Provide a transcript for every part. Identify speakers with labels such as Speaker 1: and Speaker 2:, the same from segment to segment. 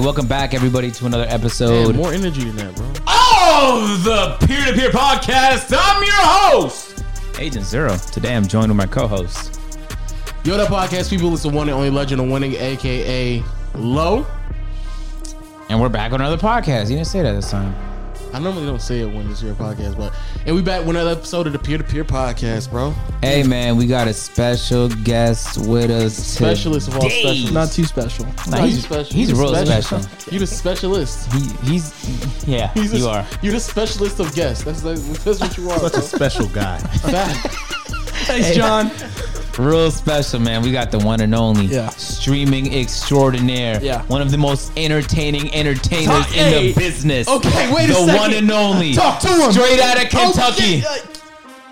Speaker 1: welcome back, everybody, to another episode
Speaker 2: Damn, more energy than that, bro.
Speaker 1: of the Peer to Peer Podcast. I'm your host, Agent Zero. Today, I'm joined with my co-host.
Speaker 2: Yo, that podcast people, it's the one and only legend of winning, aka Low.
Speaker 1: And we're back on another podcast. You didn't say that this time.
Speaker 2: I normally don't say it when it's your podcast, but and we back with another episode of the Peer to Peer Podcast, bro.
Speaker 1: Hey, man, we got a special guest with us
Speaker 2: Specialist of all
Speaker 1: today.
Speaker 2: specialists.
Speaker 3: Not too special.
Speaker 1: Nah,
Speaker 2: No,
Speaker 1: he's,
Speaker 2: you special.
Speaker 1: he's
Speaker 2: You
Speaker 1: real
Speaker 2: special.
Speaker 1: special.
Speaker 2: You the specialist.
Speaker 1: He, he's yeah,
Speaker 2: He's
Speaker 1: you
Speaker 2: the-
Speaker 1: are.
Speaker 2: You the specialist of guests. That's that's, that's what you are.
Speaker 4: Such
Speaker 2: bro.
Speaker 4: a special guy.
Speaker 2: Fact.
Speaker 1: Hey, John. Real special, man. We got the one and only
Speaker 3: Yeah.
Speaker 1: streaming extraordinaire.
Speaker 3: Yeah.
Speaker 1: One of the most entertaining entertainers
Speaker 3: Talk-
Speaker 1: in
Speaker 3: hey.
Speaker 1: the business.
Speaker 3: Okay, wait a
Speaker 1: the
Speaker 3: second.
Speaker 1: one and only.
Speaker 3: Talk to him.
Speaker 1: Straight out of Kentucky.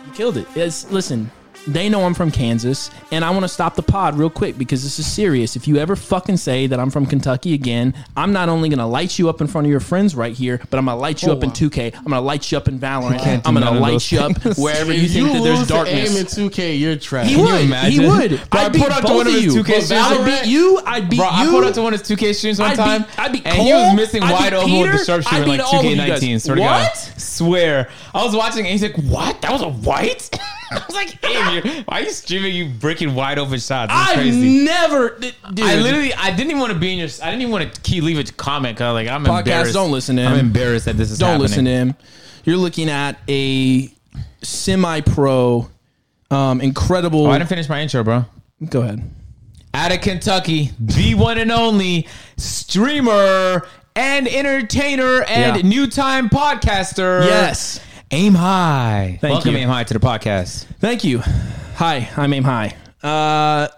Speaker 3: You killed it. It's, listen, they know I'm from Kansas, and I want to stop the pod real quick because this is serious. If you ever fucking say that I'm from Kentucky again, I'm not only going to light you up in front of your friends right here, but I'm going to light you
Speaker 2: Oh,
Speaker 3: up in
Speaker 2: wow.
Speaker 3: 2K. I'm going to light you up in Valorant.
Speaker 1: can't do
Speaker 3: I'm
Speaker 1: none
Speaker 3: going
Speaker 1: of
Speaker 3: to
Speaker 1: those
Speaker 3: light you up
Speaker 1: things.
Speaker 3: wherever
Speaker 2: If
Speaker 3: you think that there's
Speaker 2: lose to
Speaker 3: darkness.
Speaker 2: Aim in 2K, you're trash.
Speaker 3: He
Speaker 1: Can you
Speaker 3: would. He
Speaker 1: imagine?
Speaker 3: would.
Speaker 1: Bro, I
Speaker 3: I'd beat
Speaker 1: put up to
Speaker 3: both
Speaker 1: one of
Speaker 3: of
Speaker 1: his
Speaker 3: you.
Speaker 1: 2K streams.
Speaker 3: I'd
Speaker 2: Valorant-
Speaker 3: beat you. I'd beat
Speaker 1: Bro, I
Speaker 3: you.
Speaker 1: put up to one of his 2K streams one
Speaker 3: I'd be-
Speaker 1: time,
Speaker 3: I'd be
Speaker 1: and he was
Speaker 3: Cole,
Speaker 1: missing
Speaker 3: I'd be
Speaker 1: wide open with the
Speaker 3: Peter,
Speaker 1: sharpshooter
Speaker 3: I'd
Speaker 1: in like
Speaker 3: beat all of you
Speaker 1: 2K19.
Speaker 3: guys.
Speaker 1: Swear to
Speaker 3: What?
Speaker 1: God. Swear. I was watching, and he's like, "What? That was a white?" I was like, "Damn, you! Why are you streaming? You breaking wide open shots? It's
Speaker 3: I've
Speaker 1: crazy."
Speaker 3: never. Dude,
Speaker 1: I literally, I didn't even want to be in your. I didn't even want to key leave a comment because like I'm
Speaker 3: Podcast,
Speaker 1: embarrassed.
Speaker 3: don't listen to him.
Speaker 1: I'm embarrassed that this is.
Speaker 3: don't
Speaker 1: happening.
Speaker 3: listen to him. You're looking at a semi-pro, um, incredible.
Speaker 1: Oh, I didn't finish my intro, bro.
Speaker 3: Go ahead.
Speaker 1: Out of Kentucky, the one and only streamer and entertainer and
Speaker 3: Yeah.
Speaker 1: new time podcaster.
Speaker 3: Yes.
Speaker 1: Aim High.
Speaker 3: Thank
Speaker 1: Welcome
Speaker 3: you.
Speaker 1: Aim High to the podcast.
Speaker 3: Thank you. Hi, I'm Aim High. Uh,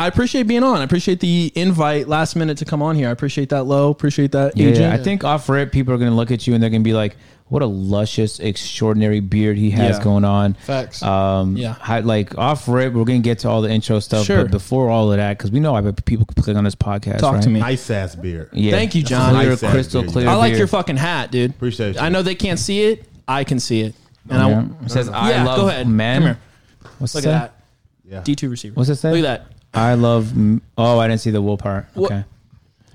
Speaker 3: I appreciate being on. I appreciate the invite last minute to come on here. I appreciate that, Low. Appreciate that,
Speaker 1: Yeah,
Speaker 3: agent.
Speaker 1: I think off rip, people are going to look at you and they're going to be like, what a luscious, extraordinary beard he has
Speaker 3: Yeah.
Speaker 1: going on.
Speaker 2: Facts.
Speaker 1: Um,
Speaker 3: Yeah.
Speaker 1: hi- like off rip, we're going to get to all the intro stuff.
Speaker 3: Sure.
Speaker 1: But before all of that, because we know I bet people click on this podcast.
Speaker 3: Talk
Speaker 1: right?
Speaker 3: to me.
Speaker 4: Nice ass beard.
Speaker 1: Yeah.
Speaker 3: Thank you, John.
Speaker 1: Clear,
Speaker 4: Nice ass
Speaker 1: crystal
Speaker 4: beard.
Speaker 1: clear.
Speaker 3: I like
Speaker 1: beard.
Speaker 3: your fucking hat, dude.
Speaker 4: Appreciate you.
Speaker 3: I know they can't see it. I can see it, and I.
Speaker 1: Oh, Yeah. It says, I
Speaker 3: Yeah,
Speaker 1: love
Speaker 3: go ahead.
Speaker 1: men.
Speaker 3: Come here.
Speaker 1: What's
Speaker 3: Look
Speaker 1: it say?
Speaker 3: at that.
Speaker 4: Yeah.
Speaker 3: D two receiver.
Speaker 1: What's it say?
Speaker 3: Look at that.
Speaker 1: I love. m- Oh, I didn't see the wool part.
Speaker 3: Wha-
Speaker 1: Okay.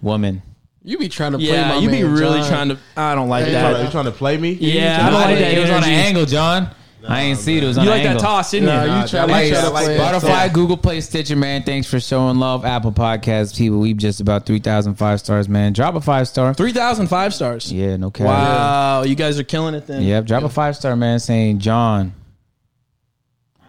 Speaker 1: Woman.
Speaker 2: you be trying to play
Speaker 3: Yeah,
Speaker 2: my
Speaker 3: you be
Speaker 2: man,
Speaker 3: really
Speaker 2: John.
Speaker 3: trying to. I don't like
Speaker 2: Hey,
Speaker 4: You
Speaker 3: that.
Speaker 4: tryna- you trying to play me?
Speaker 3: Yeah, I don't
Speaker 1: Nah,
Speaker 3: like that.
Speaker 1: It was on an
Speaker 3: energy.
Speaker 1: angle, John. I ain't see it. It was on
Speaker 3: You
Speaker 1: an
Speaker 3: like that
Speaker 1: angle.
Speaker 3: toss, didn't
Speaker 2: Nah,
Speaker 3: you?
Speaker 2: you
Speaker 4: Nah,
Speaker 2: try,
Speaker 4: that
Speaker 2: you
Speaker 4: was-
Speaker 2: try to
Speaker 4: that was
Speaker 2: play.
Speaker 4: butterfly
Speaker 1: Spotify, Google Play, Stitcher, man. Thanks for showing love. Apple Podcasts, people. We've just about 3,000 five stars, man. Drop a five star.
Speaker 3: 3,000 five stars.
Speaker 1: Yeah, no cap.
Speaker 3: Wow, you guys are killing it then.
Speaker 1: Yep, drop a five star, man, saying John.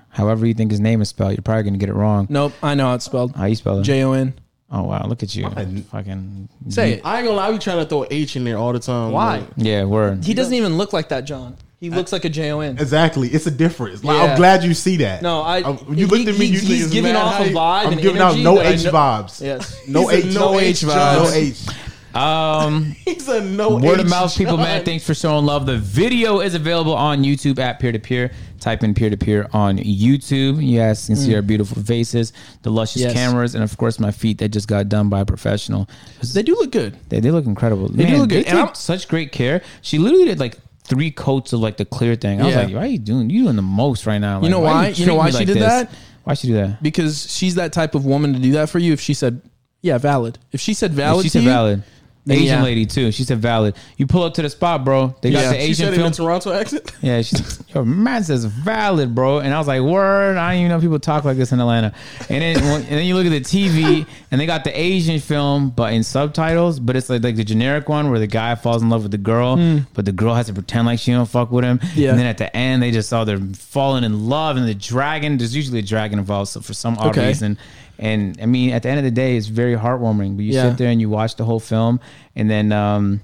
Speaker 1: However you think his name is spelled, you're probably going to get it wrong.
Speaker 3: Nope, I know how it's spelled.
Speaker 1: How you spell it?
Speaker 3: J O N.
Speaker 1: oh, wow. Look at you.
Speaker 4: Fine.
Speaker 1: Fucking.
Speaker 3: Say it.
Speaker 2: I ain't gonna lie, I be trying to throw H in there all the time.
Speaker 3: Why?
Speaker 2: like-
Speaker 1: Yeah, word.
Speaker 3: He doesn't even look like that, John. He looks like a J O N.
Speaker 4: Exactly. It's a difference. Like,
Speaker 3: Yeah.
Speaker 4: I'm glad you see that.
Speaker 3: No, I.
Speaker 4: I'm- you looked
Speaker 3: he-
Speaker 4: at me.
Speaker 3: he-
Speaker 4: you
Speaker 3: he's
Speaker 4: niggas
Speaker 3: giving
Speaker 4: mad
Speaker 3: off a
Speaker 4: hype.
Speaker 3: vibe.
Speaker 4: I'm
Speaker 3: and
Speaker 4: giving out
Speaker 3: energy
Speaker 4: no
Speaker 3: that I
Speaker 4: H
Speaker 3: know-
Speaker 4: vibes.
Speaker 3: Yes.
Speaker 4: No
Speaker 2: He's a
Speaker 4: H.
Speaker 2: no H
Speaker 4: No
Speaker 2: vibes.
Speaker 4: H.
Speaker 1: Um,
Speaker 2: He's a no
Speaker 1: Word of
Speaker 2: H
Speaker 1: mouth, people, man.
Speaker 2: John.
Speaker 1: Thanks for showing love. The video is available on YouTube at peer to peer. Type in peer to peer on YouTube. You guys can see our beautiful faces, the luscious
Speaker 3: Mm. Yes.
Speaker 1: cameras, and of course my feet that just got done by a professional.
Speaker 3: They do look good.
Speaker 1: They, they look incredible. They
Speaker 3: do look good.
Speaker 1: They
Speaker 3: And
Speaker 1: take
Speaker 3: I'm-
Speaker 1: such great care. She literally did like three coats of like the clear thing. I was
Speaker 3: Yeah.
Speaker 1: like, why are you doing? You doing the most right now? Like,
Speaker 3: know
Speaker 1: are
Speaker 3: why? You
Speaker 1: treating
Speaker 3: know why
Speaker 1: me
Speaker 3: she did that?
Speaker 1: Why she do that?
Speaker 3: Because she's that type of woman to do that for you if she said, yeah, valid. If she said valid,
Speaker 1: she
Speaker 3: to
Speaker 1: said
Speaker 3: you,
Speaker 1: valid.
Speaker 3: Then
Speaker 1: Asian
Speaker 3: yeah.
Speaker 1: lady too. She said valid. You pull up to the spot, bro. They got
Speaker 3: Yeah.
Speaker 1: the
Speaker 3: She
Speaker 2: She
Speaker 1: Asian
Speaker 2: said it in
Speaker 1: film
Speaker 2: a Toronto accent.
Speaker 1: Yeah, she's, your man says valid, bro. And I was like, word, I didn't even know people talk like this in Atlanta. And then and then you look at the TV and they got the Asian film, but in subtitles, but it's like like the generic one where the guy falls in love with the girl, but the girl has to pretend like she don't fuck with him.
Speaker 3: Hmm. Yeah.
Speaker 1: And then at the end, they just saw they're falling in love and the dragon. There's usually a dragon involved so for some odd
Speaker 3: Okay.
Speaker 1: reason. And I mean, at the end of the day, it's very heartwarming. But you
Speaker 3: Yeah.
Speaker 1: sit there and you watch the whole film, and then um,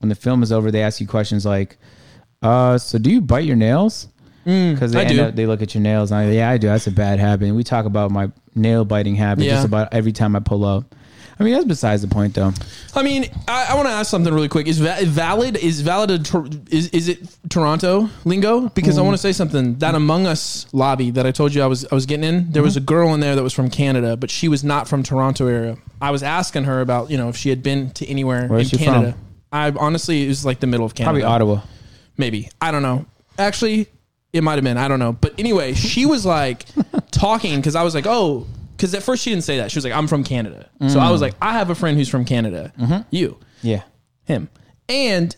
Speaker 1: when the film is over, they ask you questions like, uh, so do you bite your nails? Because they
Speaker 3: Mm, I
Speaker 1: end
Speaker 3: do.
Speaker 1: up, they look at your nails. And I, yeah, I do. That's a bad habit. And we talk about my nail biting habit
Speaker 3: Yeah.
Speaker 1: just about every time I pull up. I mean, that's besides the point, though.
Speaker 3: I mean, I, I want to ask something really quick. Is va- valid? Is valid? A Tor- is is it Toronto lingo? Because I
Speaker 1: Hmm.
Speaker 3: want to say something. That Among Us lobby that I told you I was I was getting in. There was a
Speaker 1: Mm-hmm.
Speaker 3: girl in there that was from Canada, but she was not from Toronto area. I was asking her about you know if she had been to anywhere
Speaker 1: Where's
Speaker 3: in
Speaker 1: she
Speaker 3: Canada.
Speaker 1: from?
Speaker 3: I honestly it was like the middle of Canada
Speaker 1: Probably Ottawa.
Speaker 3: maybe i don't know actually it might have been i don't know but anyway she was like talking because i was like oh Because at first she didn't say that. She was like, I'm from Canada. So
Speaker 1: Mm.
Speaker 3: I was like, I have a friend who's from Canada.
Speaker 1: Mm-hmm.
Speaker 3: You,
Speaker 1: Yeah.
Speaker 3: him. And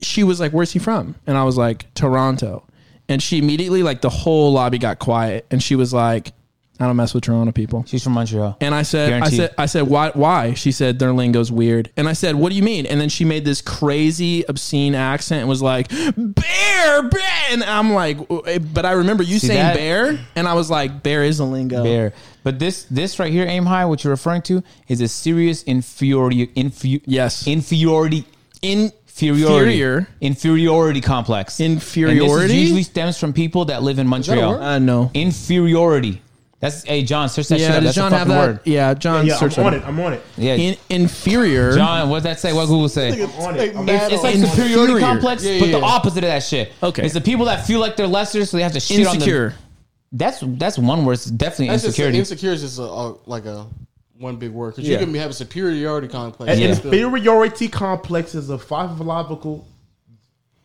Speaker 3: she was like, Where's he from? And I was like, Toronto. And she immediately, like, the whole lobby got quiet. And she was like, I don't mess with Toronto people.
Speaker 1: She's from Montreal.
Speaker 3: And I said, I
Speaker 1: Guaranteed.
Speaker 3: said, I said, why? Why? She said their lingo's weird. And I said, what do you mean? And then she made this crazy, obscene accent and was like, bear, bear. And I'm like, eh, but I remember you saying
Speaker 1: that-
Speaker 3: bear, and I was like, bear is a lingo.
Speaker 1: Bear. But this this right here, aim high, what you're referring to, is a serious inferiority infu-
Speaker 3: Yes.
Speaker 1: inferiority
Speaker 3: In
Speaker 1: inferiority
Speaker 3: Inferior.
Speaker 1: inferiority complex. And this is
Speaker 3: Inferiority?
Speaker 1: usually stems from people that live in Montreal.
Speaker 3: uh, no.
Speaker 1: inferiority. That's hey John, search that shit
Speaker 3: Yeah,
Speaker 1: up.
Speaker 3: does
Speaker 1: That's
Speaker 3: John
Speaker 1: a
Speaker 3: have
Speaker 1: fucking
Speaker 3: that?
Speaker 1: word.
Speaker 3: Yeah, John.
Speaker 4: Yeah, I'm
Speaker 3: search
Speaker 4: on
Speaker 3: it.
Speaker 4: it. I'm on it.
Speaker 1: Yeah.
Speaker 3: In, inferior.
Speaker 1: John, what'd that say? What Google say?
Speaker 4: Take
Speaker 1: It's,
Speaker 4: mad
Speaker 1: it's like
Speaker 4: on it.
Speaker 1: superiority
Speaker 3: Inferior.
Speaker 1: complex,
Speaker 3: Yeah, yeah,
Speaker 1: but the
Speaker 3: yeah.
Speaker 1: opposite of that shit.
Speaker 3: Okay.
Speaker 1: it's the people that feel like they're lesser, so they have to shit on
Speaker 3: insecure.
Speaker 1: them. That's that's one word. It's definitely
Speaker 2: That's just,
Speaker 1: insecurity.
Speaker 2: insecure is just a, a, like a one big word because
Speaker 3: Yeah.
Speaker 2: you can be- have a superiority complex.
Speaker 4: An
Speaker 1: Yeah.
Speaker 2: and still-
Speaker 4: inferiority complex is a pathological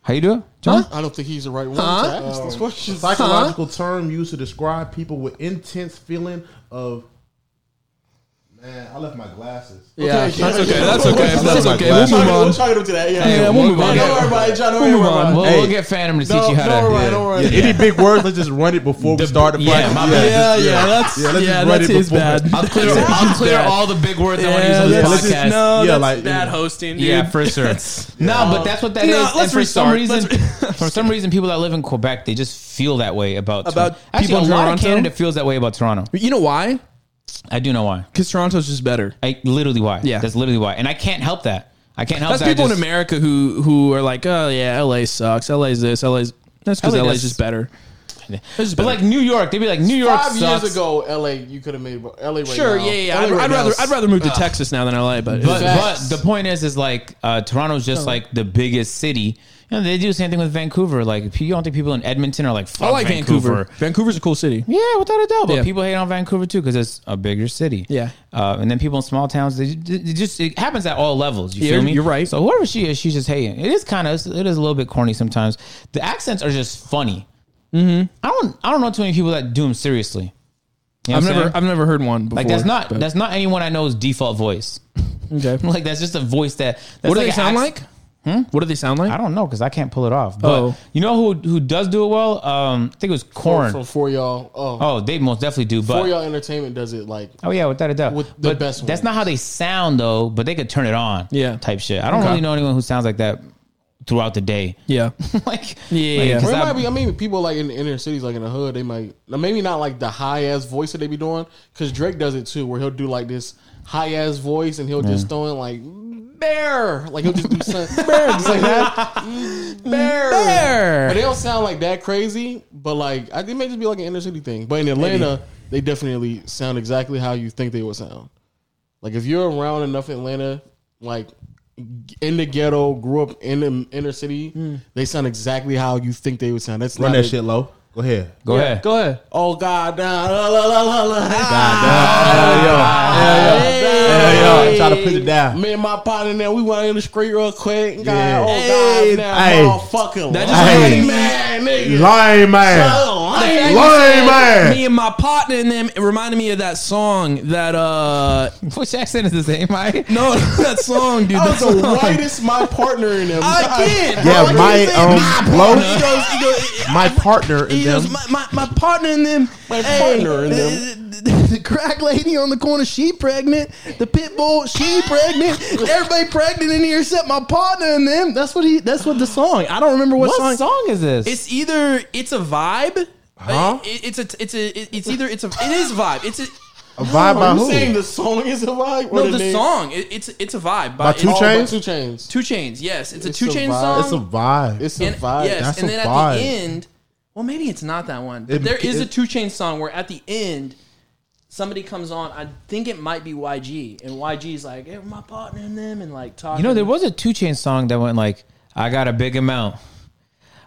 Speaker 1: How you doing, John?
Speaker 2: I don't think he's the right one
Speaker 3: Huh?
Speaker 2: to ask this question.
Speaker 4: psychological term used to describe people with intense feeling of. Man, I left my glasses.
Speaker 3: Yeah,
Speaker 2: Okay,
Speaker 3: that's
Speaker 2: yeah,
Speaker 3: okay.
Speaker 2: yeah.
Speaker 3: That's okay. That's
Speaker 4: We'll
Speaker 3: okay. We'll
Speaker 4: talk-
Speaker 2: We'll
Speaker 3: move
Speaker 2: talk-
Speaker 3: on.
Speaker 2: We'll talk to that. Yeah,
Speaker 3: Yeah, we'll move on.
Speaker 2: Don't worry about it, John. Don't
Speaker 3: We'll
Speaker 2: worry
Speaker 3: move on.
Speaker 2: about it.
Speaker 1: Well,
Speaker 4: Hey.
Speaker 1: we'll get Phantom to
Speaker 2: No,
Speaker 1: teach you how
Speaker 2: don't
Speaker 1: to.
Speaker 2: worry, don't worry.
Speaker 4: Yeah, any big words, let's just run it before we start the
Speaker 1: yeah,
Speaker 4: podcast.
Speaker 1: my
Speaker 3: Yeah,
Speaker 1: bad.
Speaker 3: yeah, that's
Speaker 4: Yeah, let's
Speaker 3: yeah,
Speaker 4: just write
Speaker 3: that's
Speaker 4: it
Speaker 3: his
Speaker 4: before-
Speaker 3: bad.
Speaker 4: I'll
Speaker 1: Clear, I'll clear all the big words I want to use on
Speaker 3: Yeah,
Speaker 1: this
Speaker 4: let's just-
Speaker 1: podcast.
Speaker 3: no,
Speaker 4: Yeah,
Speaker 3: that's
Speaker 4: like-
Speaker 3: bad hosting. Dude.
Speaker 1: Yeah, for sure. No, but that's what that is.
Speaker 3: No,
Speaker 1: And
Speaker 3: let's
Speaker 1: for some
Speaker 3: restart.
Speaker 1: reason,
Speaker 3: Let's-
Speaker 1: for some reason, people that live in Quebec, they just feel that way about
Speaker 3: About
Speaker 1: Actually,
Speaker 3: people
Speaker 1: a
Speaker 3: in
Speaker 1: lot of
Speaker 3: Toronto?
Speaker 1: Canada feels that way about Toronto.
Speaker 3: you know why?
Speaker 1: I do know why.
Speaker 3: Because Toronto's just better.
Speaker 1: I literally why.
Speaker 3: Yeah.
Speaker 1: that's literally why, and I can't help that. I can't help
Speaker 3: That's
Speaker 1: that. I
Speaker 3: people
Speaker 1: just-
Speaker 3: in America who who are like, oh yeah, LA sucks. LA's this. LA's that's because
Speaker 1: LA
Speaker 3: LA's
Speaker 1: does-
Speaker 3: just better.
Speaker 1: But like New York, they'd be like New York
Speaker 2: Five
Speaker 1: sucks.
Speaker 2: years ago, LA, you could have made LA. Right
Speaker 3: Sure,
Speaker 2: now.
Speaker 3: yeah, yeah.
Speaker 2: LA
Speaker 3: I'd,
Speaker 2: right
Speaker 3: I'd
Speaker 2: now
Speaker 3: rather
Speaker 2: is-
Speaker 3: I'd rather move to Texas now than LA, but,
Speaker 1: But,
Speaker 2: Facts.
Speaker 1: but the point is, is like uh, Toronto's just like the biggest city, and they do the same thing with Vancouver. Like, if you don't think people in Edmonton are like, fuck
Speaker 3: I like Vancouver.
Speaker 1: Vancouver.
Speaker 3: Vancouver's a cool city.
Speaker 1: Yeah, without a doubt. But
Speaker 3: Yeah.
Speaker 1: people hate on Vancouver too because it's a bigger city.
Speaker 3: Yeah.
Speaker 1: Uh, and then people in small towns, they, it just it happens at all levels. You
Speaker 3: Yeah,
Speaker 1: feel me?
Speaker 3: you're right.
Speaker 1: So whoever she is, she's just hating. It is kind of it is a little bit corny sometimes. The accents are just funny. Mm-hmm. I don't I don't know too many people that do them seriously. You know what
Speaker 3: I've
Speaker 1: I'm
Speaker 3: never
Speaker 1: saying?
Speaker 3: I've never heard one before.
Speaker 1: like that's not
Speaker 3: but-
Speaker 1: that's not anyone I know's default voice.
Speaker 3: okay.
Speaker 1: Like that's just a voice that. That's
Speaker 3: What do
Speaker 1: like
Speaker 3: they
Speaker 1: an
Speaker 3: sound
Speaker 1: acc-
Speaker 3: like? Hmm? What do they sound like?
Speaker 1: I don't know because I can't pull it off. But
Speaker 3: Oh.
Speaker 1: you know who who does do it well? Um, I think it was Corn.
Speaker 2: From for y'all, oh,
Speaker 1: oh, they most definitely do. But
Speaker 2: for y'all entertainment does it like
Speaker 1: Oh yeah, without a doubt.
Speaker 2: With the
Speaker 1: but
Speaker 2: best
Speaker 1: That's
Speaker 2: ones.
Speaker 1: not how they sound though. But they could turn it on.
Speaker 3: Yeah.
Speaker 1: type shit. I don't
Speaker 3: Okay.
Speaker 1: really know anyone who sounds like that throughout the day.
Speaker 3: Yeah.
Speaker 1: like
Speaker 3: Yeah,
Speaker 1: like,
Speaker 3: yeah.
Speaker 1: 'cause
Speaker 2: Or it
Speaker 1: I-
Speaker 2: might be. I mean, people like in the inner cities, like in the hood, they might now, maybe not like the high ass voice that they be doing because Drake does it too, where he'll do like this high ass voice and he'll just throw in like bear, like he'll just do something bear, just like that bear. But they don't sound like that crazy. But like, I think it may just be like an inner city thing. But in Atlanta, they definitely sound exactly how you think they would sound. Like if you're around enough Atlanta, like in the ghetto, grew up in the inner city, they sound exactly how you think they would sound. That's
Speaker 4: Hmm. Run
Speaker 2: not
Speaker 4: that
Speaker 2: a-
Speaker 4: shit low. Go ahead.
Speaker 1: go ahead.
Speaker 3: Go ahead.
Speaker 2: Oh God, nah, la, la, la, la, la. ah,
Speaker 4: Hell yeah. Try to put it down.
Speaker 2: Me and my partner now, we went in the street real quick. And got,
Speaker 4: Yeah.
Speaker 2: Oh
Speaker 3: Hey,
Speaker 2: God, now
Speaker 4: hey.
Speaker 2: motherfucker,
Speaker 3: That
Speaker 2: that
Speaker 3: just-
Speaker 4: Hey.
Speaker 2: man, nigga.
Speaker 4: Lying man.
Speaker 2: Oh,
Speaker 3: The
Speaker 2: I
Speaker 3: fact
Speaker 2: ain't-
Speaker 3: you said
Speaker 4: man.
Speaker 3: Me and my partner and them it reminded me of that song that uh
Speaker 1: Which accent is the same? I
Speaker 3: no that song dude
Speaker 2: I
Speaker 3: that
Speaker 2: was
Speaker 3: song.
Speaker 2: the whitest my partner in them.
Speaker 3: I did.
Speaker 4: Yeah,
Speaker 3: What
Speaker 4: my,
Speaker 3: you said?
Speaker 4: um,
Speaker 3: My partner.
Speaker 4: blow-
Speaker 3: He goes, he goes,
Speaker 4: My partner
Speaker 3: he
Speaker 4: in
Speaker 3: goes,
Speaker 4: them.
Speaker 3: my, my, my partner and them.
Speaker 2: My partner and
Speaker 3: them. The, the crack lady on the corner, she pregnant. The pit bull, she pregnant. Everybody pregnant in here except my partner and them. That's what he. That's what the song. I don't remember what,
Speaker 1: what song,
Speaker 3: song.
Speaker 1: is this?
Speaker 3: It's either it's a vibe.
Speaker 4: Huh?
Speaker 3: It- it's a. It's a. It's either it's a. It is vibe. It's a.
Speaker 4: A vibe by
Speaker 2: Are you saying
Speaker 4: who?
Speaker 2: the song is a vibe? or
Speaker 3: No, the
Speaker 2: name?
Speaker 3: song. It, it's it's a vibe.
Speaker 4: By Two
Speaker 2: Oh, by
Speaker 4: Chainz?
Speaker 2: Two chains.
Speaker 3: Two chains. Yes, it's,
Speaker 2: It's
Speaker 3: a two
Speaker 2: a
Speaker 3: chain
Speaker 2: vibe.
Speaker 3: song.
Speaker 4: It's a vibe.
Speaker 2: It's a
Speaker 3: and,
Speaker 2: vibe.
Speaker 3: Yes,
Speaker 4: That's
Speaker 3: and
Speaker 4: a
Speaker 3: then at
Speaker 4: vibe.
Speaker 3: the end, well, maybe it's not that one. But
Speaker 4: It-
Speaker 3: there is a
Speaker 4: it-
Speaker 3: two chain song where at the end, somebody comes on. I think it might be YG, and YG's like, "Hey, my partner and them," and like talking.
Speaker 1: you know there was a Two Chain song that went like, "I got a big amount,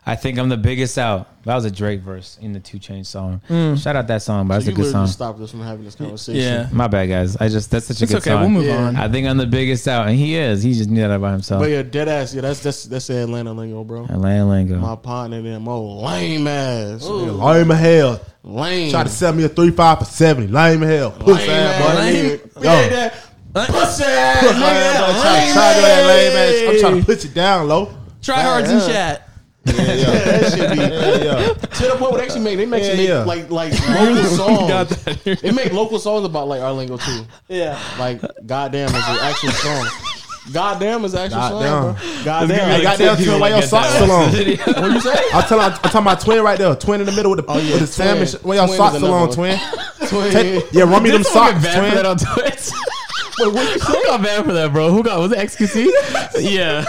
Speaker 1: I think I'm the biggest out. That was a Drake verse in the Two Chain song. Shout out that song, but
Speaker 2: So
Speaker 1: that's
Speaker 2: you
Speaker 1: a good
Speaker 2: literally
Speaker 1: song.
Speaker 2: stopped us from having this conversation.
Speaker 5: Yeah.
Speaker 1: My bad, guys. I just that's such a
Speaker 5: It's
Speaker 1: good
Speaker 5: okay.
Speaker 1: song.
Speaker 5: We'll move
Speaker 2: Yeah.
Speaker 5: on.
Speaker 1: I think I'm the biggest out, and he is. He just knew that about himself.
Speaker 2: But yeah, dead ass. Yeah, that's that's that's the Atlanta lingo, bro.
Speaker 1: Atlanta lingo.
Speaker 2: My partner, them old lame ass,
Speaker 4: Lame as hell.
Speaker 2: lame.
Speaker 4: Try to sell me a three five for seventy. Lame as hell. Pussy ass boy.
Speaker 5: Lame.
Speaker 2: We ain't that pussy ass,
Speaker 4: Pussy
Speaker 2: nigga.
Speaker 4: ass
Speaker 2: Lame
Speaker 4: boy. Try to- try to do that lame
Speaker 2: ass.
Speaker 4: ass. I'm trying to put you down low.
Speaker 5: Try hards and chat.
Speaker 4: Yeah, yeah.
Speaker 2: That should be
Speaker 4: yeah, yeah.
Speaker 2: to the point where they actually make they make,
Speaker 4: Yeah,
Speaker 2: make
Speaker 4: yeah.
Speaker 2: like like local songs. they make local songs about like our lingo too.
Speaker 5: Yeah.
Speaker 2: Like goddamn is an actual song. Goddamn is an actual
Speaker 4: Goddamn.
Speaker 2: song. Bro.
Speaker 4: I
Speaker 2: Goddamn.
Speaker 4: got down to like your socks alone.
Speaker 2: what you say?
Speaker 4: I'm telling, I'm talking about twin right there. Twin in the middle with the,
Speaker 2: yeah,
Speaker 4: with the
Speaker 2: twin.
Speaker 4: sandwich. When y'all
Speaker 2: Twin is
Speaker 4: socks
Speaker 2: another
Speaker 4: alone,
Speaker 2: one.
Speaker 4: twin.
Speaker 2: Twin.
Speaker 4: Take, yeah, run me them
Speaker 1: This one got
Speaker 4: socks,
Speaker 1: bad for that
Speaker 4: twin.
Speaker 1: on Twitch.
Speaker 2: Wait, what you say?
Speaker 1: Who got bad for that, bro? Who got was it XQC?
Speaker 5: Yeah.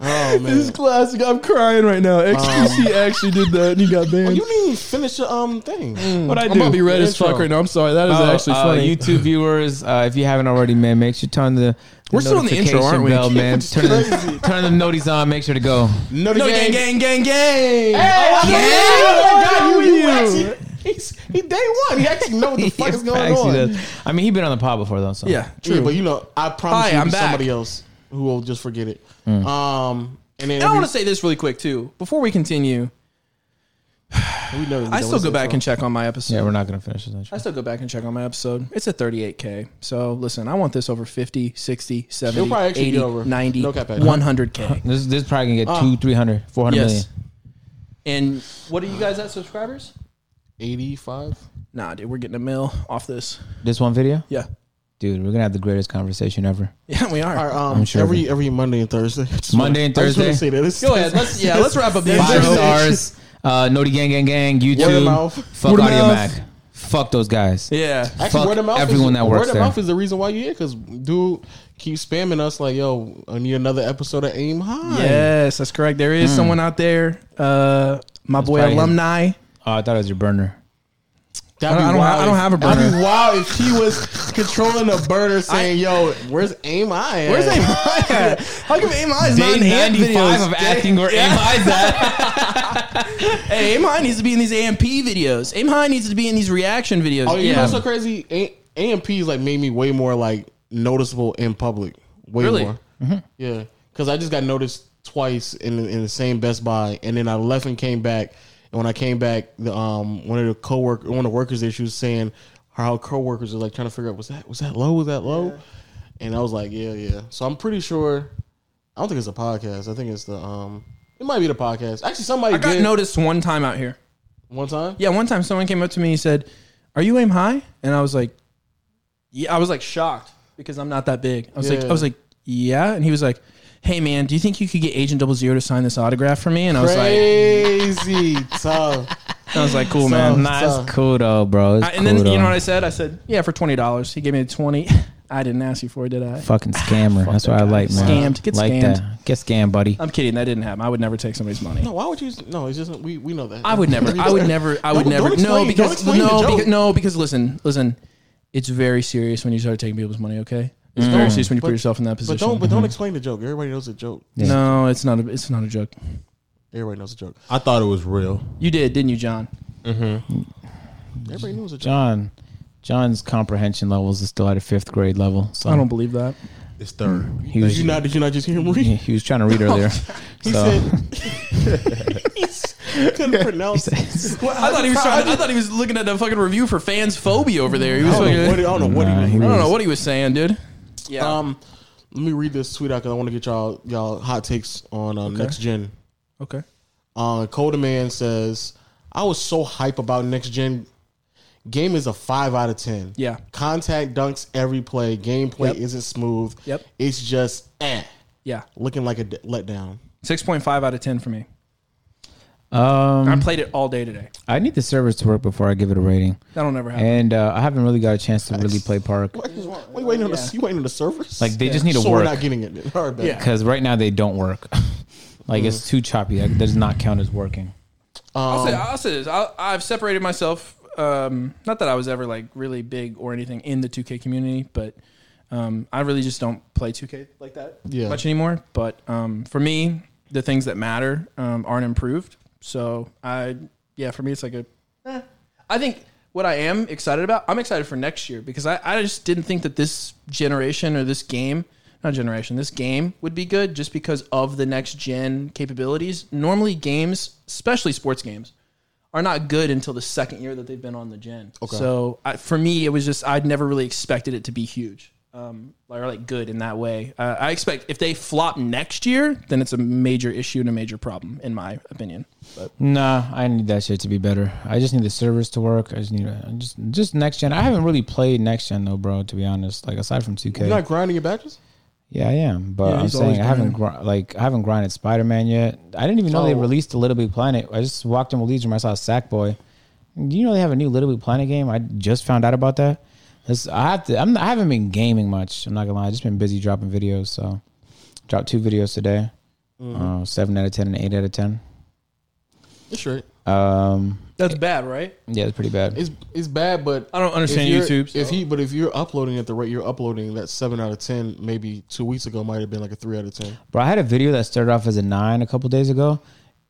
Speaker 2: Oh man.
Speaker 5: Classic. I'm crying right now.
Speaker 1: Oh,
Speaker 5: XQC actually did that and he got banned.
Speaker 2: You didn't even finish your um thing.
Speaker 4: Mm.
Speaker 1: What I
Speaker 5: I'm about to be
Speaker 1: do?
Speaker 5: red as
Speaker 2: Intro.
Speaker 5: fuck right now. I'm sorry. That is
Speaker 1: Oh,
Speaker 5: actually
Speaker 1: uh,
Speaker 5: funny.
Speaker 1: YouTube viewers, uh, if you haven't already, man, make sure you turn the, the
Speaker 5: We're still on the intro, aren't we?
Speaker 1: notification Bell, man. turn, the, turn the noties on. Make sure to go.
Speaker 2: Nutty
Speaker 5: no, gang, gang, gang, gang.
Speaker 2: Oh, I
Speaker 5: Yeah.
Speaker 2: know.
Speaker 5: Yeah.
Speaker 2: You, you
Speaker 5: Yeah.
Speaker 2: actually- he's, he day one. He actually know what the fuck is going
Speaker 1: Facts, he
Speaker 2: on.
Speaker 1: does. I mean, he been on the pod before though. So
Speaker 5: Yeah,
Speaker 2: True,
Speaker 5: true.
Speaker 2: but you know, I promise
Speaker 5: Hi,
Speaker 2: you, it'll
Speaker 5: I'm
Speaker 2: be
Speaker 5: back.
Speaker 2: somebody else who will just forget it. Um, and then
Speaker 5: And I
Speaker 2: every-
Speaker 5: want to say this really quick too. Before we continue,
Speaker 2: we know
Speaker 5: I still go back and check on my episode.
Speaker 1: yeah, we're not gonna finish this intro.
Speaker 5: I still go back and check on my episode. It's a 38k. So listen, I want this over 50, 60, 70,
Speaker 2: It'll probably actually be
Speaker 5: 80,
Speaker 2: over.
Speaker 5: 90,
Speaker 2: No cap, actually.
Speaker 5: 100k.
Speaker 1: This this probably gonna get two, three hundred, four hundred million.
Speaker 5: Uh. Yes. And what are you guys at subscribers?
Speaker 2: eighty-five.
Speaker 5: Nah, dude, we're getting a mill off this.
Speaker 1: This one video,
Speaker 5: Yeah,
Speaker 1: dude, we're gonna have the greatest conversation ever.
Speaker 5: yeah, we
Speaker 2: All
Speaker 5: are.
Speaker 2: right, um,
Speaker 1: I'm sure of
Speaker 2: every every Monday and Thursday. I just
Speaker 1: Monday and
Speaker 2: wanna- I just wanna
Speaker 1: Thursday?
Speaker 2: say that. It's-
Speaker 5: Go ahead. Let's yeah, let's wrap up the
Speaker 1: Five
Speaker 5: intro.
Speaker 1: stars. Uh, Noti Gang Gang Gang.
Speaker 2: Word of
Speaker 1: YouTube.
Speaker 2: mouth.
Speaker 1: Fuck
Speaker 5: Word of
Speaker 1: Audio
Speaker 5: mouth.
Speaker 1: Mac. Fuck those guys.
Speaker 5: Yeah,
Speaker 2: Actually,
Speaker 1: Fuck
Speaker 2: word of mouth
Speaker 1: everyone
Speaker 2: is,
Speaker 1: that works
Speaker 2: word of
Speaker 1: there.
Speaker 2: mouth is the reason why you're here because dude keeps spamming us like, "Yo, I need another episode of Aim High."
Speaker 5: yes, that's correct. There
Speaker 2: Hmm.
Speaker 5: is someone out there. Uh, my boy
Speaker 1: probably his-
Speaker 5: alumni.
Speaker 1: Oh, I thought it was your burner.
Speaker 2: That'd
Speaker 5: I
Speaker 2: be
Speaker 5: don't- I don't
Speaker 2: wild
Speaker 5: have- I don't
Speaker 2: if-
Speaker 5: have a
Speaker 2: That'd
Speaker 5: burner.
Speaker 2: be wild if he was controlling a burner, saying, "Yo, where's Aim High?" at?"
Speaker 5: Where's AMI? at? How come AMI is not
Speaker 1: Day
Speaker 5: in AMP
Speaker 1: 95
Speaker 5: videos?
Speaker 1: of acting where AMI's at.
Speaker 5: Hey, AMI needs to be in these AMP videos. AMI needs to be in these reaction videos.
Speaker 2: Oh, you know
Speaker 5: yeah.
Speaker 2: what's so crazy? A- AMPs like made me way more like noticeable in public. Way
Speaker 5: Really? Mm-hmm.
Speaker 2: more. Yeah, because I just got noticed twice in in the same Best Buy, and then I left and came back. And when I came back, the um one of the coworker, one of the workers there, she was saying how coworkers are like trying to figure out was that was that low, was that low, and I was like, yeah, yeah. So I'm pretty sure. I don't think it's a podcast. I think it's the um. It might be the podcast. Actually, somebody
Speaker 5: I got
Speaker 2: did
Speaker 5: noticed one time out here.
Speaker 2: one time.
Speaker 5: Yeah, one time someone came up to me and said, "Are you aim high?" And I was like, "Yeah." I was like shocked because I'm not that big. I was like,
Speaker 2: Yeah.
Speaker 5: I was like, "Yeah," and he was like, "Hey man, do you think you could get Agent Double Zero to sign this autograph for me?" And I was like,
Speaker 2: Crazy tough.
Speaker 5: "I was like, cool
Speaker 2: So-
Speaker 5: man."
Speaker 1: Nah,
Speaker 2: So-
Speaker 1: it's cool though, bro. It's
Speaker 5: I, Uh, and
Speaker 1: cool,
Speaker 5: then you
Speaker 1: though.
Speaker 5: know what I said? I said, "Yeah, for twenty dollars." He gave me the twenty. I didn't ask you for it, did I?
Speaker 1: Fucking scammer. That's what I like, man.
Speaker 5: Scammed. Get
Speaker 1: like
Speaker 5: scammed. Uh,
Speaker 1: That. Get scammed, buddy.
Speaker 5: I'm kidding. That didn't happen. I would never take somebody's money.
Speaker 2: No, why would you? No, it's just we we know that.
Speaker 5: I would never. I would never. I would
Speaker 2: Don't-
Speaker 5: never.
Speaker 2: don't
Speaker 5: no,
Speaker 2: explain- don't
Speaker 5: because
Speaker 2: explain the
Speaker 5: no,
Speaker 2: joke.
Speaker 5: because, no, because listen, listen. It's very serious when you start taking people's money. Okay, it's very serious when you put
Speaker 2: Mm. But-
Speaker 5: yourself in that
Speaker 2: But
Speaker 5: position.
Speaker 2: don't
Speaker 1: mm-hmm.
Speaker 2: but don't explain the joke. Everybody knows the joke.
Speaker 5: no, it's not. A, it's not a joke.
Speaker 2: Everybody knows the joke.
Speaker 4: I thought it was real.
Speaker 5: You did, didn't you, John?
Speaker 2: Everybody knows the joke.
Speaker 1: John. John's comprehension levels is still at a fifth grade level. So
Speaker 5: I don't believe that.
Speaker 4: It's third.
Speaker 1: He
Speaker 2: Did
Speaker 1: was,
Speaker 2: you not? Did you not just hear him
Speaker 1: he,
Speaker 2: read?
Speaker 1: he was trying to read earlier.
Speaker 2: He
Speaker 1: so.
Speaker 2: said he couldn't pronounce. it. Well,
Speaker 5: I thought he was
Speaker 2: I
Speaker 5: trying. I thought he was looking at a fucking review for fans phobia over there. He was.
Speaker 2: don't know what
Speaker 5: fucking-
Speaker 2: he- I don't know what
Speaker 1: Nah,
Speaker 2: he
Speaker 1: he
Speaker 2: was.
Speaker 5: I don't know what he was saying, dude. Yeah.
Speaker 2: Um, let me read this tweet out because I want to get y'all y'all hot takes on uh, next gen.
Speaker 5: okay.
Speaker 2: Uh, Codaman says, I was so hype about next gen. Game is a five out of ten.
Speaker 5: Yeah.
Speaker 2: Contact dunks every play. Gameplay
Speaker 5: Yep.
Speaker 2: isn't smooth.
Speaker 5: Yep.
Speaker 2: It's just eh.
Speaker 5: Yeah.
Speaker 2: Looking like a d- letdown.
Speaker 5: Six point five out of ten for me. I
Speaker 2: Mm.
Speaker 1: Um,
Speaker 5: played it all day today.
Speaker 1: I need the servers to work before I give it a rating,
Speaker 5: That'll never happen.
Speaker 1: and uh, I haven't really got a chance to really play Park.
Speaker 2: What is wrong? Wait, waiting on the you waiting on the servers?
Speaker 1: Like they just need to
Speaker 2: so we're
Speaker 1: work
Speaker 2: not getting it. then. All right, bet.
Speaker 5: Yeah.
Speaker 1: because right now they don't work. like it's too choppy. Like, that does not count as working.
Speaker 5: I'll say, I'll say this. I'll, I've separated myself. Um, not that I was ever like really big or anything in the 2K community, but um, I really just don't play 2K like that
Speaker 2: Yeah.
Speaker 5: much anymore. But um, for me, the things that matter um, aren't improved. So I, yeah, for me, it's like a. eh. I think what I am excited about, I'm excited for next year because I, I just didn't think that this generation or this game, not generation, this game would be good just because of the next gen capabilities. Normally, games, especially sports games, are not good until the second year that they've been on the gen. So I, for me, it was just I'd never really expected it to be huge, um, or like good in that way. Uh, I expect if they flop next year, then it's a major issue and a major problem, in my opinion. But
Speaker 1: Nah, I need that shit to be better. I just need the servers to work. I just need a, just just next gen. I haven't really played next gen though, bro. To be honest, like aside from two K,
Speaker 2: You not grinding your badges?
Speaker 1: yeah, I am. But I'm
Speaker 5: he's always
Speaker 1: saying I haven't gr- like I haven't grinded Spider Man yet. I didn't even know they
Speaker 2: Oh.
Speaker 1: released a Little Big Planet. I just walked in Willy's room. I saw Sackboy. Do you know they have a new Little Big Planet game? I just found out about that. It's- I have to. I'm, I haven't been gaming much. I'm not gonna lie. I've just been busy dropping videos. So dropped two videos today.
Speaker 5: Mm-hmm.
Speaker 1: Uh, seven out of ten and eight out of ten.
Speaker 2: It's right.
Speaker 1: Um,
Speaker 5: that's bad, right?
Speaker 1: yeah, it's pretty bad.
Speaker 2: It's it's bad, but
Speaker 5: I don't understand
Speaker 2: if you're-
Speaker 5: YouTube.
Speaker 2: If he, but if you're uploading at the rate you're uploading, that seven out of ten, maybe two weeks ago, might have been like a three out of ten.
Speaker 1: Bro, I had a video that started off as a nine a couple days ago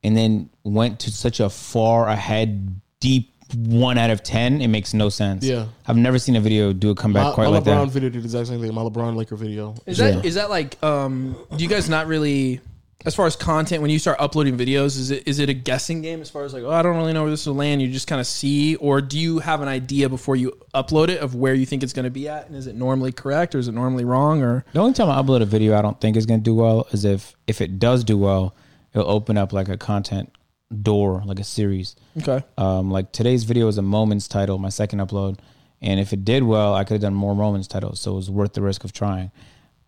Speaker 1: and then went to such a far ahead, deep one out of 10. It makes no sense.
Speaker 2: Yeah.
Speaker 1: I've never seen a video do a comeback
Speaker 2: My,
Speaker 1: quite
Speaker 2: my
Speaker 1: like
Speaker 2: LeBron
Speaker 1: that.
Speaker 2: video did the exact same thing. My LeBron Laker video.
Speaker 5: Is that is
Speaker 1: Yeah.
Speaker 5: that like um do you guys not really as far as content when you start uploading videos is it is it a guessing game as far as like oh I don't really know where this will land you just kind of see or do you have an idea before you upload it of where you think it's going to be at and is it normally correct or is it normally wrong or
Speaker 1: The only time I upload a video I don't think is going to do well is if if it does do well, it'll open up like a content door, like a series.
Speaker 5: okay
Speaker 1: Um, like today's video is a moments title, my second upload, and if it did well, I could have done more moments titles, so it was worth the risk of trying.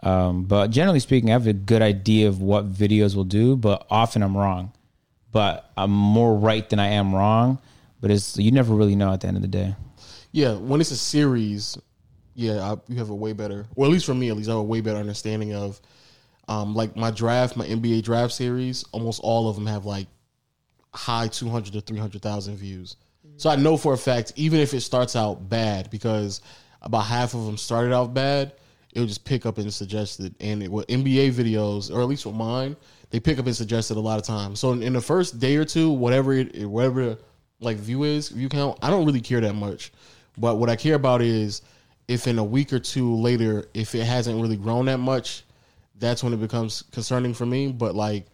Speaker 1: Um, but generally speaking, I have a good idea of what videos will do, but often I'm wrong. But I'm more right than I am wrong. But it's you never really know at the end of the day.
Speaker 2: Yeah, when it's a series, yeah, I, you have a way better, or at least for me, at least I have a way better understanding of, um, like my draft, my NBA draft series. Almost all of them have like high two hundred to three hundred thousand views. So I know for a fact, even if it starts out bad, because about half of them started out bad, it'll just pick up and suggest it. And it, with NBA videos, or at least with mine, they pick up and suggest it a lot of times. So in, in the first day or two, whatever it, it- whatever like view is view count, I don't really care that much. But what I care about is if in a week or two later, if it hasn't really grown that much, that's when it becomes concerning for me. But like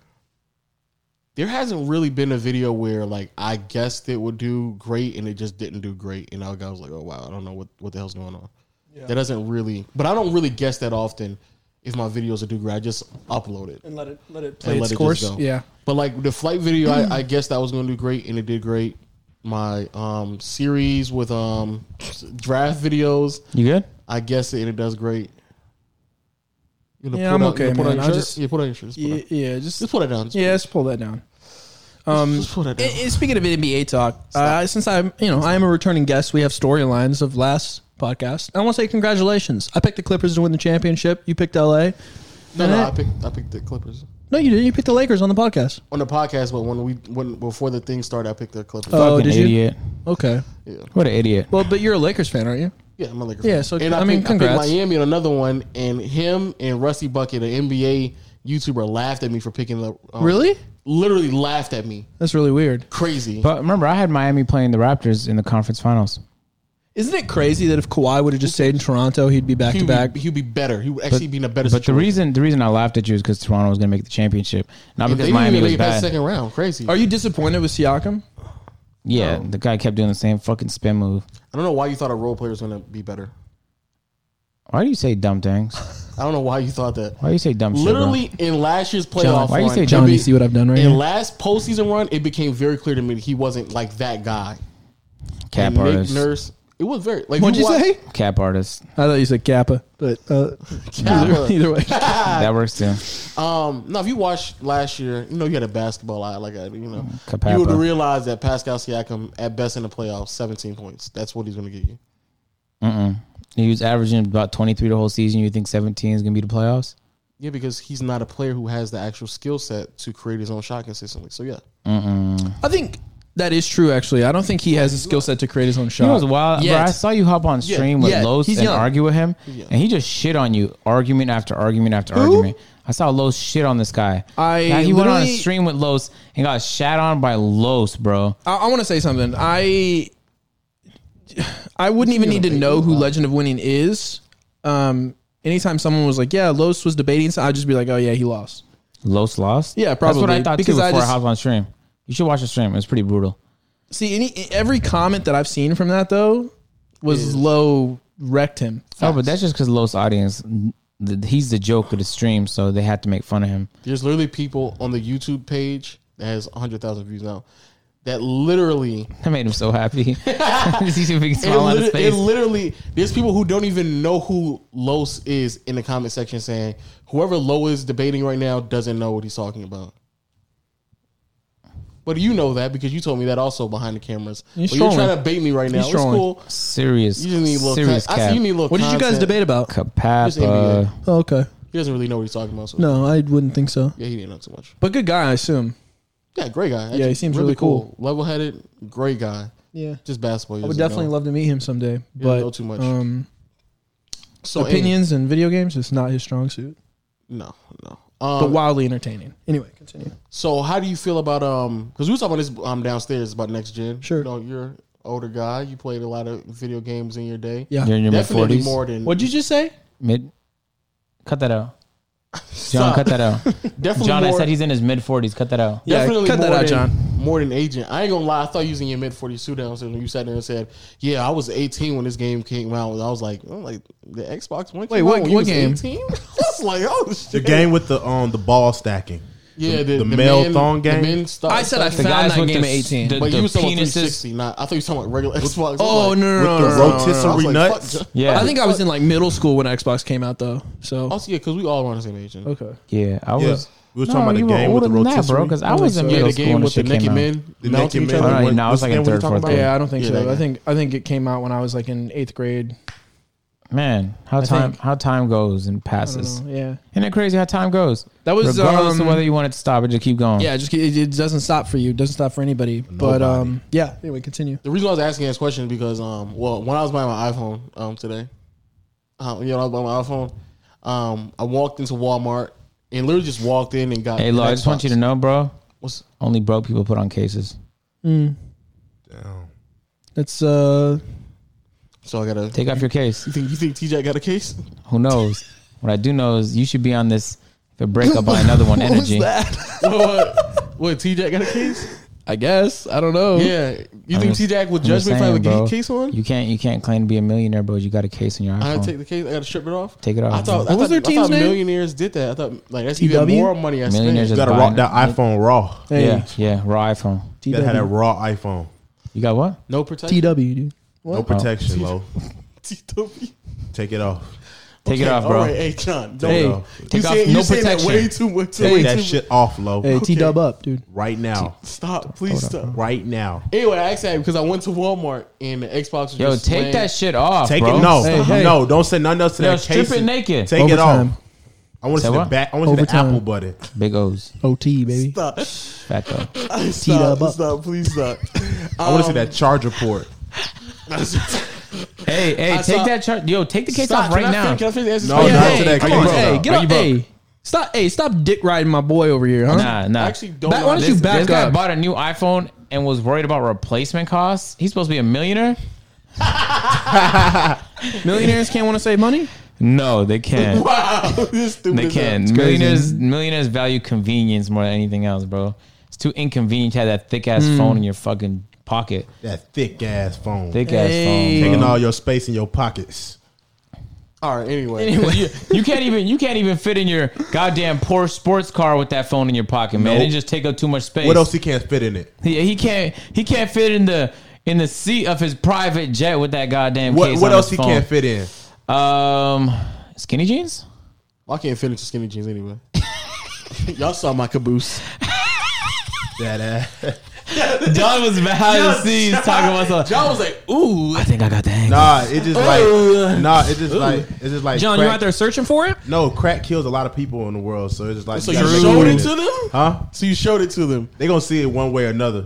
Speaker 2: there hasn't really been a video where like I guessed it would do great and it just didn't do great, and I was I was like, oh wow, I don't know what what the hell's going on. That doesn't really, but I don't really guess that often if my videos will do great. I just upload it.
Speaker 5: and let it let it play
Speaker 2: And
Speaker 5: its
Speaker 2: let it just
Speaker 5: course
Speaker 2: go.
Speaker 5: yeah
Speaker 2: But like the flight video, I, I guessed I was going to do great, and it did great. My um series with um draft videos,
Speaker 1: You good?
Speaker 2: I guess it and it does great. You gonna
Speaker 5: Yeah,
Speaker 2: put
Speaker 5: I'm
Speaker 2: out-
Speaker 5: okay,
Speaker 2: you gonna Put
Speaker 5: man.
Speaker 2: on your
Speaker 5: I
Speaker 2: shirt?
Speaker 5: just-
Speaker 2: yeah, put on your shirt. Just put,
Speaker 5: yeah,
Speaker 2: on-
Speaker 5: yeah just
Speaker 2: just put it down. Just,
Speaker 5: yeah let's pull that down um
Speaker 2: just put it down.
Speaker 5: And- and speaking of NBA talk, uh, since I'm, you know, I am a returning guest, we have storylines of last podcast. I want to say congratulations. I picked the Clippers to win the championship. You picked LA.
Speaker 2: no, no,
Speaker 5: that-
Speaker 2: I picked I picked the Clippers.
Speaker 5: No, you didn't. You picked the Lakers on the podcast.
Speaker 2: on the podcast, but when we when before the thing started, I picked the Clippers.
Speaker 5: Oh,
Speaker 1: Fucking
Speaker 5: did you?
Speaker 1: idiot.
Speaker 5: Okay.
Speaker 2: yeah,
Speaker 1: What an idiot.
Speaker 5: Well, but you're a Lakers fan, aren't you?
Speaker 2: yeah, I'm a Laker.
Speaker 5: Yeah,
Speaker 2: fan.
Speaker 5: so,
Speaker 2: and I,
Speaker 5: I mean,
Speaker 2: picked, I
Speaker 5: congrats.
Speaker 2: picked Miami on another one, and him and Rusty Bucket, an NBA YouTuber, laughed at me for picking the um,
Speaker 5: Really?
Speaker 2: literally laughed at me.
Speaker 5: That's really weird.
Speaker 2: Crazy.
Speaker 1: But remember, I had Miami playing the Raptors in the conference finals.
Speaker 5: Isn't it crazy that if Kawhi would have just stayed in Toronto, he'd be back
Speaker 2: he'd,
Speaker 5: to back?
Speaker 2: Be, he'd be better. He would actually be in a better.
Speaker 1: But the
Speaker 2: situation.
Speaker 1: reason the reason I laughed at you is because Toronto was going to make the championship, not
Speaker 2: they
Speaker 1: because
Speaker 2: didn't
Speaker 1: Miami
Speaker 2: even
Speaker 1: was
Speaker 2: make it past
Speaker 1: bad.
Speaker 2: second round. Crazy.
Speaker 5: Are you disappointed with Siakam?
Speaker 1: Yeah,
Speaker 5: Oh.
Speaker 1: the guy kept doing the same fucking spin move.
Speaker 2: I don't know why you thought a role player was going to be better.
Speaker 1: Why do you say dumb things?
Speaker 2: I don't know why you thought that.
Speaker 1: Why do you say dumb shit?
Speaker 2: Literally in last year's playoff
Speaker 1: why you
Speaker 2: run,
Speaker 1: say
Speaker 2: it
Speaker 1: John?
Speaker 5: John,
Speaker 1: Maybe-
Speaker 5: you see what I've done right
Speaker 2: in
Speaker 5: here?
Speaker 2: last postseason run, it became very clear to me that he wasn't like that guy.
Speaker 1: Bro? Cap
Speaker 2: and Nick
Speaker 1: artist.
Speaker 2: Nurse. It was very like
Speaker 5: What'd you
Speaker 2: watch-
Speaker 5: say?
Speaker 1: Cap artist.
Speaker 5: I thought you said Kappa, but uh,
Speaker 2: Kappa.
Speaker 5: Either, either way.
Speaker 1: that works too.
Speaker 2: uh, Um, no, if you watched last year, you know you had a basketball eye like I, you know,
Speaker 1: Mm, Kapapa.
Speaker 2: you would realize that Pascal Siakam at best in the playoffs, seventeen points. That's what he's going to get you.
Speaker 1: He was averaging about twenty three the whole season. You think seventeen is going to be the playoffs?
Speaker 2: Yeah, because he's not a player who has the actual skill set to create his own shot consistently. So yeah,
Speaker 5: I think That is true, actually. I don't think he has the skill set to create his own shot.
Speaker 1: You know what's wild, bro?
Speaker 5: Yet.
Speaker 1: I saw you hop on stream with
Speaker 5: Uh, Yeah.
Speaker 1: Los
Speaker 5: He's
Speaker 1: and
Speaker 5: young.
Speaker 1: argue with him, and he just shit on you, argument after argument after argument. I saw Los shit on this guy.
Speaker 5: I
Speaker 1: Yeah, he went on a
Speaker 5: literally-
Speaker 1: stream with Los and got shat on by Los, bro.
Speaker 5: I, I want to say something. I I wouldn't even need to know who Legend of Winning is. Um, anytime someone was like, "Yeah, Los was debating," so I'd just be like, "Oh yeah, he lost."
Speaker 1: Los lost.
Speaker 5: Yeah,
Speaker 1: That's what I
Speaker 5: probably,
Speaker 1: thought too
Speaker 5: because
Speaker 1: before
Speaker 5: I
Speaker 1: I,
Speaker 5: just-
Speaker 1: hopped on stream. You should watch the stream. It's pretty brutal.
Speaker 5: See, any every comment that I've seen from that though was low wrecked him.
Speaker 1: Oh, but that's just because Los audience, th- he's the joke of the stream, so they had to make fun of him.
Speaker 2: There's literally people on the YouTube page that has 100,000 views now that literally
Speaker 1: That made him so happy. Just see if he can
Speaker 2: it,
Speaker 1: smile on his
Speaker 2: lit- it
Speaker 1: face.
Speaker 2: literally there's people who don't even know who Los is in the comment section saying whoever Lo is debating right now doesn't know what he's talking about. But you know that because you told me that also behind the cameras.
Speaker 5: He's
Speaker 2: But you're
Speaker 5: trolling.
Speaker 2: trying to bait me right now.
Speaker 5: He's
Speaker 2: It's
Speaker 5: trolling.
Speaker 2: cool.
Speaker 1: serious.
Speaker 2: You just need a little.
Speaker 1: serious
Speaker 2: Serious I see
Speaker 1: cap.
Speaker 2: you need a little.
Speaker 5: What did you guys
Speaker 2: content.
Speaker 5: debate about?
Speaker 2: Just NBA.
Speaker 1: Kapapa.
Speaker 5: Oh, okay,
Speaker 2: He doesn't really know what he's talking about. So
Speaker 5: no, I wouldn't think so.
Speaker 2: Yeah, he didn't know too much.
Speaker 5: But good guy, I assume.
Speaker 2: Yeah, great guy.
Speaker 5: Yeah, he seems really cool.
Speaker 2: Level headed, great guy.
Speaker 5: Yeah,
Speaker 2: Just basketball.
Speaker 5: I would definitely love to meet him someday. But
Speaker 2: know too much.
Speaker 5: Um,
Speaker 2: so any-
Speaker 5: opinions and video games is not his strong suit,
Speaker 2: no, no.
Speaker 5: but
Speaker 2: Um,
Speaker 5: wildly entertaining. Anyway, continue.
Speaker 2: so how do you feel about um? Because we were talking about this um downstairs about next gen.
Speaker 5: Sure.
Speaker 2: You know, you're an older guy. You played a lot of video games in your day.
Speaker 5: Yeah.
Speaker 1: You're in your mid
Speaker 2: Definitely
Speaker 1: forties.
Speaker 2: more than
Speaker 5: What'd you just say?
Speaker 1: Mid. Cut that out. John, cut that out.
Speaker 2: definitely
Speaker 1: John, I
Speaker 2: more,
Speaker 1: said he's in his mid forties. Cut that out.
Speaker 5: Yeah,
Speaker 2: Definitely
Speaker 5: cut that
Speaker 2: more than,
Speaker 5: out, John.
Speaker 2: More than agent. I ain't gonna lie. I thought using your mid 42 downstairs when you sat there and said, "Yeah, I was 18 when this game came out." I was like, I'm like the Xbox One. Wait,
Speaker 5: what- what game?
Speaker 2: 18? I was like, oh shit.
Speaker 4: The game with the um the ball stacking.
Speaker 2: Yeah, the,
Speaker 4: the male
Speaker 2: men-
Speaker 4: thong
Speaker 2: the
Speaker 4: game?
Speaker 2: men stuff.
Speaker 5: I said I
Speaker 2: stuff-
Speaker 5: found
Speaker 1: guys
Speaker 5: that
Speaker 1: with
Speaker 5: game
Speaker 1: the
Speaker 5: at
Speaker 1: s-
Speaker 5: 18.
Speaker 1: The,
Speaker 2: but
Speaker 1: the
Speaker 2: you was talking about
Speaker 1: penises.
Speaker 2: 360. Not, I thought you were talking about regular Xbox.
Speaker 5: Oh no no
Speaker 4: With the
Speaker 5: no, no, no, no, no, no.
Speaker 4: rotisserie nuts.
Speaker 1: Yeah,
Speaker 5: I think I was in like middle school when Xbox came out though. So
Speaker 2: Also, yeah, because we all were on the same age. Yeah,
Speaker 5: okay,
Speaker 1: yeah. I
Speaker 4: Yeah.
Speaker 1: was.
Speaker 4: We were talking about the
Speaker 1: you were
Speaker 4: game with
Speaker 1: older
Speaker 4: the
Speaker 1: than that,
Speaker 4: rotisserie.
Speaker 1: bro. Because I
Speaker 5: don't
Speaker 1: was
Speaker 5: think
Speaker 1: in
Speaker 5: so. Yeah,
Speaker 1: middle
Speaker 2: the
Speaker 1: school
Speaker 2: game
Speaker 1: when the
Speaker 2: with the
Speaker 1: shit
Speaker 2: naked
Speaker 1: came out.
Speaker 2: men.
Speaker 4: The
Speaker 2: mounting
Speaker 4: naked
Speaker 2: each
Speaker 4: men.
Speaker 2: other.
Speaker 1: All right,
Speaker 4: What-
Speaker 1: now I was
Speaker 4: what's
Speaker 1: like
Speaker 4: the
Speaker 1: in
Speaker 4: game we
Speaker 1: third,
Speaker 4: talking
Speaker 1: fourth
Speaker 4: about?
Speaker 1: grade.
Speaker 5: yeah, I don't think
Speaker 2: Yeah,
Speaker 5: so.
Speaker 2: that
Speaker 5: I
Speaker 2: guy.
Speaker 5: think I think it came out when I was like in eighth grade.
Speaker 1: Man, how time how time goes and
Speaker 5: I don't
Speaker 1: passes.
Speaker 5: know. Yeah,
Speaker 1: Isn't it crazy how time goes?
Speaker 5: that was
Speaker 1: Regardless
Speaker 5: um,
Speaker 1: of whether you want it to stop, it just keep going.
Speaker 5: yeah. Just it, it doesn't stop for you. Doesn't stop for anybody. But
Speaker 4: Nobody.
Speaker 5: um, yeah. Anyway, continue.
Speaker 2: The reason I was asking this question is because, um, well, when I was buying my iPhone um, today, um, you know, when I was buying my iPhone, um, I walked into Walmart and literally just walked in and got.
Speaker 1: Hey, look, I just want you to know, bro.
Speaker 2: What's,
Speaker 1: Only broke people put on cases.
Speaker 4: Damn.
Speaker 5: That's uh,
Speaker 2: so I got to.
Speaker 1: Take off your case.
Speaker 2: You think you think TJ got a case?
Speaker 1: Who knows? what I do know is you should be on this if it break up by another one energy.
Speaker 2: what, what, what, TJ got a case?
Speaker 5: I guess I don't know.
Speaker 2: Yeah, you think
Speaker 1: just-
Speaker 2: TJ would
Speaker 1: I'm
Speaker 2: judge
Speaker 1: just
Speaker 2: me if I
Speaker 1: saying,
Speaker 2: have a
Speaker 1: bro.
Speaker 2: case on?
Speaker 1: You can't you can't claim to be a millionaire, bro. You got a case on your
Speaker 2: I
Speaker 1: iPhone.
Speaker 2: gotta take the case. I gotta strip it off.
Speaker 1: Take it off,
Speaker 2: I thought.
Speaker 1: bro.
Speaker 2: I
Speaker 5: What was
Speaker 2: thought,
Speaker 5: their
Speaker 2: I
Speaker 5: team's
Speaker 2: thought
Speaker 5: name?
Speaker 2: millionaires did that. I thought like that's even
Speaker 5: TW?
Speaker 2: more money. I
Speaker 1: Millionaires
Speaker 2: spent.
Speaker 1: just
Speaker 4: You gotta
Speaker 1: buy
Speaker 4: rock
Speaker 1: it.
Speaker 4: that iPhone raw.
Speaker 5: Hey,
Speaker 1: Yeah, yeah, raw iPhone.
Speaker 4: You gotta have that raw iPhone.
Speaker 1: You got what?
Speaker 2: No protection.
Speaker 5: TW, dude.
Speaker 4: No protection, low.
Speaker 2: TW.
Speaker 4: Take it off.
Speaker 1: Take it
Speaker 2: Okay,
Speaker 1: off,
Speaker 2: all
Speaker 1: bro.
Speaker 2: right, hey John. Don't
Speaker 4: Take
Speaker 5: Hey,
Speaker 2: you
Speaker 4: it off.
Speaker 1: Take
Speaker 2: said,
Speaker 1: off
Speaker 2: you
Speaker 1: no
Speaker 2: said that
Speaker 1: protection.
Speaker 2: way too much.
Speaker 4: Take
Speaker 2: way
Speaker 4: that
Speaker 2: too-
Speaker 4: shit off, low.
Speaker 5: Hey,
Speaker 2: Okay.
Speaker 5: T-Dub up, dude.
Speaker 4: Right now.
Speaker 2: Stop, please stop.
Speaker 4: Right now.
Speaker 2: Anyway, I asked that because I went to Walmart and the Xbox. Was
Speaker 1: Yo,
Speaker 2: just
Speaker 1: take
Speaker 2: laying-
Speaker 1: that shit off,
Speaker 4: Take
Speaker 1: bro.
Speaker 4: it. No,
Speaker 5: Hey, hey.
Speaker 4: no. Don't say nothing else to
Speaker 1: Yo,
Speaker 4: that
Speaker 1: strip
Speaker 4: case.
Speaker 1: it naked.
Speaker 4: Take it
Speaker 5: Overtime.
Speaker 4: off. I want to
Speaker 1: Say
Speaker 4: see the
Speaker 1: what?
Speaker 4: back. I want to see the
Speaker 5: Overtime.
Speaker 4: apple button.
Speaker 1: Big O's.
Speaker 5: OT, baby.
Speaker 2: Stop.
Speaker 1: Fat though.
Speaker 5: T-Dub
Speaker 2: Stop.
Speaker 5: up.
Speaker 2: Stop. Please stop. Um,
Speaker 4: I want to see that charger port.
Speaker 1: Hey, hey, take
Speaker 2: saw-
Speaker 1: that chart. Yo, take the case
Speaker 2: Stop
Speaker 1: off right
Speaker 2: Can I
Speaker 1: now.
Speaker 2: fin- Can I finish the answer?
Speaker 4: No, not
Speaker 5: hey,
Speaker 4: today.
Speaker 5: Oh, come
Speaker 4: Are
Speaker 5: on.
Speaker 4: you
Speaker 5: Hey,
Speaker 4: broke?
Speaker 5: get
Speaker 1: Are
Speaker 5: up.
Speaker 1: you
Speaker 5: Hey, stop. Hey, stop dick riding my boy over here, huh?
Speaker 1: Nah, nah.
Speaker 2: I actually don't.
Speaker 5: Back- why
Speaker 2: know.
Speaker 5: don't
Speaker 1: This,
Speaker 5: you back
Speaker 1: this guy
Speaker 5: up?
Speaker 1: bought a new iPhone and was worried about replacement costs. He's supposed to be a millionaire.
Speaker 5: Millionaires can't want to save money.
Speaker 1: No, they can't.
Speaker 2: Wow, this stupid.
Speaker 1: They
Speaker 2: is up.
Speaker 1: can.
Speaker 5: crazy.
Speaker 1: Millionaires millionaires value convenience more than anything else, bro. It's too inconvenient to have that thick ass
Speaker 4: Hmm.
Speaker 1: phone in your fucking pocket.
Speaker 4: That thick ass phone.
Speaker 1: Thick
Speaker 5: Hey.
Speaker 1: ass phone.
Speaker 4: Taking
Speaker 1: Bro.
Speaker 4: all your space in your pockets.
Speaker 2: All right. Anyway.
Speaker 1: you, you can't even you can't even fit in your goddamn poor sports car with that phone in your pocket, man.
Speaker 4: Nope.
Speaker 1: It just take up too much space.
Speaker 4: What else he can't fit in it?
Speaker 1: He, he can't he can't fit in the in the seat of his private jet with that goddamn
Speaker 4: What
Speaker 1: case.
Speaker 4: what
Speaker 1: on
Speaker 4: else
Speaker 1: his
Speaker 4: he
Speaker 1: phone.
Speaker 4: can't fit in?
Speaker 1: Um, skinny jeans.
Speaker 2: I can't fit into skinny jeans anyway. Y'all saw my caboose.
Speaker 4: That ass.
Speaker 1: John was behind the scenes talking about something.
Speaker 2: John was like, "Ooh,
Speaker 1: I think I got the hang.
Speaker 4: Nah, it just like nah, it just like it's just like
Speaker 5: John,
Speaker 4: crack,
Speaker 5: you out there searching for it?
Speaker 4: No, crack kills a lot of people in the world, so it's just like
Speaker 2: so
Speaker 4: you
Speaker 2: you
Speaker 4: gotta make
Speaker 2: showed
Speaker 4: sure
Speaker 2: it
Speaker 4: is-
Speaker 2: to them?
Speaker 4: Huh?
Speaker 2: So you showed it to them?
Speaker 4: They gonna see it one way or another.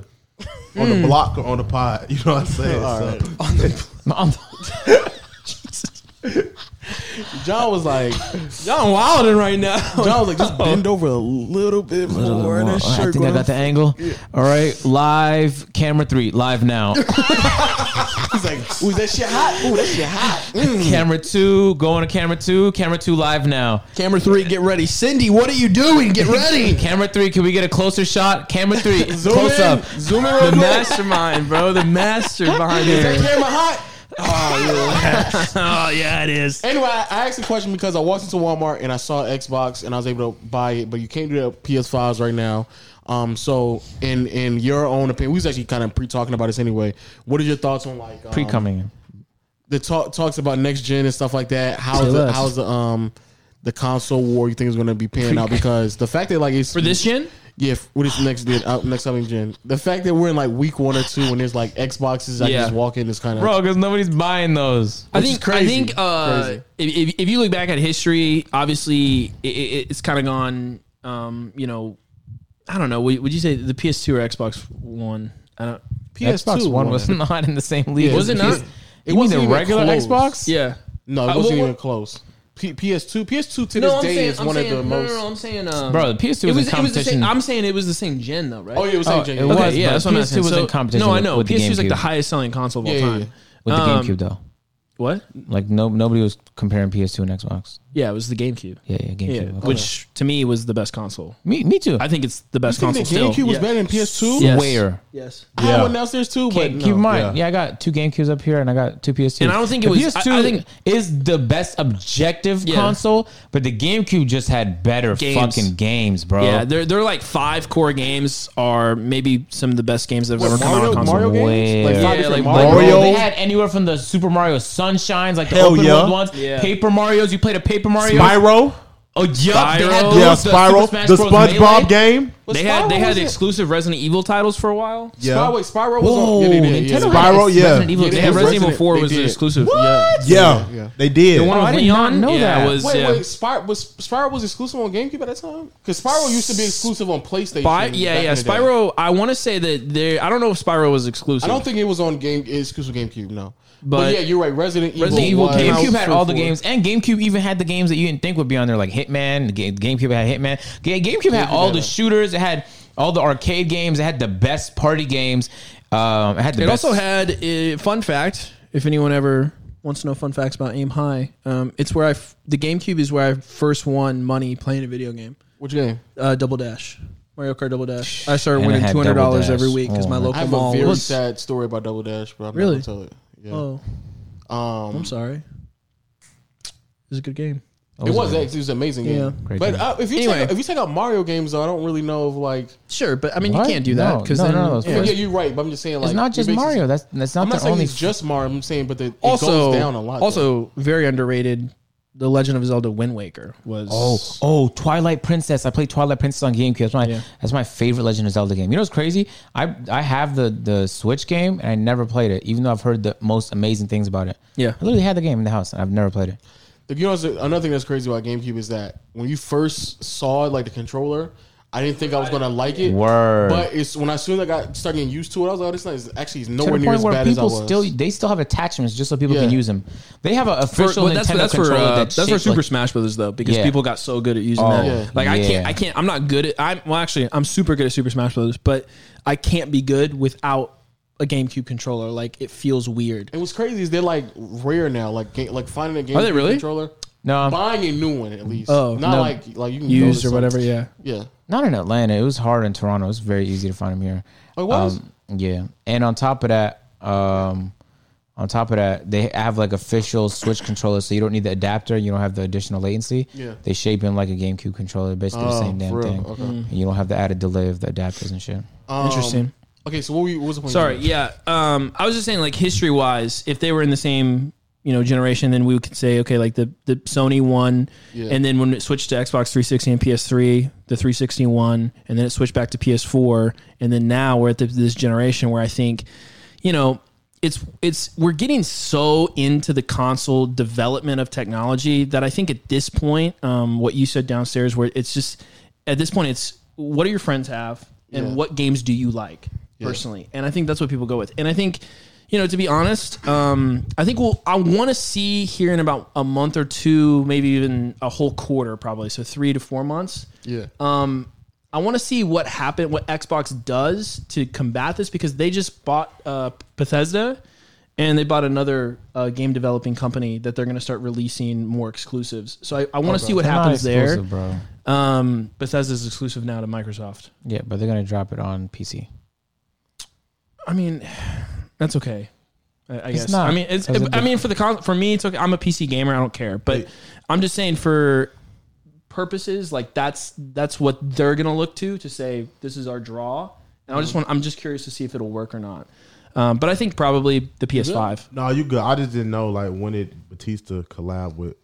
Speaker 4: on the block or on the pod. You know what I'm saying? so,
Speaker 2: John was like,
Speaker 3: John Wilding right now.
Speaker 2: John was like, just bend over a little bit more. and that
Speaker 1: I
Speaker 2: shirt
Speaker 1: think I got the angle. All right, live camera three, live now.
Speaker 2: He's like, ooh, that shit hot. Ooh, that shit hot.
Speaker 1: camera two, going to camera two, camera two live now.
Speaker 3: Camera three, get ready. Cindy, what are you doing? Get ready.
Speaker 1: Camera three, can we get a closer shot? Camera three,
Speaker 2: Zoom
Speaker 1: close
Speaker 2: in.
Speaker 1: up.
Speaker 2: Zoom in real
Speaker 3: the
Speaker 2: quick.
Speaker 3: mastermind, bro. The master behind there.
Speaker 2: Camera hot.
Speaker 1: Oh yeah, it is.
Speaker 2: Anyway, I I asked the question because I walked into Walmart and I saw Xbox and I was able to buy it, but you can't do that with PS5s right now. Um, so in in your own opinion, we was actually kind of pre talking about this anyway. What are your thoughts on like um,
Speaker 1: Pre coming.
Speaker 2: the talk talks about next gen and stuff like that? How's
Speaker 1: Say
Speaker 2: the,
Speaker 1: less.
Speaker 2: how's the um the console war you think is going to be panning out? Because the fact that like it's
Speaker 3: For this gen?
Speaker 2: yeah, f- what is next gen uh, next coming gen? The fact that we're in like week one or two and there's like Xboxes, I can
Speaker 3: Yeah.
Speaker 2: just walk in is kind of
Speaker 1: Bro, because nobody's buying those.
Speaker 3: I
Speaker 2: Which
Speaker 3: think
Speaker 2: is crazy.
Speaker 3: I think uh,
Speaker 2: Crazy.
Speaker 3: if, if, if you look back at history, obviously it, it, it's kind of gone. Um, you know, I don't know. Would, would you say the PS2 or Xbox One? I don't.
Speaker 1: Xbox One was not in the same league.
Speaker 2: Yeah,
Speaker 1: as
Speaker 3: Was it
Speaker 1: the
Speaker 3: not?
Speaker 1: PS-
Speaker 2: It
Speaker 1: You mean
Speaker 2: wasn't
Speaker 1: the
Speaker 2: even
Speaker 1: regular
Speaker 2: close.
Speaker 1: Xbox?
Speaker 3: Yeah.
Speaker 2: No, it
Speaker 3: Uh,
Speaker 2: wasn't
Speaker 3: what-
Speaker 2: even close. P- PS2, PS2 to this
Speaker 3: No, I'm
Speaker 2: day
Speaker 3: saying,
Speaker 2: is
Speaker 3: I'm
Speaker 2: one
Speaker 3: saying
Speaker 2: of the
Speaker 3: no, no,
Speaker 2: most.
Speaker 3: no, I'm saying, um,
Speaker 1: Bro, the PS2
Speaker 3: it
Speaker 1: was,
Speaker 3: was,
Speaker 1: in
Speaker 3: it was the
Speaker 1: competition.
Speaker 3: same. I'm saying it was the same gen though, right?
Speaker 2: Oh, yeah, it was
Speaker 1: Oh,
Speaker 2: MJ.
Speaker 1: it
Speaker 2: Okay.
Speaker 1: was, but
Speaker 3: I'm
Speaker 1: PS2 was
Speaker 3: asking.
Speaker 1: in competition
Speaker 3: No, I
Speaker 1: with-
Speaker 3: know.
Speaker 1: with the
Speaker 3: PS2 is like the
Speaker 1: GameCube.
Speaker 3: highest selling console of all
Speaker 2: Yeah, yeah,
Speaker 3: time.
Speaker 2: yeah.
Speaker 1: with the
Speaker 3: Um,
Speaker 1: GameCube though.
Speaker 3: What?
Speaker 1: Like no, nobody was comparing PS2 and Xbox.
Speaker 3: Yeah, it was the GameCube.
Speaker 1: Yeah, yeah,
Speaker 3: Yeah,
Speaker 1: GameCube. okay.
Speaker 3: which to me was the best console.
Speaker 1: me, me too.
Speaker 3: I think it's the best
Speaker 2: You
Speaker 3: console
Speaker 2: think the GameCube
Speaker 3: still.
Speaker 2: was
Speaker 3: yeah.
Speaker 2: better than PS2?
Speaker 3: Yeah. yes.
Speaker 1: Where?
Speaker 3: Yes.
Speaker 2: I had one downstairs too, but
Speaker 1: Keep
Speaker 2: no.
Speaker 1: in mind,
Speaker 4: yeah.
Speaker 1: yeah. I got two GameCubes up here and I got two PS2.
Speaker 3: And I don't think it
Speaker 1: The
Speaker 3: was-
Speaker 1: PS2.
Speaker 3: I- I think-
Speaker 1: is the best objective
Speaker 3: Yeah.
Speaker 1: console, but the GameCube just had better
Speaker 3: Games.
Speaker 1: fucking games, bro.
Speaker 3: Yeah, they're, they're like five core games are maybe some of the best games that have ever come out on
Speaker 2: Mario, Mario
Speaker 3: console.
Speaker 2: games?
Speaker 1: Where?
Speaker 2: Like, five
Speaker 3: Yeah,
Speaker 2: different
Speaker 3: like
Speaker 2: Mario.
Speaker 1: Like, bro,
Speaker 4: Mario.
Speaker 1: they had anywhere from the Super Mario Sunshines, like the
Speaker 4: Hell
Speaker 1: open
Speaker 4: yeah.
Speaker 1: world ones.
Speaker 3: Yeah.
Speaker 1: Paper Mario's. You played a Paper Mario.
Speaker 4: Spyro.
Speaker 1: oh yeah, they had
Speaker 3: Spyro.
Speaker 1: those,
Speaker 4: Yeah,
Speaker 1: the
Speaker 4: Spiral.
Speaker 1: Super Smash
Speaker 4: The
Speaker 1: Bros.
Speaker 4: SpongeBob
Speaker 1: Melee.
Speaker 4: game.
Speaker 3: They had they
Speaker 2: Spyro
Speaker 3: had
Speaker 2: was it?
Speaker 3: exclusive Resident Evil titles for a while.
Speaker 4: Yeah.
Speaker 2: Spyro, Spyro was
Speaker 1: Whoa,
Speaker 2: on. Yeah, they did, yeah.
Speaker 1: Nintendo
Speaker 4: yeah.
Speaker 1: had
Speaker 4: Spyro,
Speaker 1: Resident
Speaker 4: yeah.
Speaker 1: Evil.
Speaker 3: Yeah,
Speaker 1: They
Speaker 3: they
Speaker 1: had Resident
Speaker 3: had Resident Evil
Speaker 2: Resident-
Speaker 3: 4
Speaker 2: they
Speaker 3: was an
Speaker 2: did.
Speaker 3: exclusive.
Speaker 1: What?
Speaker 4: Yeah,
Speaker 2: Yeah, yeah.
Speaker 4: they did.
Speaker 3: The one
Speaker 2: Oh,
Speaker 1: I
Speaker 3: with
Speaker 1: did not
Speaker 3: Leon?
Speaker 1: know
Speaker 3: yeah,
Speaker 1: that.
Speaker 3: it was
Speaker 2: Wait,
Speaker 3: yeah.
Speaker 2: wait, Spyro was Spyro was exclusive on GameCube at that time? Because Spyro used to be exclusive on PlayStation.
Speaker 3: Spy- yeah,
Speaker 2: back
Speaker 3: yeah.
Speaker 2: in the day.
Speaker 3: Spyro. I want to say that they. I don't know if Spyro was exclusive.
Speaker 2: I don't think it was on game exclusive GameCube. No, but,
Speaker 3: But-
Speaker 2: yeah, you're right. Resident,
Speaker 3: Resident
Speaker 1: Evil
Speaker 2: Evil, was-
Speaker 3: came out
Speaker 1: GameCube had
Speaker 3: for
Speaker 1: all the
Speaker 3: four.
Speaker 1: games, and GameCube even had the games that you didn't think would be on there, like Hitman. the Ga- GameCube had Hitman. Ga- GameCube had all
Speaker 2: had
Speaker 1: the
Speaker 2: it.
Speaker 1: shooters. It had all the arcade games. It had the best party games. Um, it had the
Speaker 3: It
Speaker 1: best.
Speaker 3: also had a fun fact. If anyone ever wants to know fun facts about Aim High, um, it's where I f- the GameCube is where I first won money playing a video game.
Speaker 2: Which game?
Speaker 3: Uh, Double Dash, Mario Kart Double Dash. I started
Speaker 1: And it
Speaker 3: winning
Speaker 1: had
Speaker 3: two
Speaker 1: Double
Speaker 3: hundred dollars
Speaker 1: Dash.
Speaker 3: every week because
Speaker 1: Oh,
Speaker 3: my
Speaker 1: man.
Speaker 3: local
Speaker 2: I have a
Speaker 3: mall
Speaker 2: very
Speaker 3: was.
Speaker 2: sad story about Double Dash, but I'm
Speaker 3: Really?
Speaker 2: not gonna tell it. Yeah.
Speaker 3: oh,
Speaker 2: Um,
Speaker 3: I'm sorry. It was a good game.
Speaker 2: it was ex- it was an amazing game.
Speaker 3: Yeah.
Speaker 1: Great
Speaker 2: But
Speaker 1: game.
Speaker 2: uh, if you
Speaker 3: Anyway.
Speaker 2: take, if you take out Mario games, though, I don't really know of like.
Speaker 3: Sure, but I mean
Speaker 1: What?
Speaker 3: you can't do that
Speaker 1: No,
Speaker 3: because
Speaker 1: no,
Speaker 3: then
Speaker 1: no, no, it's
Speaker 2: Yeah,
Speaker 1: Yeah.
Speaker 2: yeah, you're right. But I'm just saying, like,
Speaker 1: It's not
Speaker 2: it
Speaker 1: just
Speaker 2: makes it-
Speaker 1: Mario. That's that's not
Speaker 2: I'm
Speaker 1: the
Speaker 2: not saying
Speaker 1: only.
Speaker 2: it's just Mario. I'm saying, but the, it
Speaker 3: also
Speaker 2: goes down a lot. though.
Speaker 3: Also, very underrated. The Legend of Zelda: Wind Waker was
Speaker 1: Oh, oh, Twilight Princess. I played Twilight Princess on GameCube. That's my
Speaker 3: Yeah.
Speaker 1: that's my favorite Legend of Zelda game. You know what's crazy? I I have the the Switch game and I never played it, even though I've heard the most amazing things about it.
Speaker 3: Yeah.
Speaker 1: I literally had the game in the house and I've never played it.
Speaker 2: Like, you know, what's- another thing that's crazy about GameCube is that when you first saw like the controller, I didn't think I was gonna like it.
Speaker 1: Word.
Speaker 2: But it's when I soon as I got started getting used to it, I was like, oh, this is actually is
Speaker 1: to
Speaker 2: nowhere
Speaker 1: the
Speaker 2: near
Speaker 1: point
Speaker 2: as
Speaker 1: where
Speaker 2: bad as I
Speaker 1: people
Speaker 2: was.
Speaker 1: still they still have attachments just so people
Speaker 2: Yeah.
Speaker 1: can use them. They have an official Nintendo
Speaker 3: well, that's, that's for
Speaker 1: controller
Speaker 3: uh,
Speaker 1: that's,
Speaker 3: that's for
Speaker 1: shaped
Speaker 3: Super
Speaker 1: like-
Speaker 3: Smash Brothers though, because
Speaker 1: Yeah.
Speaker 3: people got so good at using
Speaker 1: Oh,
Speaker 3: that.
Speaker 2: Yeah.
Speaker 3: Like I
Speaker 1: yeah.
Speaker 3: can't, I can't. I'm not good at. I'm well, actually, I'm super good at Super Smash Brothers, but I can't be good without a GameCube controller. Like it feels weird.
Speaker 2: and what's crazy is they're like rare now. Like ga- like finding a GameCube
Speaker 3: Are they really?
Speaker 2: controller,
Speaker 1: No,
Speaker 2: buying a new one at least.
Speaker 3: Oh,
Speaker 2: not
Speaker 3: no.
Speaker 2: like like you can go
Speaker 3: Used
Speaker 2: to
Speaker 3: or
Speaker 2: some-
Speaker 3: whatever. Yeah.
Speaker 2: Yeah.
Speaker 1: not in Atlanta. It was hard in Toronto. It was very easy to find them here. Um,
Speaker 2: Oh, it was?
Speaker 1: yeah, and on top of that, um, on top of that, they have like official Switch controllers, so you don't need the adapter. You don't have the additional latency.
Speaker 2: Yeah.
Speaker 1: they shape in like a GameCube controller, basically the
Speaker 2: Oh,
Speaker 1: same damn
Speaker 2: for real?
Speaker 1: thing.
Speaker 2: Okay.
Speaker 1: And you don't have the added delay of the adapters and shit.
Speaker 2: Um,
Speaker 3: Interesting.
Speaker 2: Okay, so what, were you, what was the point?
Speaker 3: Sorry. Yeah. Um, I was just saying, like history wise, if they were in the same you know generation, then we could say, okay, like the the Sony one,
Speaker 2: Yeah.
Speaker 3: and then when it switched to Xbox 360 and PS3, the 360 one, and then it switched back to PS4, and then now we're at the, this generation where I think, you know. It's it's we're getting so into the console development of technology that I think at this point, um, what you said downstairs, where it's just at this point, it's what do your friends have and
Speaker 2: Yeah.
Speaker 3: what games do you like? personally, and I think that's what people go with. And I think, you know, to be honest, um, I think we'll I want to see here in about a month or two, maybe even a whole quarter, probably so three to four months.
Speaker 2: Yeah.
Speaker 3: Um, I want to see what happened, what Xbox does to combat this because they just bought uh, Bethesda and they bought another uh, game developing company that they're going to start releasing more exclusives. So I, I want to see what
Speaker 1: They're not
Speaker 3: happens there.
Speaker 1: exclusive, bro.
Speaker 3: Um, Bethesda's exclusive now to Microsoft.
Speaker 1: Yeah, but they're gonna drop it on PC.
Speaker 3: I mean, that's okay. I, I guess.
Speaker 1: not.
Speaker 3: I mean, it's.
Speaker 1: As a
Speaker 3: I mean, for the con- for me, it's okay. I'm a PC gamer. I don't care. But I'm just saying for purposes like that's that's what they're gonna look to to say this is our draw. And I just want. I'm just curious to see if it'll work or not. Um, but I think probably the PS5.
Speaker 4: No, you good. I just didn't know like when did Batista collab with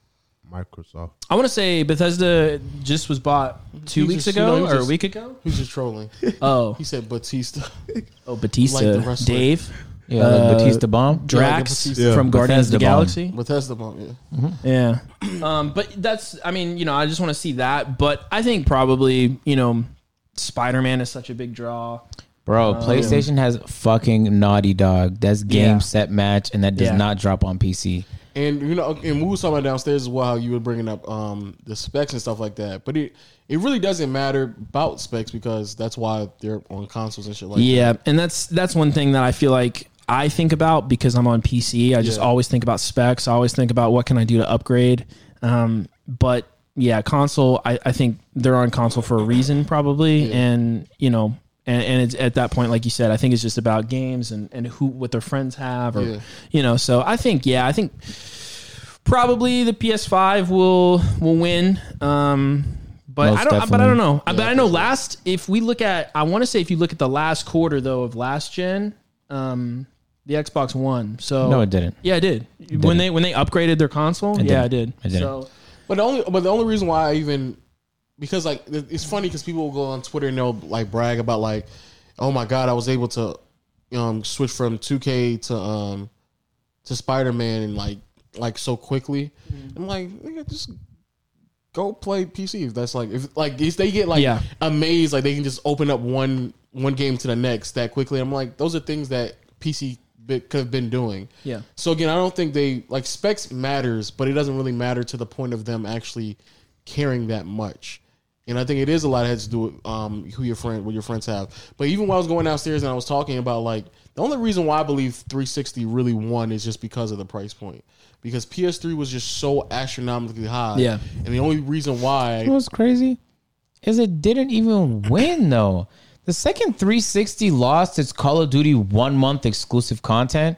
Speaker 4: Microsoft.
Speaker 3: I want to say Bethesda just was bought two
Speaker 2: He's
Speaker 3: weeks
Speaker 2: just-
Speaker 3: ago
Speaker 2: no, he's
Speaker 3: or a
Speaker 2: just-
Speaker 3: week ago.
Speaker 2: Who's just trolling?
Speaker 3: Oh,
Speaker 2: He said Batista.
Speaker 3: oh, Batista,
Speaker 2: Like the wrestler.
Speaker 3: Dave,
Speaker 1: Yeah,
Speaker 3: Uh,
Speaker 1: like Batista bomb.
Speaker 3: Drax
Speaker 2: Batista. Yeah.
Speaker 3: from Guardians of the
Speaker 1: Bethesda bomb.
Speaker 3: Galaxy.
Speaker 2: Bethesda bomb. Yeah.
Speaker 3: Yeah. Um, but that's, I mean, you know, I just want to see that. But I think probably, you know, Spider Man is such a big draw.
Speaker 1: Bro, PlayStation has fucking Naughty Dog. That's game
Speaker 3: Oh, Yeah.
Speaker 1: set match, and that does
Speaker 3: Yeah.
Speaker 1: not drop on PC.
Speaker 2: And you know, and we was talking about downstairs as well. How you were bringing up um, the specs and stuff like that, but it it really doesn't matter about specs because that's why they're on consoles and shit like
Speaker 3: Yeah. And that's, that's one thing that I feel like I think about because I'm on PC. I just
Speaker 2: Yeah.
Speaker 3: always think about specs. I always think about what can I do to upgrade. Um, but yeah, console, I, I think they're on console for a reason probably. And, you know, and, and it's at that point, like you said, I think it's just about games and, and who, what their friends have or,
Speaker 2: Yeah.
Speaker 3: you know, so I think, yeah, I think probably the PS5 will will win. Um, but
Speaker 1: Most
Speaker 3: I don't. But I
Speaker 1: definitely.
Speaker 3: don't know. but I know last. If we look at, I want to say if you look at the last quarter though of last gen, um, the Xbox One. So
Speaker 1: No, it didn't.
Speaker 3: Oh, Yeah, it did. when they when they upgraded their console, yeah, it did.
Speaker 1: didn't. It didn't.
Speaker 3: So
Speaker 2: But the only but the only reason why I even because like th- it's funny because people will go on Twitter and they'll like brag about like, oh my god, I was able to um switch from 2K to um to Spider Man and like like so quickly. I'm like, nigga, just go play PC. If that's like if like if they get like
Speaker 3: Yeah.
Speaker 2: amazed, like they can just open up one one game to the next that quickly. I'm like, those are things that PC bi- could have been doing.
Speaker 3: yeah,
Speaker 2: So again, I don't think they like specs matters, but it doesn't really matter to the point of them actually caring that much. And I think it is a lot has to do with um, who your friend, what your friends have. But even while I was going downstairs and I was talking about like the only reason why I believe 360 really won is just because of the price point, because PS3 was just so astronomically high.
Speaker 3: Yeah.
Speaker 2: and the only reason
Speaker 1: You know
Speaker 2: why,
Speaker 1: what's crazy? Is it didn't even win though. The second 360 lost its Call of Duty one month exclusive content.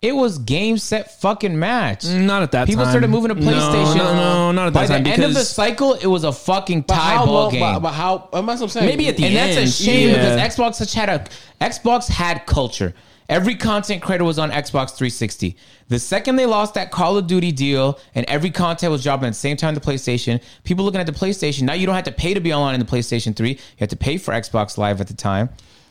Speaker 1: It was game set fucking match.
Speaker 3: not at that.
Speaker 1: People
Speaker 3: time.
Speaker 1: started moving to
Speaker 3: No,
Speaker 1: PlayStation.
Speaker 3: No, no, not at that
Speaker 1: By the
Speaker 3: time.
Speaker 1: end of the
Speaker 3: because-
Speaker 1: cycle, it was a fucking
Speaker 2: but
Speaker 1: tie
Speaker 2: how
Speaker 1: ball
Speaker 2: long?
Speaker 1: game.
Speaker 2: But, but how? That's what I'm saying.
Speaker 3: Maybe at the
Speaker 1: and that's a
Speaker 3: end,
Speaker 1: shame
Speaker 3: yeah.
Speaker 1: because Xbox such had a Xbox had culture. Every content creator was on Xbox 360. The second they lost that Call of Duty deal and every content was dropping at the same time the PlayStation, people looking at the PlayStation, now you don't have to pay to be online in the PlayStation 3. You have to pay for Xbox Live at the time.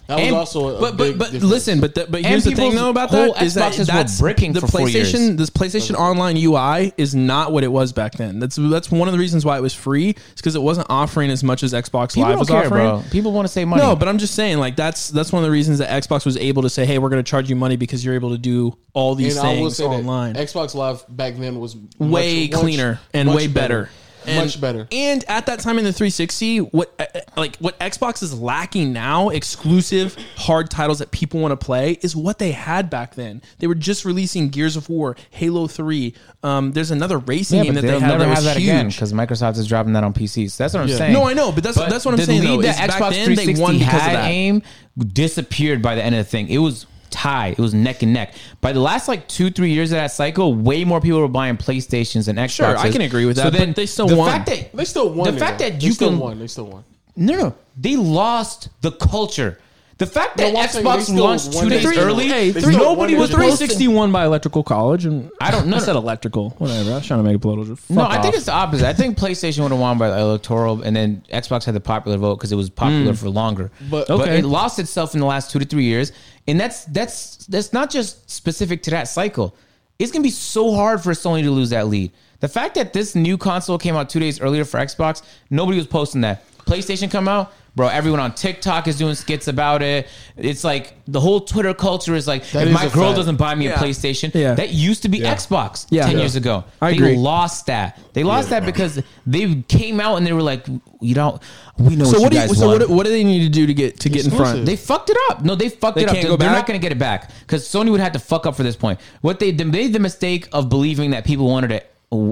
Speaker 2: that was
Speaker 1: and-
Speaker 2: also. A
Speaker 3: but
Speaker 2: big
Speaker 3: but but
Speaker 2: difference.
Speaker 3: listen, but the, but here's the thing
Speaker 1: people's
Speaker 3: though about
Speaker 1: whole
Speaker 3: that is that
Speaker 1: Xboxes were
Speaker 3: that's
Speaker 1: bricking
Speaker 3: the
Speaker 1: for four years.
Speaker 3: PlayStation. This PlayStation Online UI is not what it was back then. That's that's one of the reasons why it was free. It's because it wasn't offering as much as Xbox
Speaker 1: People
Speaker 3: Live
Speaker 1: don't
Speaker 3: was
Speaker 1: care,
Speaker 3: offering.
Speaker 1: bro. People want to save money.
Speaker 3: No, but I'm just saying, like that's that's one of the reasons that Xbox was able to say, "Hey, we're going to charge you money because you're able to do all these
Speaker 2: And
Speaker 3: things
Speaker 2: that
Speaker 3: online."
Speaker 2: Xbox Live back then was
Speaker 3: Way
Speaker 2: much-
Speaker 3: cleaner and way better.
Speaker 2: much better.
Speaker 3: And at that time in the 360, what uh, like what Xbox is lacking now, exclusive hard titles that people want to play, is what they had back then. They were just releasing Gears of War, Halo 3. Um, there's another racing
Speaker 1: yeah,
Speaker 3: game
Speaker 1: but
Speaker 3: that
Speaker 1: they'll
Speaker 3: they had
Speaker 1: never
Speaker 3: that
Speaker 1: have
Speaker 3: was
Speaker 1: that
Speaker 3: huge.
Speaker 1: again because Microsoft is dropping that on PCs. That's what I'm saying.
Speaker 3: No, I know, but that's that's what I'm
Speaker 1: the
Speaker 3: saying.
Speaker 1: lead
Speaker 3: Though,
Speaker 1: that
Speaker 3: is
Speaker 1: Xbox
Speaker 3: back then, they
Speaker 1: 360
Speaker 3: won because of
Speaker 1: had
Speaker 3: that.
Speaker 1: aim disappeared by the end of the thing. It was tie. It was neck and neck. By the last like two three years of that cycle, way more people were buying PlayStations and Xboxes.
Speaker 3: Sure, I can agree with that, but they still
Speaker 1: the
Speaker 3: won.
Speaker 1: Fact that,
Speaker 2: They still won.
Speaker 1: The
Speaker 2: it,
Speaker 1: fact
Speaker 2: though.
Speaker 1: that
Speaker 2: they
Speaker 1: you
Speaker 2: still
Speaker 1: can-
Speaker 2: won. They still won.
Speaker 1: no, no, they lost the culture. The fact that
Speaker 2: No, I'm saying they
Speaker 1: Xbox
Speaker 2: still
Speaker 1: launched
Speaker 2: won
Speaker 1: two
Speaker 2: the
Speaker 1: days
Speaker 2: three-
Speaker 1: early,
Speaker 2: hey, three-
Speaker 1: nobody
Speaker 2: won
Speaker 1: was
Speaker 2: the three-
Speaker 1: posting-
Speaker 3: 360 won by Electrical College, and
Speaker 1: I don't know.
Speaker 3: I said electrical, whatever. I was trying to make it political. Fuck
Speaker 1: No, I think
Speaker 3: off.
Speaker 1: it's the opposite. I think PlayStation would have won by the electoral, and then Xbox had the popular vote because it was popular for longer.
Speaker 2: But-
Speaker 3: Okay.
Speaker 1: it lost itself in the last two to three years, and that's that's that's not just specific to that cycle. It's gonna be so hard for Sony to lose that lead. The fact that this new console came out two days earlier for Xbox, nobody was posting that. PlayStation come out, Bro, everyone on TikTok is doing skits about it. It's like the whole Twitter culture is like,
Speaker 2: That
Speaker 1: if
Speaker 2: is
Speaker 1: my
Speaker 2: a
Speaker 1: girl
Speaker 2: fact.
Speaker 1: doesn't buy me
Speaker 5: Yeah.
Speaker 1: a PlayStation,
Speaker 5: Yeah.
Speaker 1: that used to be
Speaker 4: Yeah.
Speaker 1: Xbox
Speaker 5: Yeah.
Speaker 1: 10
Speaker 5: Yeah.
Speaker 1: years ago.
Speaker 5: I
Speaker 1: they
Speaker 5: agree.
Speaker 1: lost that. They lost that because they came out and they were like, you don't, we know
Speaker 5: So
Speaker 1: what,
Speaker 5: what do
Speaker 1: you
Speaker 5: you,
Speaker 1: guys
Speaker 5: so
Speaker 1: want.
Speaker 5: what, what do they need to do to get to get in front?
Speaker 2: Exclusive.
Speaker 1: They fucked it up. No, they fucked
Speaker 5: They
Speaker 1: it up.
Speaker 5: can't
Speaker 1: They're,
Speaker 5: go
Speaker 1: they're
Speaker 5: back?
Speaker 1: not going to get it back because Sony would have to fuck up for this point. What they, they made the mistake of believing that people wanted a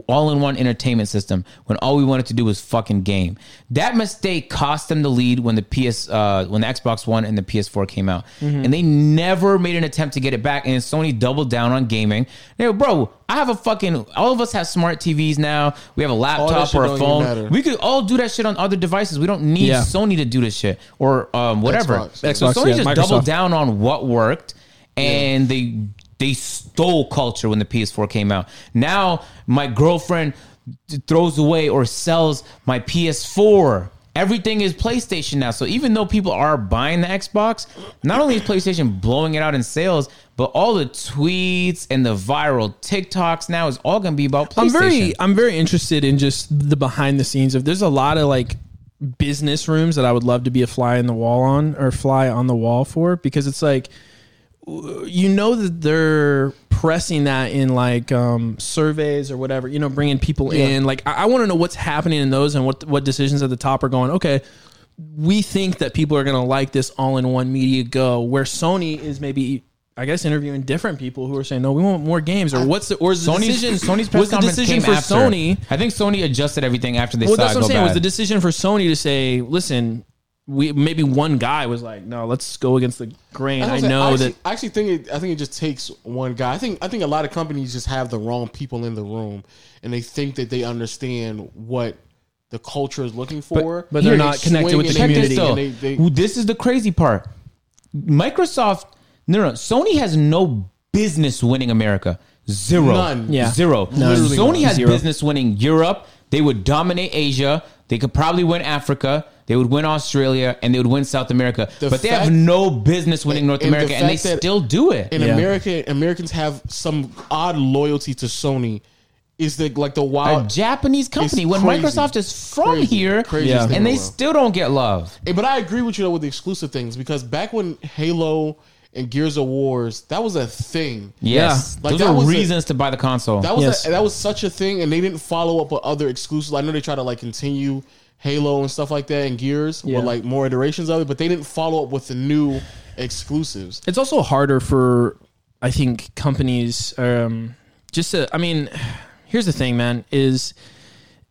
Speaker 1: all-in-one entertainment system when all we wanted to do was fucking game. That mistake cost them the lead when the PS, uh, when the Xbox One and the PS4 came out,
Speaker 5: Mm-hmm.
Speaker 1: and they never made an attempt to get it back. And Sony doubled down on gaming. They were, bro, I have a fucking. All of us have smart TVs now. We have a laptop
Speaker 2: shit
Speaker 1: or
Speaker 2: don't
Speaker 1: a
Speaker 2: even matter.
Speaker 1: phone. We could all do that shit on other devices. We don't need
Speaker 5: Yeah.
Speaker 1: Sony to do this shit or um, whatever.
Speaker 2: Xbox.
Speaker 5: Xbox,
Speaker 1: So Sony
Speaker 5: yeah,
Speaker 1: just
Speaker 5: Microsoft.
Speaker 1: doubled down on what worked, and they they stole culture when the PS4 came out. Now my girlfriend th- throws away or sells my PS4. Everything is PlayStation now. So even though people are buying the Xbox, not only is PlayStation blowing it out in sales, but all the tweets and the viral TikToks now is all going to be about PlayStation.
Speaker 5: I'm very I'm very interested in just the behind the scenes of there's a lot of like business rooms that I would love to be a fly in the wall on or fly on the wall for because it's like w- you know that they're pressing that in like um, surveys or whatever you know bringing people in like I, I want to know what's happening in those and what what decisions at the top are going okay we think that people are going to like this all in one media go where Sony is maybe I guess interviewing different people who are saying no, we want more games, or what's the or is the
Speaker 1: Sony's,
Speaker 5: decision?
Speaker 1: Sony's press
Speaker 5: was the
Speaker 1: conference
Speaker 5: decision
Speaker 1: came
Speaker 5: for
Speaker 1: after.
Speaker 5: Sony?
Speaker 1: I think Sony adjusted everything after they
Speaker 5: Well,
Speaker 1: saw
Speaker 5: that's
Speaker 1: it
Speaker 5: what I'm
Speaker 1: go
Speaker 5: saying. Was the
Speaker 1: bad.
Speaker 5: decision for Sony to say, listen, we maybe one guy was like, no, let's go against the grain. I
Speaker 2: was gonna say,
Speaker 5: know
Speaker 2: actually,
Speaker 5: that
Speaker 2: I actually think it. I think it just takes one guy. I think I think a lot of companies just have the wrong people in the room, and they think that they understand what the culture is looking for,
Speaker 5: but they're
Speaker 2: and
Speaker 5: not
Speaker 2: they
Speaker 5: connected
Speaker 2: swing
Speaker 5: with the
Speaker 2: and
Speaker 1: Check
Speaker 2: they-
Speaker 5: community.
Speaker 1: this
Speaker 2: and
Speaker 1: though.
Speaker 2: they- they-
Speaker 1: Well, this is the crazy part. Microsoft, no, no, Sony has no business winning America. Zero.
Speaker 2: None.
Speaker 5: Yeah.
Speaker 1: Zero.
Speaker 5: Literally
Speaker 1: Sony
Speaker 5: none.
Speaker 1: has
Speaker 5: Zero.
Speaker 1: business winning Europe. They would dominate Asia. They could probably win Africa. They would win Australia and they would win South America.
Speaker 2: The
Speaker 1: but they
Speaker 2: fact-
Speaker 1: have no business winning North
Speaker 2: and the
Speaker 1: America and they
Speaker 2: fact that-
Speaker 1: still do it.
Speaker 2: and
Speaker 5: Yeah.
Speaker 2: America Americans have some odd loyalty to Sony. Is the like the
Speaker 1: a
Speaker 2: wild?
Speaker 1: Japanese company when
Speaker 2: crazy.
Speaker 1: Microsoft is from
Speaker 2: Crazy.
Speaker 1: here
Speaker 2: Craziest
Speaker 5: Yeah.
Speaker 2: thing in
Speaker 1: and
Speaker 2: the
Speaker 1: they
Speaker 2: world.
Speaker 1: still don't get love.
Speaker 2: Hey, Eh, but I agree with you though with the exclusive things because back when Halo and Gears of Wars, that was a thing.
Speaker 1: Yes.
Speaker 2: Like,
Speaker 1: Those
Speaker 2: that
Speaker 1: are
Speaker 2: was a-
Speaker 1: reasons to buy the console.
Speaker 2: That was
Speaker 5: Yes.
Speaker 2: a, that was such a thing, and they didn't follow up with other exclusives. I know they try to like continue Halo and stuff like that, and Gears
Speaker 5: Yeah.
Speaker 2: with like more iterations of it, but they didn't follow up with the new exclusives.
Speaker 5: it's also harder for I think companies um, just to, I mean, here's the thing, man, is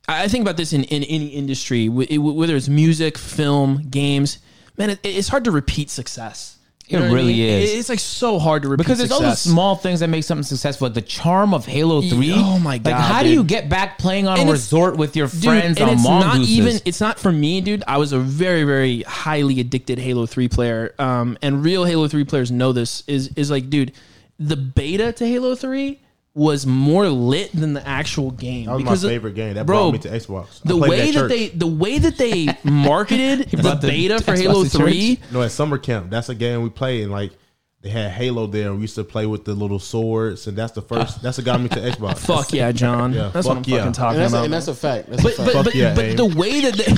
Speaker 5: I I think about this in, in any industry, wh- it- whether it's music, film, games, man, it, it's hard to repeat success.
Speaker 1: It
Speaker 5: what
Speaker 1: really is.
Speaker 5: It's like so hard to repeat
Speaker 1: Because there's all the
Speaker 5: success.
Speaker 1: small things that make something successful, like the charm of Halo Three.
Speaker 5: oh my God,
Speaker 1: Like, how
Speaker 5: dude.
Speaker 1: do you get back playing on
Speaker 5: And
Speaker 1: a
Speaker 5: it's-
Speaker 1: resort with your
Speaker 5: Dude,
Speaker 1: friends
Speaker 5: and
Speaker 1: on
Speaker 5: it's not
Speaker 1: mongooses?
Speaker 5: even it's not for me dude i was a very very highly addicted halo 3 player um, and real halo 3 players know this is is like dude the beta to halo 3 was more lit than the actual game
Speaker 4: That was
Speaker 5: because
Speaker 4: my
Speaker 5: of-
Speaker 4: favorite game. That
Speaker 5: bro,
Speaker 4: brought me to Xbox. I
Speaker 5: the
Speaker 4: played it
Speaker 5: way
Speaker 4: at
Speaker 5: that
Speaker 4: church.
Speaker 5: they the way that they marketed the
Speaker 1: brought the
Speaker 5: beta for
Speaker 1: Xbox
Speaker 5: halo
Speaker 1: to church.
Speaker 5: 3
Speaker 4: No, at summer camp, that's a game we play, and like they had Halo there. We used to play with the little swords, and that's the first. That's what got me to Xbox.
Speaker 5: fuck yeah john
Speaker 4: Yeah,
Speaker 5: that's what i'm
Speaker 4: fuck yeah.
Speaker 5: fucking talking
Speaker 2: And that's, a,
Speaker 5: about
Speaker 2: and
Speaker 5: man.
Speaker 2: that's a fact. That's
Speaker 5: but
Speaker 2: a fact.
Speaker 5: but, but,
Speaker 4: yeah,
Speaker 5: but
Speaker 4: Abe.
Speaker 5: the way that they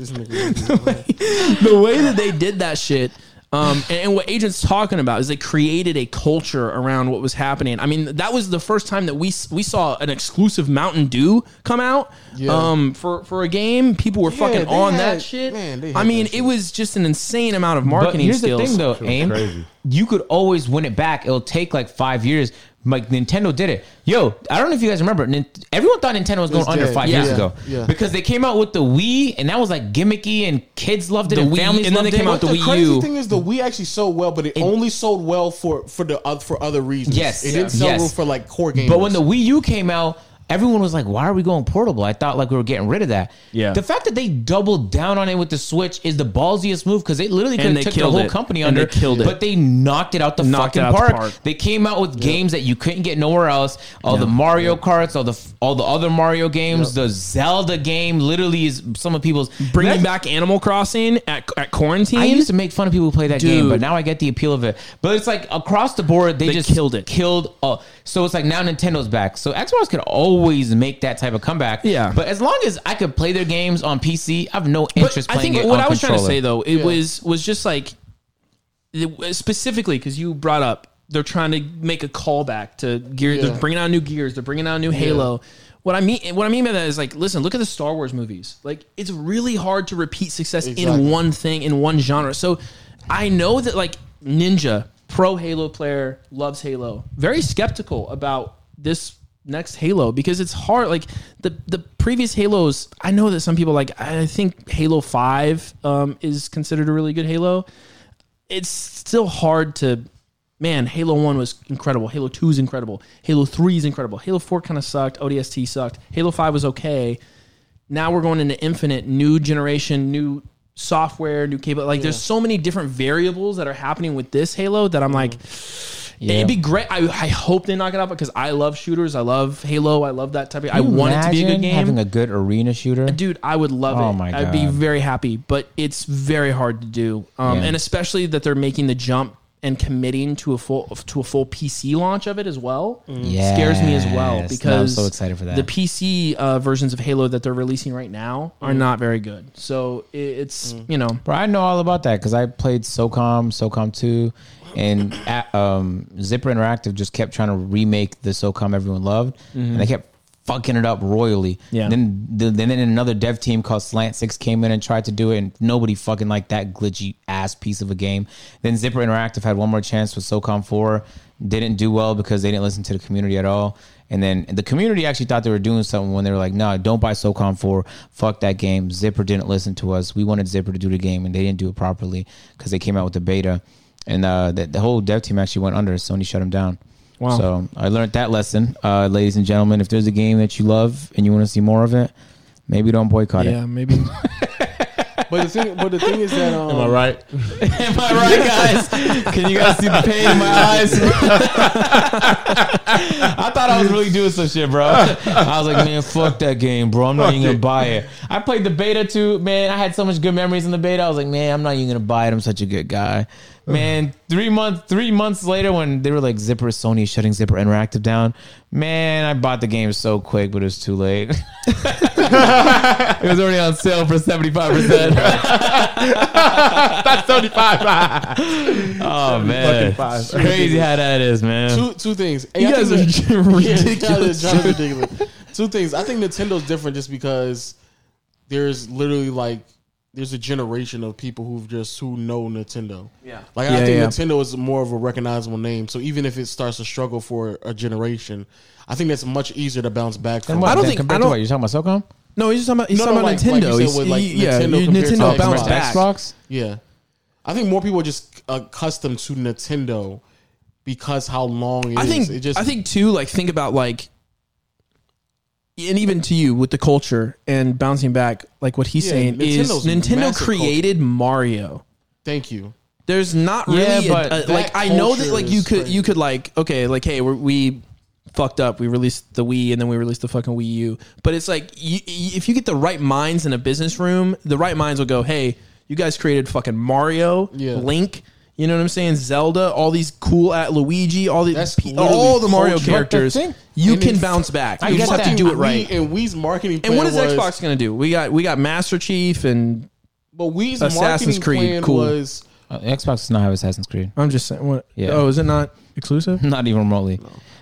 Speaker 2: This nigga-
Speaker 5: the way that they did that shit um, and, and what agents talking about is they created a culture around what was happening i mean that was the first time that we s- we saw an exclusive mountain dew come out
Speaker 2: Yeah.
Speaker 5: um, for, for a game people were fucking
Speaker 2: they
Speaker 5: on
Speaker 2: had-
Speaker 5: that shit
Speaker 2: man, they had
Speaker 5: i mean
Speaker 2: that shit.
Speaker 5: it was just an insane amount of
Speaker 1: But
Speaker 5: marketing
Speaker 1: here's
Speaker 5: skills
Speaker 1: the thing, though,
Speaker 4: was
Speaker 1: Aim.
Speaker 4: crazy.
Speaker 1: You could always win it back. It'll take like five years. Like Nintendo did it. Yo, I don't know if you guys remember. Nin- everyone thought Nintendo was going
Speaker 2: was
Speaker 1: under
Speaker 2: dead.
Speaker 1: five
Speaker 5: Yeah.
Speaker 1: years ago
Speaker 2: Yeah.
Speaker 1: because they came out with the Wii, and that was like gimmicky, and kids loved it,
Speaker 5: The
Speaker 1: and
Speaker 5: Wii,
Speaker 1: families
Speaker 5: and then
Speaker 1: loved
Speaker 5: they
Speaker 1: it.
Speaker 5: came out
Speaker 1: What
Speaker 5: the
Speaker 1: the
Speaker 5: Wii
Speaker 1: cra-
Speaker 2: crazy
Speaker 5: U.
Speaker 2: thing is the Wii actually sold well, but it, only sold well for for the oth- for other reasons.
Speaker 1: Yes.
Speaker 2: it didn't sell
Speaker 1: Yes.
Speaker 2: well for like core games.
Speaker 1: But when the Wii U came out, everyone was like, "Why are we going portable?" I thought like we were getting rid of that.
Speaker 5: Yeah.
Speaker 1: The fact that they doubled down on it with the Switch is the ballsiest move because they literally could
Speaker 5: they
Speaker 1: have took the
Speaker 5: killed
Speaker 1: whole
Speaker 5: it.
Speaker 1: company
Speaker 5: And
Speaker 1: under,
Speaker 5: they killed it.
Speaker 1: but they knocked it out the
Speaker 5: Knocked it
Speaker 1: fucking
Speaker 5: out the
Speaker 1: park.
Speaker 5: park.
Speaker 1: They came out with games that you couldn't get nowhere else. All the Mario Karts, all the all the other Mario games, the Zelda game, literally is some of people's
Speaker 5: bringing
Speaker 1: That's-
Speaker 5: back animal crossing at, at quarantine
Speaker 1: I used to make fun of people who play that game, but
Speaker 5: Dude.
Speaker 1: now I get the appeal of it. But it's like across the board, they,
Speaker 5: They
Speaker 1: just
Speaker 5: killed it.
Speaker 1: Killed. Uh, so it's like now Nintendo's back. So Xbox could always make that type of comeback.
Speaker 5: Yeah.
Speaker 1: But as long as I could play their games on PC, I've no interest
Speaker 5: I
Speaker 1: playing
Speaker 5: think
Speaker 1: it
Speaker 5: what
Speaker 1: on
Speaker 5: I was trying to
Speaker 1: controller.
Speaker 5: say though, it was was just like it- specifically because you brought up they're trying to make a callback to gear.
Speaker 2: Yeah.
Speaker 5: They're bringing out new gears. They're bringing out new Halo. What I mean, what I mean by that is like, listen, look at the Star Wars movies. Like, it's really hard to repeat success
Speaker 2: Exactly.
Speaker 5: in one thing in one genre. So, I know that like Ninja, pro Halo player, loves Halo. Very skeptical about this next Halo because it's hard. Like the the previous Halos, I know that some people like. I think Halo Five um, is considered a really good Halo it's still hard to man halo 1 was incredible halo 2 is incredible halo 3 is incredible halo 4 kind of sucked odst sucked halo 5 was okay now we're going into infinite new generation new software new cable like there's so many different variables that are happening with this halo that i'm like it'd be great I, I hope they knock it out because i love shooters i love halo i love that type of i
Speaker 1: Can you
Speaker 5: want it to be a
Speaker 1: imagine
Speaker 5: good game
Speaker 1: Having a good arena shooter.
Speaker 5: dude i would love
Speaker 1: Oh
Speaker 5: it
Speaker 1: my
Speaker 5: i'd be
Speaker 1: God.
Speaker 5: very happy but it's very hard to do um,
Speaker 1: Yeah.
Speaker 5: and especially that they're making the jump and committing to a full to a full pc launch of it as well scares me as
Speaker 1: Yes.
Speaker 5: well
Speaker 1: No, I'm
Speaker 5: because
Speaker 1: so excited for that.
Speaker 5: the pc uh, versions of halo that they're releasing right now
Speaker 2: Mm.
Speaker 5: are not very good so it, it's you know
Speaker 1: Bro, I know all about that because I played SOCOM, SOCOM 2, and at, um, Zipper Interactive just kept trying to remake the SOCOM everyone loved, and they kept fucking it up royally.
Speaker 5: Yeah.
Speaker 1: Then, then then another dev team called Slant Six came in and tried to do it, and nobody fucking liked that glitchy ass piece of a game. Then Zipper Interactive had one more chance with SOCOM 4, didn't do well because they didn't listen to the community at all. And then the community actually thought they were doing something when they were like, "No, don't buy SOCOM 4. Fuck that game. Zipper didn't listen to us. We wanted Zipper to do the game, and they didn't do it properly because they came out with the beta, and uh, the, the whole dev team actually went under. Sony shut them down.
Speaker 5: Wow.
Speaker 1: So Um, I learned that lesson, uh, ladies and gentlemen. If there's a game that you love and you want to see more of it, maybe don't boycott it.
Speaker 5: maybe
Speaker 2: But the thing, but the thing is that um,
Speaker 4: right?
Speaker 1: Am I right, guys? Can you guys see the pain in my eyes? I thought I was really doing some shit, bro. I was like, man, fuck that game, bro. I'm not even gonna buy it. I played the beta too, man. I had so much good memories in the beta. I was like, man, I'm not even gonna buy it. I'm such a good guy, man. Three months, three months later, when they were like, Zipper Sony is shutting Zipper Interactive down, man, I bought the game so quick, but it was too late. it was already on sale for seventy five percent. Oh man,
Speaker 4: five.
Speaker 1: It's crazy how that is, man.
Speaker 2: two two things. Hey, I think that- Yeah, they're just ridiculous. Two things. I think Nintendo's different just because there's literally like there's a generation of people who've just who know Nintendo. Yeah. Like I
Speaker 5: Yeah,
Speaker 2: think
Speaker 5: yeah.
Speaker 2: Nintendo is more of a recognizable name. So even if it starts to struggle for a generation, I think that's much easier to bounce back from.
Speaker 5: I don't
Speaker 1: Then
Speaker 5: think-
Speaker 1: compared
Speaker 5: I
Speaker 1: to
Speaker 5: don't-
Speaker 1: what you're talking about SOCOM,
Speaker 5: no he's just talking about he's
Speaker 2: No,
Speaker 5: talking
Speaker 2: no,
Speaker 5: about
Speaker 2: like- like you
Speaker 5: nintendo
Speaker 2: said
Speaker 5: He's-
Speaker 2: with, like,
Speaker 5: he- yeah
Speaker 2: Nintendo
Speaker 5: you-
Speaker 2: compared to
Speaker 5: nintendo
Speaker 2: Xbox.
Speaker 5: bounced
Speaker 2: Back.
Speaker 5: back
Speaker 1: Xbox.
Speaker 2: Yeah. I think more people are just accustomed to Nintendo because how long it
Speaker 5: I
Speaker 2: is.
Speaker 5: think
Speaker 2: it just
Speaker 5: I think too. Like think about like, and even to you with the culture and bouncing back, like what he's
Speaker 2: Yeah,
Speaker 5: saying
Speaker 2: Nintendo's
Speaker 5: is Nintendo
Speaker 2: massive
Speaker 5: created Mario.
Speaker 2: thank you.
Speaker 5: There's not really
Speaker 1: Yeah,
Speaker 5: a-
Speaker 1: but
Speaker 5: a-
Speaker 1: that
Speaker 5: like I know that
Speaker 2: culture
Speaker 5: like you
Speaker 2: is
Speaker 5: could
Speaker 2: crazy.
Speaker 5: you could like okay like hey we're, we fucked up we released the Wii and then we released the fucking Wii U but it's like you, you- if you get the right minds in a business room the right minds will go hey you guys created fucking Mario
Speaker 2: Yeah.
Speaker 5: Link you know what I'm saying Zelda all these cool at Luigi all the
Speaker 2: That's
Speaker 5: pe-
Speaker 2: literally
Speaker 5: all the Mario
Speaker 2: culture.
Speaker 5: characters
Speaker 1: But the thing-
Speaker 5: you
Speaker 2: And
Speaker 5: can
Speaker 2: it's-
Speaker 5: bounce back
Speaker 1: I
Speaker 5: you
Speaker 1: get
Speaker 5: just have to
Speaker 1: that.
Speaker 5: do it
Speaker 2: Wii-
Speaker 5: right
Speaker 2: and Wii's marketing.
Speaker 5: and what is
Speaker 2: plan was-
Speaker 5: Xbox gonna do we got we got Master Chief and
Speaker 2: But Wii's
Speaker 5: Assassin's
Speaker 2: marketing
Speaker 5: Creed,
Speaker 2: plan
Speaker 5: cool.
Speaker 2: was
Speaker 1: Uh, Xbox does not have Assassin's Creed,
Speaker 5: I'm just saying what
Speaker 1: Yeah.
Speaker 5: oh is it not exclusive
Speaker 1: not even remotely.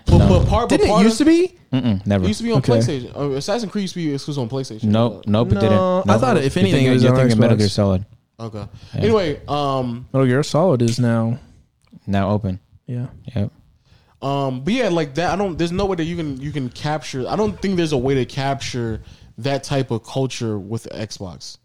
Speaker 2: but, but part but
Speaker 5: didn't it
Speaker 2: part
Speaker 5: used to
Speaker 2: of,
Speaker 5: be
Speaker 1: Mm-mm, never.
Speaker 2: it used to be on
Speaker 5: Okay.
Speaker 2: PlayStation. Uh, Assassin's Creed used to be exclusive on PlayStation.
Speaker 1: nope, nope, it
Speaker 5: No,
Speaker 1: didn't.
Speaker 5: I
Speaker 1: Nope.
Speaker 5: thought if
Speaker 1: You
Speaker 5: anything,
Speaker 1: think
Speaker 5: it was
Speaker 1: you're
Speaker 5: on
Speaker 1: thinking Metal
Speaker 5: Xbox.
Speaker 1: Gear Solid
Speaker 2: Okay. Anyway, um,
Speaker 5: Metal Gear Solid is now.
Speaker 1: now open.
Speaker 5: Yeah.
Speaker 1: Yep.
Speaker 2: um, but yeah, like that. I don't. There's no way that you can you can capture. I don't think there's a way to capture that type of culture with Xbox.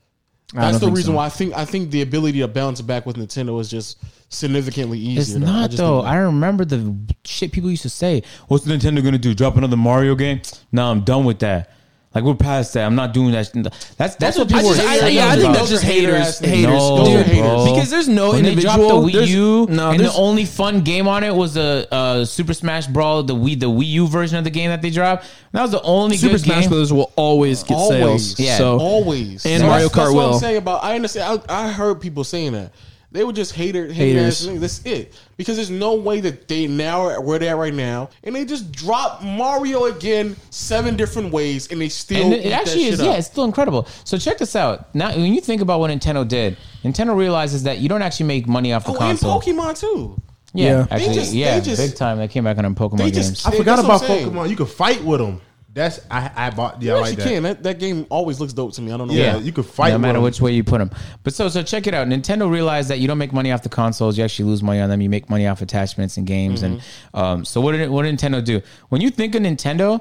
Speaker 2: That's the reason why I think I think the ability to bounce back with Nintendo is just significantly easier.
Speaker 1: It's
Speaker 2: though. I
Speaker 1: not
Speaker 2: just
Speaker 1: though.
Speaker 2: think
Speaker 1: I remember the shit people used to say. What's Nintendo gonna do? Drop another Mario game? No, I'm done with that. Like we're past that. I'm not doing that. That's that's what
Speaker 2: I
Speaker 1: people
Speaker 2: just-
Speaker 1: were
Speaker 2: I-
Speaker 1: saying.
Speaker 2: yeah, I think that's
Speaker 5: just haters.
Speaker 2: Those are
Speaker 5: Haters,
Speaker 1: No,
Speaker 2: Those are
Speaker 5: dude.
Speaker 2: haters.
Speaker 1: bro.
Speaker 5: Because there's no
Speaker 1: when they dropped the
Speaker 5: individual.
Speaker 1: Wii
Speaker 5: there's-
Speaker 1: U,
Speaker 5: no,
Speaker 1: and the
Speaker 5: there's-
Speaker 1: only fun game on it was the uh, Super Smash Brawl, the Wii, the Wii U version of the game that they dropped. And that was the only
Speaker 5: Super
Speaker 1: good
Speaker 5: Smash
Speaker 1: game.
Speaker 5: Brothers will always get
Speaker 2: Always.
Speaker 5: sales.
Speaker 1: Yeah.
Speaker 5: So
Speaker 2: always That's-
Speaker 5: And Mario Kart
Speaker 2: That's what
Speaker 5: will.
Speaker 2: I'm saying about. I understand. I, I heard people saying that. They were just hater
Speaker 5: Haters.
Speaker 2: haters. That's it. Because there's no way that they now are where they're at right now, and they just drop Mario again seven different ways, and they still
Speaker 1: And
Speaker 2: eat
Speaker 1: it
Speaker 2: that
Speaker 1: actually
Speaker 2: shit
Speaker 1: is,
Speaker 2: up.
Speaker 1: yeah, it's still incredible. So check this out. Now, when you think about what Nintendo did, Nintendo realizes that you don't actually make money off the
Speaker 2: Oh, and
Speaker 1: console.
Speaker 2: Pokemon too.
Speaker 1: Yeah,
Speaker 5: Yeah.
Speaker 1: actually,
Speaker 2: just- they
Speaker 1: yeah,
Speaker 2: just-
Speaker 1: big time. They came back on them Pokemon
Speaker 2: They
Speaker 1: games.
Speaker 2: just
Speaker 4: I
Speaker 2: Yeah,
Speaker 4: forgot
Speaker 2: that's what
Speaker 4: about
Speaker 2: I'm saying.
Speaker 4: Pokemon. You could fight with them. That's I I bought yeah, I
Speaker 2: Yes,
Speaker 4: like
Speaker 2: you
Speaker 4: that.
Speaker 2: can. That, that game always looks dope to me. I don't know.
Speaker 4: Yeah.
Speaker 2: Yeah.
Speaker 4: you could fight
Speaker 1: No
Speaker 4: with
Speaker 1: matter
Speaker 4: them.
Speaker 1: which way you put them. But so, so check it out. Nintendo realized that you don't make money off the consoles. You actually lose money on them. You make money off attachments and games. And um, so, what did what did Nintendo do? When you think of Nintendo,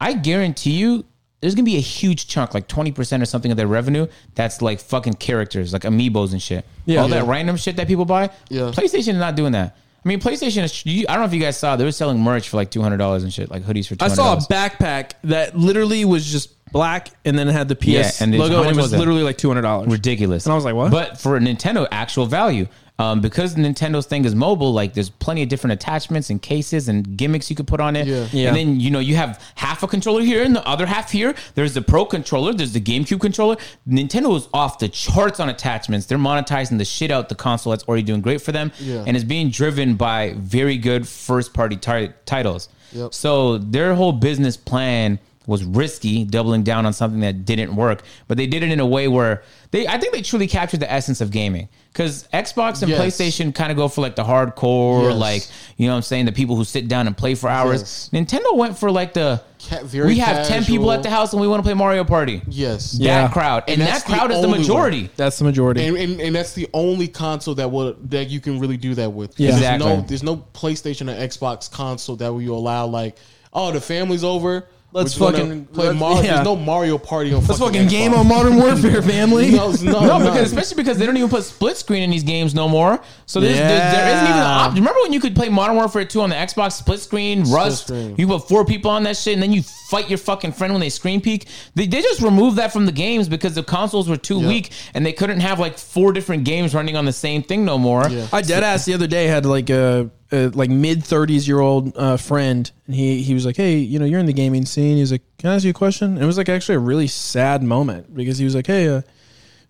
Speaker 1: I guarantee you. There's gonna be a huge chunk, like twenty percent or something of their revenue, that's like fucking characters, like amiibos and shit.
Speaker 5: Yeah.
Speaker 1: all
Speaker 5: Yeah.
Speaker 1: that random shit that people buy.
Speaker 2: Yeah.
Speaker 1: PlayStation is not doing that. I mean, PlayStation is. You, I don't know if you guys saw, they were selling merch for like two hundred dollars and shit, like hoodies for. $200.
Speaker 5: I saw a backpack that literally was just black and then it had the PS
Speaker 1: Yeah, and it's- how
Speaker 5: logo
Speaker 1: much
Speaker 5: and
Speaker 1: was
Speaker 5: it was,
Speaker 1: that?
Speaker 5: literally like two hundred dollars.
Speaker 1: ridiculous.
Speaker 5: And I was like, what?
Speaker 1: But for Nintendo, actual value. Um, because Nintendo's thing is mobile, like there's plenty of different attachments and cases and gimmicks you could put on it.
Speaker 2: Yeah.
Speaker 5: Yeah.
Speaker 1: And then you know you have half a controller here and the other half here. There's the Pro controller, there's the GameCube controller. Nintendo is off the charts on attachments. They're monetizing the shit out the console that's already doing great for them,
Speaker 2: Yeah.
Speaker 1: and it's being driven by very good first party ti- titles.
Speaker 2: Yep.
Speaker 1: So their whole business plan was risky, doubling down on something that didn't work. But they did it in a way where they, I think, they truly captured the essence of gaming. Because Xbox and
Speaker 2: Yes.
Speaker 1: PlayStation kind of go for like the hardcore,
Speaker 2: Yes.
Speaker 1: like you know, what I'm saying the people who sit down and play for hours. Nintendo went for like the
Speaker 2: Ca- very
Speaker 1: we have ten people
Speaker 2: casual.
Speaker 1: at the house and we want to play Mario Party.
Speaker 2: Yes.
Speaker 5: Yeah.
Speaker 1: That crowd and,
Speaker 2: And
Speaker 1: that
Speaker 2: that's the
Speaker 1: crowd is the
Speaker 2: only one.
Speaker 1: majority.
Speaker 5: That's the majority.
Speaker 2: And, and and that's the only console that will that you can really do that with. 'Cause
Speaker 5: Yeah.
Speaker 2: There's no
Speaker 1: Exactly.
Speaker 2: there's no PlayStation or Xbox console that will you allow like, oh the family's over.
Speaker 5: Let's
Speaker 2: we're gonna
Speaker 5: fucking-
Speaker 2: play
Speaker 5: let's-
Speaker 2: Mario.
Speaker 5: yeah.
Speaker 2: There's no Mario Party on.
Speaker 5: That's
Speaker 2: fucking
Speaker 5: fucking game
Speaker 2: Xbox.
Speaker 5: on Modern Warfare, family.
Speaker 2: No, it's no,
Speaker 1: No,
Speaker 2: Oh, none.
Speaker 1: because especially because they don't even put split screen in these games no more. So there's, there's, there isn't even an
Speaker 5: Yeah.
Speaker 1: option. Remember when you could play Modern Warfare 2 on the Xbox split screen, Rust?
Speaker 2: screen.
Speaker 1: You put four people on that shit, and then you fight your fucking friend when they screen peek. They, they just removed that from the games because the consoles were too
Speaker 2: Yeah.
Speaker 1: weak, and they couldn't have like four different games running on the same thing no more.
Speaker 2: Yeah.
Speaker 5: I dead ass the other day had like a, a like mid thirties year old uh, friend, and he he was like, "Hey, you know, you're in the gaming scene." He was like, "Can I ask you a question?" And it was like actually a really sad moment because he was like, "Hey, uh,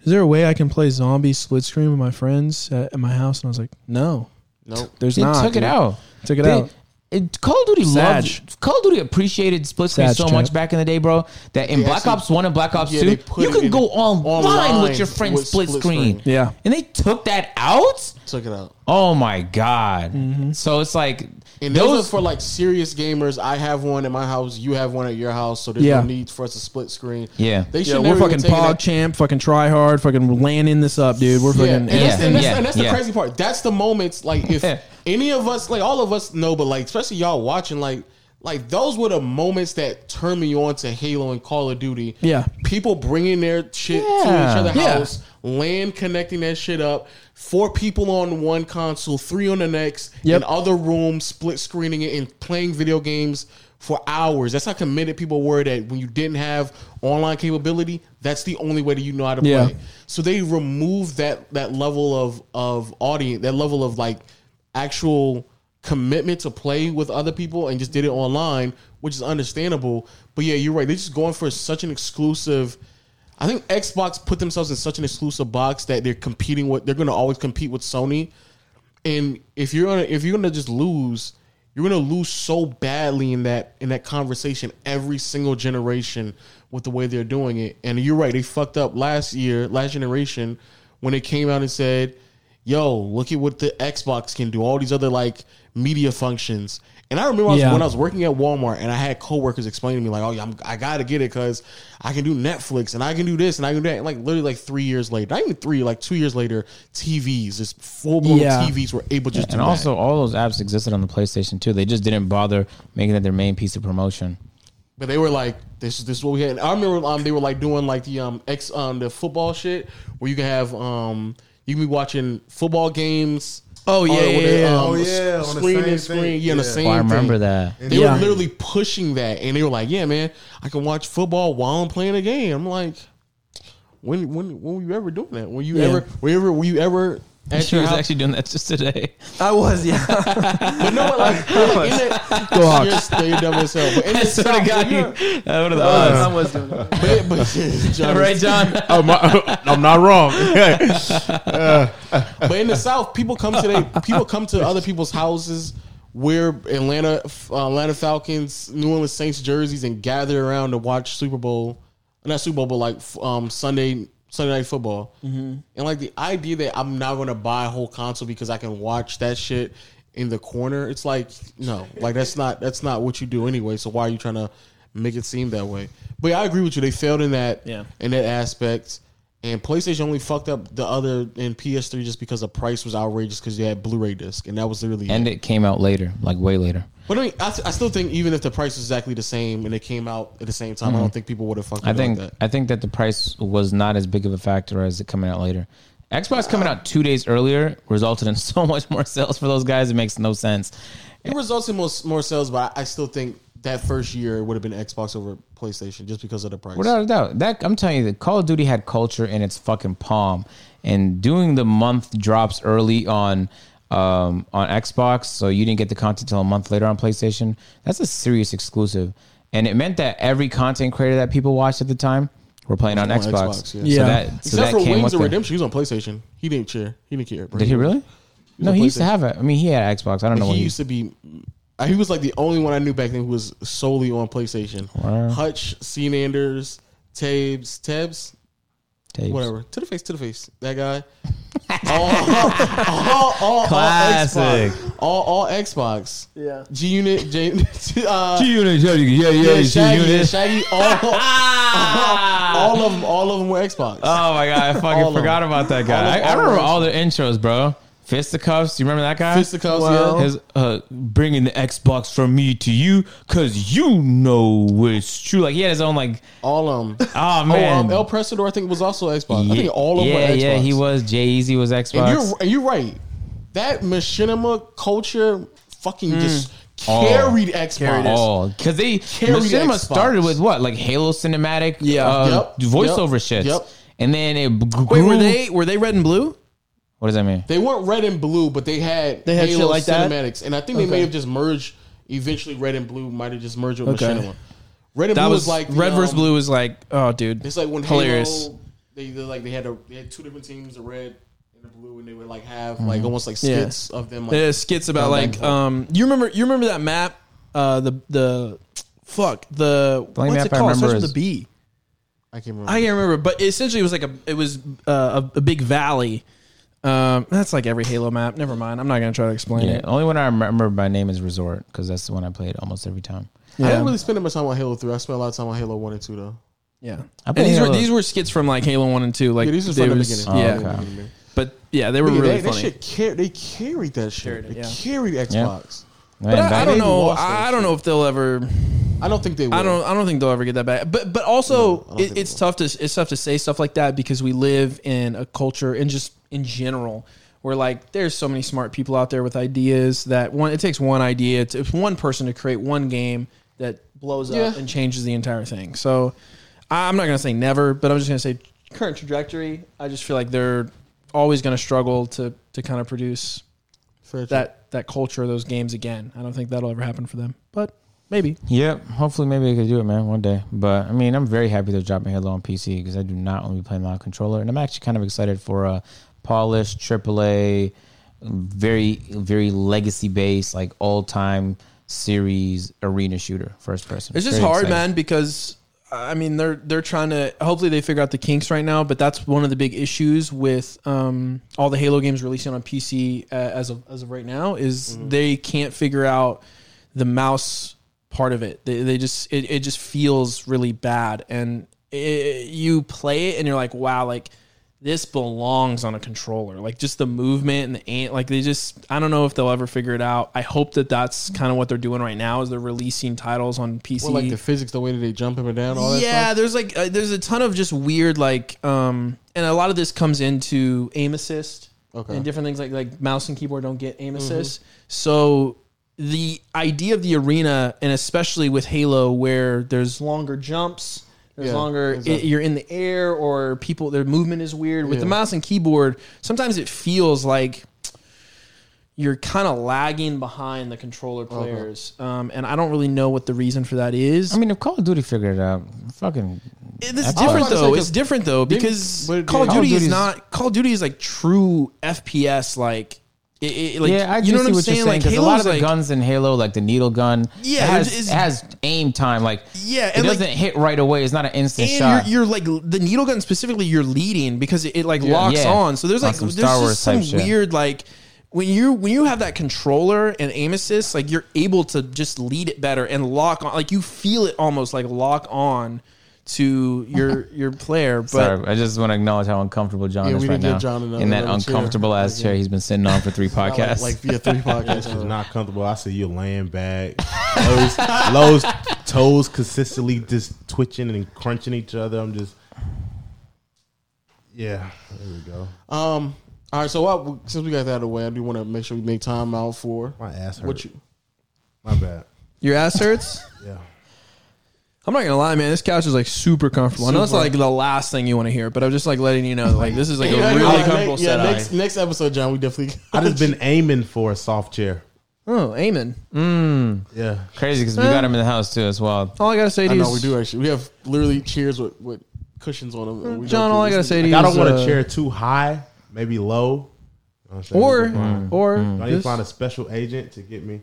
Speaker 5: is there a way I can play zombie split screen with my friends at, at my house?" And I was like, "No,
Speaker 2: nope.
Speaker 5: there's
Speaker 1: They
Speaker 5: not."
Speaker 1: took
Speaker 5: dude.
Speaker 1: it out.
Speaker 5: Took it
Speaker 1: They-
Speaker 5: out.
Speaker 1: It, Call of Duty
Speaker 5: Sag.
Speaker 1: loved Call of Duty appreciated split screen
Speaker 5: Sag,
Speaker 1: so
Speaker 5: Chad.
Speaker 1: much back in the day, bro. That in
Speaker 2: They
Speaker 1: Black
Speaker 2: actually-
Speaker 1: Ops One and Black Ops
Speaker 2: Yeah, they
Speaker 1: Two,
Speaker 2: put
Speaker 1: you
Speaker 2: it
Speaker 1: could
Speaker 2: in-
Speaker 1: go online, with
Speaker 2: online
Speaker 1: your friend's
Speaker 2: with
Speaker 1: split,
Speaker 2: split
Speaker 1: screen.
Speaker 2: screen.
Speaker 5: Yeah.
Speaker 1: and they took that out.
Speaker 2: Took it out.
Speaker 1: Oh my god! So it's like
Speaker 2: And those,
Speaker 1: those.
Speaker 2: are for like serious gamers. I have one at my house. You have one at your house. So there's
Speaker 5: Yeah.
Speaker 2: no need for us to split screen.
Speaker 1: Yeah.
Speaker 2: they should
Speaker 5: Yeah,
Speaker 2: yeah,
Speaker 5: we're fucking pog champ, fucking try hard, fucking landing this up, dude. We're
Speaker 2: Yeah,
Speaker 5: fucking
Speaker 2: and that's, and that's,
Speaker 1: Yeah,
Speaker 2: and that's
Speaker 1: yeah.
Speaker 2: the crazy part. That's the moments. Like if
Speaker 1: Yeah.
Speaker 2: any of us, like all of us, know, but like especially y'all watching, like like those were the moments that turned me on to Halo and Call of Duty.
Speaker 5: Yeah.
Speaker 2: people bringing their shit to
Speaker 1: Yeah.
Speaker 2: each other's
Speaker 5: Yeah.
Speaker 2: house, land connecting that shit up. Four people on one console, three on the next,
Speaker 5: Yep.
Speaker 2: in other rooms, split screening it and playing video games for hours. That's how committed people were that when you didn't have online capability, that's the only way that you know how to
Speaker 5: Yeah.
Speaker 2: play. So they removed that that level of of audience, that level of like actual commitment to play with other people, and just did it online, which is understandable. But yeah, you're right. They're just going for such an exclusive. I think Xbox put themselves in such an exclusive box that they're competing with. They're going to always compete with Sony, and if you're gonna if you're gonna just lose, you're gonna lose so badly in that in that conversation every single generation with the way they're doing it. And you're right, they fucked up last year, last generation, when they came out and said, "Yo, look at what the Xbox can do, all these other like media functions." And I remember I was-
Speaker 5: Yeah.
Speaker 2: when I was working at Walmart and I had coworkers explaining to me like, "Oh, yeah, I'm, I gotta get it because I can do Netflix and I can do this and I can do that." And, like literally, like three years later, not even three, like two years later, TVs, just full blown
Speaker 5: Yeah.
Speaker 2: TVs were able to just
Speaker 1: and
Speaker 2: do
Speaker 1: also,
Speaker 2: that.
Speaker 1: all those apps existed on the PlayStation too. They just didn't bother making that their main piece of promotion.
Speaker 2: But they were like, this is this is what we had. And I remember um, they were like doing like the um ex um the football shit where you can have um you can be watching football games.
Speaker 5: Oh, yeah,
Speaker 2: on- with
Speaker 5: yeah,
Speaker 2: the,
Speaker 5: yeah.
Speaker 2: um,
Speaker 4: Oh, yeah,
Speaker 2: s-
Speaker 4: on the
Speaker 2: screen
Speaker 4: same
Speaker 2: and screen.
Speaker 4: thing.
Speaker 2: Yeah, on the
Speaker 4: Yeah.
Speaker 2: same.
Speaker 1: Oh, I remember
Speaker 2: thing.
Speaker 1: that.
Speaker 2: They
Speaker 5: Yeah.
Speaker 2: were literally pushing that, and they were like, "Yeah, man, I can watch football while I'm playing a game." I'm like, "When, when, when were you ever doing that? Were you
Speaker 5: Yeah.
Speaker 2: ever, were you ever, were you ever Ask
Speaker 6: She
Speaker 2: you
Speaker 6: was
Speaker 2: how-
Speaker 6: actually doing that just today.
Speaker 5: I was, yeah.
Speaker 2: but no, but like in the,
Speaker 5: Go Hawks.
Speaker 2: You're, st- you're dumb as hell. But in the
Speaker 6: I swear to
Speaker 2: South,
Speaker 6: God,
Speaker 2: when
Speaker 6: you,
Speaker 2: you're-
Speaker 6: that would have the
Speaker 2: Oh,
Speaker 6: odds.
Speaker 5: I was doing that.
Speaker 2: but, but, John,
Speaker 6: right, John?
Speaker 4: I'm not, Oh, I'm not wrong.
Speaker 2: but in the South, people come to they, people come to other people's houses wear Atlanta uh, Atlanta Falcons, New Orleans Saints jerseys, and gather around to watch Super Bowl, not Super Bowl, but like f- um, Sunday Sunday night football. And like the idea that I'm not going to buy a whole console because I can watch that shit in the corner. It's like no, like that's not that's not what you do anyway. So why are you trying to make it seem that way? But yeah, I agree with you. They failed in that
Speaker 5: Yeah.
Speaker 2: in that aspect. And PlayStation only fucked up the other and PS3 just because the price was outrageous because they had Blu-ray disc and that was literally
Speaker 1: And it came out later, like way later.
Speaker 2: But I mean, I, I still think even if the price was exactly the same and it came out at the same time, I don't think people would have fucking.
Speaker 1: Mm-hmm. I think
Speaker 2: that.
Speaker 1: I think that the price was not as big of a factor as it coming out later. Xbox coming out two days earlier resulted in so much more sales for those guys. It makes no sense.
Speaker 2: It results in most more sales, but I, I still think that first year it would have been Xbox over PlayStation just because of the price.
Speaker 1: Without a doubt, that I'm telling you, that Call of Duty had culture in its fucking palm, and doing the month drops early on um, on Xbox, so you didn't get the content till a month later on PlayStation. That's a serious exclusive, and it meant that every content creator that people watched at the time were playing on,
Speaker 2: On
Speaker 1: Xbox.
Speaker 2: Xbox, yeah.
Speaker 5: Yeah.
Speaker 1: So that, so
Speaker 2: Except
Speaker 1: that
Speaker 2: for
Speaker 1: came
Speaker 2: Wings
Speaker 1: with
Speaker 2: of
Speaker 1: the-
Speaker 2: Redemption, he was on PlayStation. He didn't care. He didn't care. bro.
Speaker 1: Did he really? No,
Speaker 2: on
Speaker 1: he used to
Speaker 2: PlayStation.
Speaker 1: have it. I mean, he had Xbox. I don't know
Speaker 2: He
Speaker 1: what he
Speaker 2: used to be. uh, He was like the only one I knew back then who was solely on PlayStation.
Speaker 1: Wow.
Speaker 2: Hutch, Sean Anders, Tabes, Tabs,
Speaker 1: tapes.
Speaker 2: whatever. To the face, to the face. That guy. all, all, all, all,
Speaker 1: Classic.
Speaker 2: Xbox. All, all Xbox.
Speaker 5: Yeah.
Speaker 2: G Unit. J. Uh,
Speaker 1: Yeah, yeah,
Speaker 2: yeah, Shaggy. yeah, Shaggy. All, all, all of them. All of them were Xbox.
Speaker 1: Oh my god, I
Speaker 2: All
Speaker 1: fucking
Speaker 2: of
Speaker 1: forgot about that
Speaker 2: All of-
Speaker 1: guy. I, I
Speaker 2: all of
Speaker 1: remember
Speaker 2: them.
Speaker 1: all the intros, bro. Fisticuffs, you remember that guy?
Speaker 2: Fisticuffs, Well- yeah.
Speaker 1: His uh, bringing the Xbox from me to you, cause you know it's true. Like he had his own like,
Speaker 2: all of them.
Speaker 1: oh
Speaker 2: Oh,
Speaker 1: man,
Speaker 2: um, El Presador, I think was also Xbox. I think all of them
Speaker 1: yeah,
Speaker 2: were Xbox.
Speaker 1: yeah, he was. Jay Z was Xbox.
Speaker 2: And you're and you're right. That machinima culture fucking
Speaker 1: Mm.
Speaker 2: just
Speaker 1: Oh.
Speaker 2: carried Xbox.
Speaker 1: all because Oh, they
Speaker 2: Carried
Speaker 1: cinema
Speaker 2: Xbox.
Speaker 1: started with what like Halo cinematic,
Speaker 5: Yeah.
Speaker 1: uh,
Speaker 2: Yep.
Speaker 1: voiceover shits,
Speaker 2: Yep. Yep.
Speaker 1: and then it g- grew.
Speaker 5: Wait, were they were they red and blue?
Speaker 1: What does that mean?
Speaker 2: They weren't red and blue, but they had
Speaker 5: They had shit
Speaker 2: Halo
Speaker 5: like that?
Speaker 2: cinematics, and I think they may have just merged. Eventually, red and blue might have just merged with
Speaker 5: Okay.
Speaker 2: machinima. Red and
Speaker 5: That
Speaker 2: blue
Speaker 5: was
Speaker 2: is like
Speaker 5: like
Speaker 2: the,
Speaker 5: red versus
Speaker 2: um,
Speaker 5: blue is like oh dude.
Speaker 2: It's like when
Speaker 5: hilarious.
Speaker 2: Halo, they, they like they had a, they had two different teams, the red and the blue, and they would like have like almost like
Speaker 5: Mm-hmm. Yeah.
Speaker 2: skits of them. Like,
Speaker 5: Yeah, skits about like um you remember you remember that map uh the the fuck the
Speaker 1: only
Speaker 5: what's
Speaker 1: map
Speaker 5: it
Speaker 1: I
Speaker 5: called
Speaker 1: remember
Speaker 5: It starts with
Speaker 1: is-
Speaker 5: a B.
Speaker 2: I can't remember.
Speaker 5: I can't remember, but essentially it was like a it was uh, a, a big valley. Um, that's like every Halo map. Never mind. I'm not gonna try to explain
Speaker 1: Yeah,
Speaker 5: it.
Speaker 1: only one I remember by name is Resort because that's the one I played almost every time.
Speaker 2: I
Speaker 5: Yeah.
Speaker 2: didn't really spend that much time on Halo Three. I spent a lot of time on Halo One and Two though.
Speaker 5: Yeah,
Speaker 1: I
Speaker 5: and
Speaker 1: played
Speaker 5: these were
Speaker 1: Halo-
Speaker 5: these were skits from like Halo One and Two. Like
Speaker 2: Yeah, these are
Speaker 5: they
Speaker 2: from the
Speaker 5: was-
Speaker 2: beginning.
Speaker 1: Oh,
Speaker 5: Yeah,
Speaker 1: okay.
Speaker 5: but yeah, they were
Speaker 2: Yeah,
Speaker 5: really
Speaker 2: they,
Speaker 5: funny.
Speaker 2: That shit car- they carried that shit.
Speaker 5: Carried it,
Speaker 2: they
Speaker 5: yeah.
Speaker 2: carried Xbox.
Speaker 1: Man,
Speaker 5: but I, I
Speaker 1: back-
Speaker 5: don't
Speaker 2: they
Speaker 5: know.
Speaker 2: lost
Speaker 5: I,
Speaker 2: that
Speaker 5: I don't know if they'll ever.
Speaker 2: I don't think they. Will.
Speaker 5: I don't. I don't think they'll ever get that back. But but also,
Speaker 2: I don't
Speaker 5: it,
Speaker 2: think
Speaker 5: it's
Speaker 2: they
Speaker 5: tough to it's tough to say stuff like that because we live in a culture and just in general where like there's so many smart people out there with ideas that one it takes one idea to, it's one person to create one game that blows up
Speaker 2: Yeah.
Speaker 5: and changes the entire thing. So I- I'm not gonna say never, but I'm just gonna say current trajectory. I just feel like they're always gonna struggle to to kind of produce
Speaker 2: Fair trade.
Speaker 5: that that culture of those games again. I don't think that'll ever happen for them, but maybe.
Speaker 1: Yep. Hopefully, maybe they could do it, man, one day. But I mean, I'm very happy they're dropping Halo on PC because I do not want to be playing my controller, and I'm actually kind of excited for a polished AAA, very very legacy based, like all time series arena shooter, first person.
Speaker 5: It's just
Speaker 1: Very
Speaker 5: hard,
Speaker 1: excited.
Speaker 5: man, because I mean they're they're trying to hopefully they figure out the kinks right now, but that's one of the big issues with um, all the Halo games releasing on PC uh, as of as of right now is they can't figure out the mouse part of it. They, they just it, it just feels really bad, and it, you play it and you're like, wow, like this belongs on a controller. Like just the movement and the ant, like they just I don't know if they'll ever figure it out. I hope that that's kind of what they're doing right now is they're releasing titles on PC.
Speaker 2: Well, like the physics, the way that they jump up and down, all that
Speaker 5: yeah,
Speaker 2: stuff.
Speaker 5: there's like uh, there's a ton of just weird like um and a lot of this comes into aim assist
Speaker 2: Okay. Mm-hmm.
Speaker 5: and different things like like mouse and keyboard don't get aim assist. So the idea of the arena and especially with Halo where there's longer jumps There's
Speaker 2: Yeah,
Speaker 5: longer. It,
Speaker 2: exactly.
Speaker 5: you're in the air, or people their movement is weird. With the
Speaker 2: Yeah.
Speaker 5: mouse and keyboard, sometimes it feels like you're kind of lagging behind the controller players, um, and I don't really know what the reason for that is.
Speaker 1: I mean, if Call of Duty figured it out, fucking
Speaker 5: It- this
Speaker 1: That's- I was
Speaker 5: is different
Speaker 2: about to say,
Speaker 5: though.
Speaker 2: 'cause
Speaker 5: It's different though
Speaker 2: didn't-
Speaker 5: because
Speaker 2: what it
Speaker 5: Call of
Speaker 2: did-
Speaker 1: Call of
Speaker 5: Duty is
Speaker 1: Duty's-
Speaker 5: not Call of Duty is like true FPS like. It, it, like
Speaker 1: yeah, I do
Speaker 5: you know
Speaker 1: see
Speaker 5: what I'm
Speaker 1: what
Speaker 5: saying.
Speaker 1: you're saying
Speaker 5: like
Speaker 1: because a lot
Speaker 5: Halo's
Speaker 1: of the
Speaker 5: like,
Speaker 1: guns in Halo, like the needle gun,
Speaker 5: Yeah,
Speaker 1: it has,
Speaker 5: it's-
Speaker 1: it has aim time. Like,
Speaker 5: Yeah,
Speaker 1: it
Speaker 5: and, like-
Speaker 1: doesn't hit right away. It's not an instant shot.
Speaker 5: and you're, you're like the needle gun specifically. You're leading because it, it like locks
Speaker 1: Yeah.
Speaker 5: on. So there's
Speaker 1: On
Speaker 5: like
Speaker 1: some
Speaker 5: there's
Speaker 1: Star
Speaker 5: just
Speaker 1: Wars
Speaker 5: some
Speaker 1: type shit.
Speaker 5: weird like when you when you have that controller and aim assist, like you're able to just lead it better and lock on. Like you feel it almost like lock on to your your player. But
Speaker 1: Sorry, I just want to acknowledge how uncomfortable John
Speaker 2: Yeah,
Speaker 1: is
Speaker 2: we
Speaker 1: right
Speaker 2: didn't give
Speaker 1: now
Speaker 2: John another-
Speaker 1: in that
Speaker 2: another chair.
Speaker 1: uncomfortable ass chair he's been sitting on for three podcasts.
Speaker 2: Like, like via three
Speaker 4: That's just
Speaker 2: podcasts.
Speaker 4: not comfortable. I see you laying back, Lowe's, Lowe's toes consistently just twitching and crunching each other. I'm just, yeah. There we go.
Speaker 2: um, all right, so while, since we got that out of the way, I do want to make sure we make time out for
Speaker 4: My ass hurt.
Speaker 2: what you.
Speaker 4: My bad.
Speaker 5: your ass hurts.
Speaker 4: Yeah.
Speaker 5: I'm not gonna lie, man. This couch is like super comfortable. I know it's
Speaker 2: Super.
Speaker 5: like the last thing you want to hear, but I'm just like letting you know, like this is like
Speaker 2: Yeah,
Speaker 5: a really
Speaker 2: yeah, like,
Speaker 5: comfortable
Speaker 2: ne- yeah,
Speaker 5: setup.
Speaker 2: next, next episode, John, we definitely.
Speaker 4: I just been aiming for a soft chair.
Speaker 5: oh, amen.
Speaker 4: Yeah.
Speaker 1: Crazy because we got him in the house too as well.
Speaker 5: All I gotta say to
Speaker 2: I
Speaker 5: you,
Speaker 2: know we
Speaker 5: is,
Speaker 2: do actually. We have literally chairs with, with cushions on them. and we go
Speaker 5: John.
Speaker 2: through
Speaker 5: All I
Speaker 2: this thing.
Speaker 5: gotta say to
Speaker 4: Like,
Speaker 5: you,
Speaker 4: I
Speaker 5: is,
Speaker 4: don't want
Speaker 5: uh,
Speaker 4: a chair too high, maybe low. You know what I'm saying?
Speaker 5: or or
Speaker 4: I need to
Speaker 5: this-
Speaker 4: find a special agent to get me.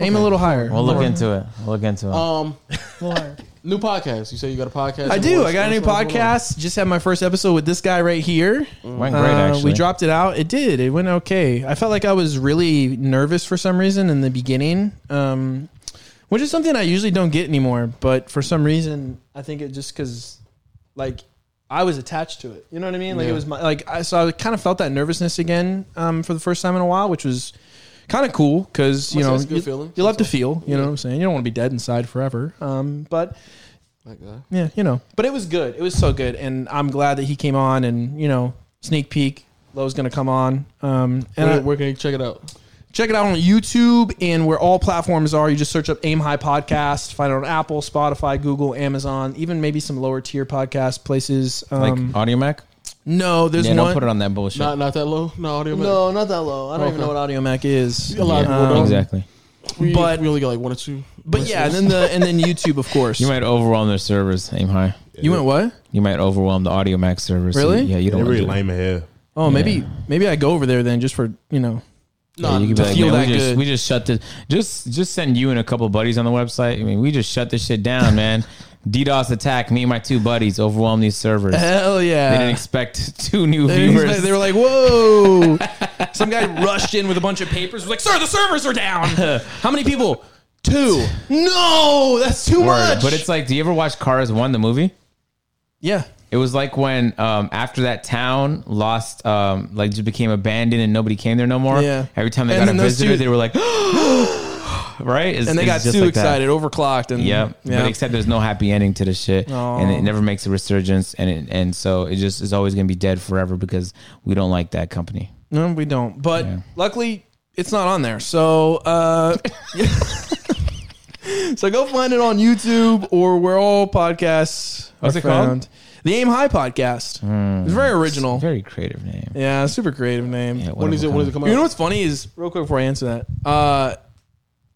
Speaker 5: aim a little higher.
Speaker 1: We'll look into it. We'll look into it.
Speaker 2: Um, new podcast. You say you got a podcast.
Speaker 5: I do. I got a new
Speaker 2: What's- what's going on?
Speaker 5: podcast. Just had my first episode with this guy right here.
Speaker 2: Um,
Speaker 1: Went
Speaker 5: Uh,
Speaker 1: great actually.
Speaker 5: we dropped it out. It did. It went okay. I felt like I was really nervous for some reason in the beginning, um, which is something I usually don't get anymore. But for some reason, I think it just because, like, I was attached to it. You know what I mean? Like it
Speaker 2: Yeah.
Speaker 5: was my like. I, so I kind of felt that nervousness again um, for the first time in a while, which was kind of cool because you
Speaker 2: Must-
Speaker 5: know
Speaker 2: that's a good
Speaker 5: you,
Speaker 2: feeling.
Speaker 5: you'll have to feel. You know what I'm saying? You don't want to be dead inside forever. Um, but
Speaker 2: Like that.
Speaker 5: yeah, you know. But it was good. It was so good, and I'm glad that he came on. And you know, sneak peek, Lowe's gonna come on. Um, and
Speaker 2: where,
Speaker 5: I-
Speaker 2: where can you check it out?
Speaker 5: check it out on YouTube and where all platforms are. You just search up Aim High Podcast. Find it on Apple, Spotify, Google, Amazon, even maybe some lower tier podcast places.
Speaker 1: like
Speaker 5: Um,
Speaker 1: Audio Mac.
Speaker 5: no, there's
Speaker 1: Yeah,
Speaker 5: one.
Speaker 1: don't put it on that bullshit.
Speaker 2: Not not that low. No audio. man.
Speaker 5: no, Oh, not that low. I don't even
Speaker 2: Okay.
Speaker 5: know what Audio Mac is.
Speaker 2: A lot of
Speaker 5: Um,
Speaker 2: people don't.
Speaker 1: exactly.
Speaker 2: we,
Speaker 5: but-
Speaker 2: we only got like one or two.
Speaker 5: But yeah, and then the and then YouTube, of course.
Speaker 1: You might overwhelm their servers. Aim high.
Speaker 5: You went what?
Speaker 1: You might overwhelm the Audio Mac servers. so
Speaker 5: Really?
Speaker 1: yeah, you
Speaker 4: They're
Speaker 1: don't. wanna
Speaker 4: really
Speaker 1: do that.
Speaker 4: lame in here.
Speaker 5: Oh, maybe maybe I go over there then just for you know.
Speaker 1: Yeah,
Speaker 2: No,
Speaker 1: you could
Speaker 5: to
Speaker 1: be like,
Speaker 5: feel
Speaker 1: man,
Speaker 5: that
Speaker 1: we just
Speaker 5: good.
Speaker 1: we just shut this. Just just send you and a couple buddies on the website. I mean, we just shut this shit down, man. DDoS attack. Me and my two buddies overwhelm these servers.
Speaker 5: Hell yeah!
Speaker 1: They didn't expect two new
Speaker 5: Uh-huh. They,
Speaker 1: viewers.
Speaker 5: they were like, "Whoa!" Some guy rushed in with a bunch of papers. Was like, "Sir, the servers are down." How many people? Two. No, that's too much.
Speaker 1: But it's like, do you ever watch Cars One, the movie?
Speaker 5: yeah,
Speaker 1: It was like when um, after that town lost, um, like just became abandoned and nobody came there no more.
Speaker 5: Yeah.
Speaker 1: Every time they
Speaker 5: And
Speaker 1: got
Speaker 5: then
Speaker 1: a
Speaker 5: those
Speaker 1: visitor,
Speaker 5: two-
Speaker 1: they were like, right? It's-
Speaker 5: and they
Speaker 1: it's
Speaker 5: got
Speaker 1: just
Speaker 5: too
Speaker 1: like that.
Speaker 5: excited, overclocked, and
Speaker 1: Yep. But
Speaker 5: yeah.
Speaker 1: except there's no happy ending to the shit,
Speaker 5: Aw.
Speaker 2: Oh.
Speaker 1: and it never makes a resurgence, and it, and so it just is always gonna be dead forever because we don't like that company.
Speaker 5: no, we don't. But luckily, it's not on there. So, uh, so go find it on YouTube or where all podcasts
Speaker 1: What's
Speaker 5: are
Speaker 1: it called? Mm.
Speaker 5: found. The Aim High Podcast.
Speaker 2: Mm.
Speaker 5: It's very original.
Speaker 1: Very creative name.
Speaker 5: yeah, super creative name.
Speaker 1: Yeah,
Speaker 2: when
Speaker 1: one
Speaker 2: is
Speaker 1: of
Speaker 2: it?
Speaker 1: a
Speaker 2: When does
Speaker 1: kind.
Speaker 2: it come out?
Speaker 5: You know what's funny is real quick before I answer that. Uh,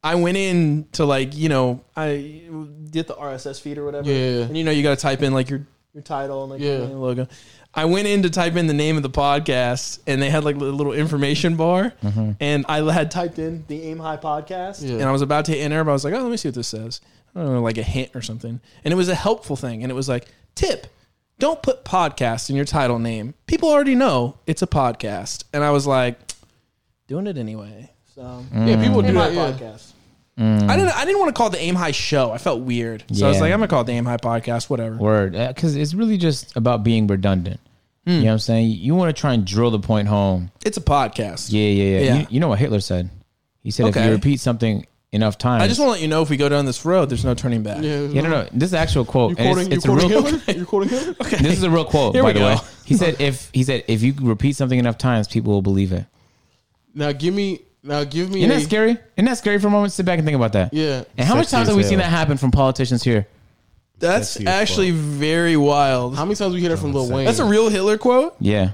Speaker 5: I went in to like you know I did the RSS feed or whatever.
Speaker 2: Yeah.
Speaker 5: And you know you got to type in like your your title and like your
Speaker 2: Yeah.
Speaker 5: name, logo. I went in to type in the name of the podcast, and they had like a little information bar, and I had typed in the Aim High podcast,
Speaker 2: Mm-hmm. Yeah.
Speaker 5: and I was about to hit enter, but I was like, oh, let me see what this says. I don't know, like a hint or something, and it was a helpful thing, and it was like tip. Don't put podcast in your title name. People already know it's a podcast. And I was like, doing it anyway. So
Speaker 1: Mm.
Speaker 2: yeah, people do
Speaker 5: Aim High
Speaker 2: that. Yeah.
Speaker 5: podcast.
Speaker 2: Mm.
Speaker 5: I didn't. I didn't want to call it the Aim High Show. I felt weird, so I was
Speaker 1: Yeah.
Speaker 5: like, I'm gonna call it the Aim High Podcast. Whatever.
Speaker 1: Word, because it's really just about being redundant.
Speaker 2: Hmm.
Speaker 1: You know what I'm saying? You want to try and drill the point home.
Speaker 5: It's a podcast.
Speaker 1: Yeah, yeah, yeah.
Speaker 5: Yeah.
Speaker 1: You, you know what Hitler said? He said if
Speaker 5: Okay.
Speaker 1: you repeat something enough times,
Speaker 5: I just want to let you know if we go down this road, there's no turning back.
Speaker 2: Yeah.
Speaker 1: Yeah, no, no. This is an actual quote.
Speaker 2: You
Speaker 1: and
Speaker 2: quoting?
Speaker 1: it's, it's
Speaker 2: you
Speaker 1: a
Speaker 2: quoting
Speaker 1: real.
Speaker 2: Hitler? You quoting Hitler?
Speaker 1: This is a real quote,
Speaker 5: Here
Speaker 1: by
Speaker 5: we
Speaker 1: the
Speaker 5: go.
Speaker 1: way. He said, "If he said if you repeat something enough times, people will believe it."
Speaker 2: Now give me. Now give me.
Speaker 1: Isn't
Speaker 2: a-
Speaker 1: that scary? Isn't that scary for a moment? Sit back and think about that.
Speaker 2: Yeah.
Speaker 1: And how much
Speaker 4: Sexy
Speaker 1: times
Speaker 4: as
Speaker 1: have we
Speaker 4: hell.
Speaker 1: seen that happen from politicians here?
Speaker 5: That's
Speaker 4: Sexy as
Speaker 5: actually very wild.
Speaker 2: How many times we hear that from Lil Wayne?
Speaker 5: That's a real Hitler quote.
Speaker 1: Yeah.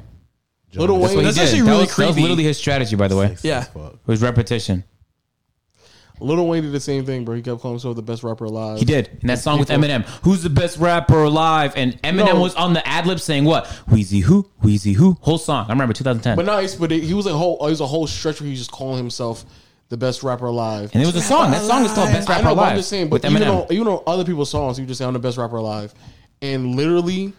Speaker 2: Lil
Speaker 4: That's
Speaker 2: Wayne.
Speaker 5: That's
Speaker 1: He did.
Speaker 5: actually
Speaker 1: That
Speaker 5: really
Speaker 1: was- That was
Speaker 5: creepy.
Speaker 1: literally his strategy, by the way. It
Speaker 4: Sexy
Speaker 5: Yeah.
Speaker 4: as fuck.
Speaker 1: was repetition.
Speaker 2: Lil Wayne did the same thing, bro. He kept calling himself the best rapper alive.
Speaker 1: He did. And that song with Eminem, who's the best rapper alive? And Eminem
Speaker 2: No.
Speaker 1: was on the ad lib saying what? Wheezy who? Wheezy who? Whole song. I remember 2010.
Speaker 2: But no, it's, but it, he was a whole. He was a whole stretch where he was just calling himself the best rapper alive.
Speaker 1: and it was a song. That song is called Best
Speaker 2: I
Speaker 1: Rapper
Speaker 2: know, but
Speaker 1: Alive.
Speaker 2: I'm just saying.
Speaker 1: with
Speaker 2: But even
Speaker 1: Eminem.
Speaker 2: on, even on other people's songs, you just say I'm the best rapper alive, and literally.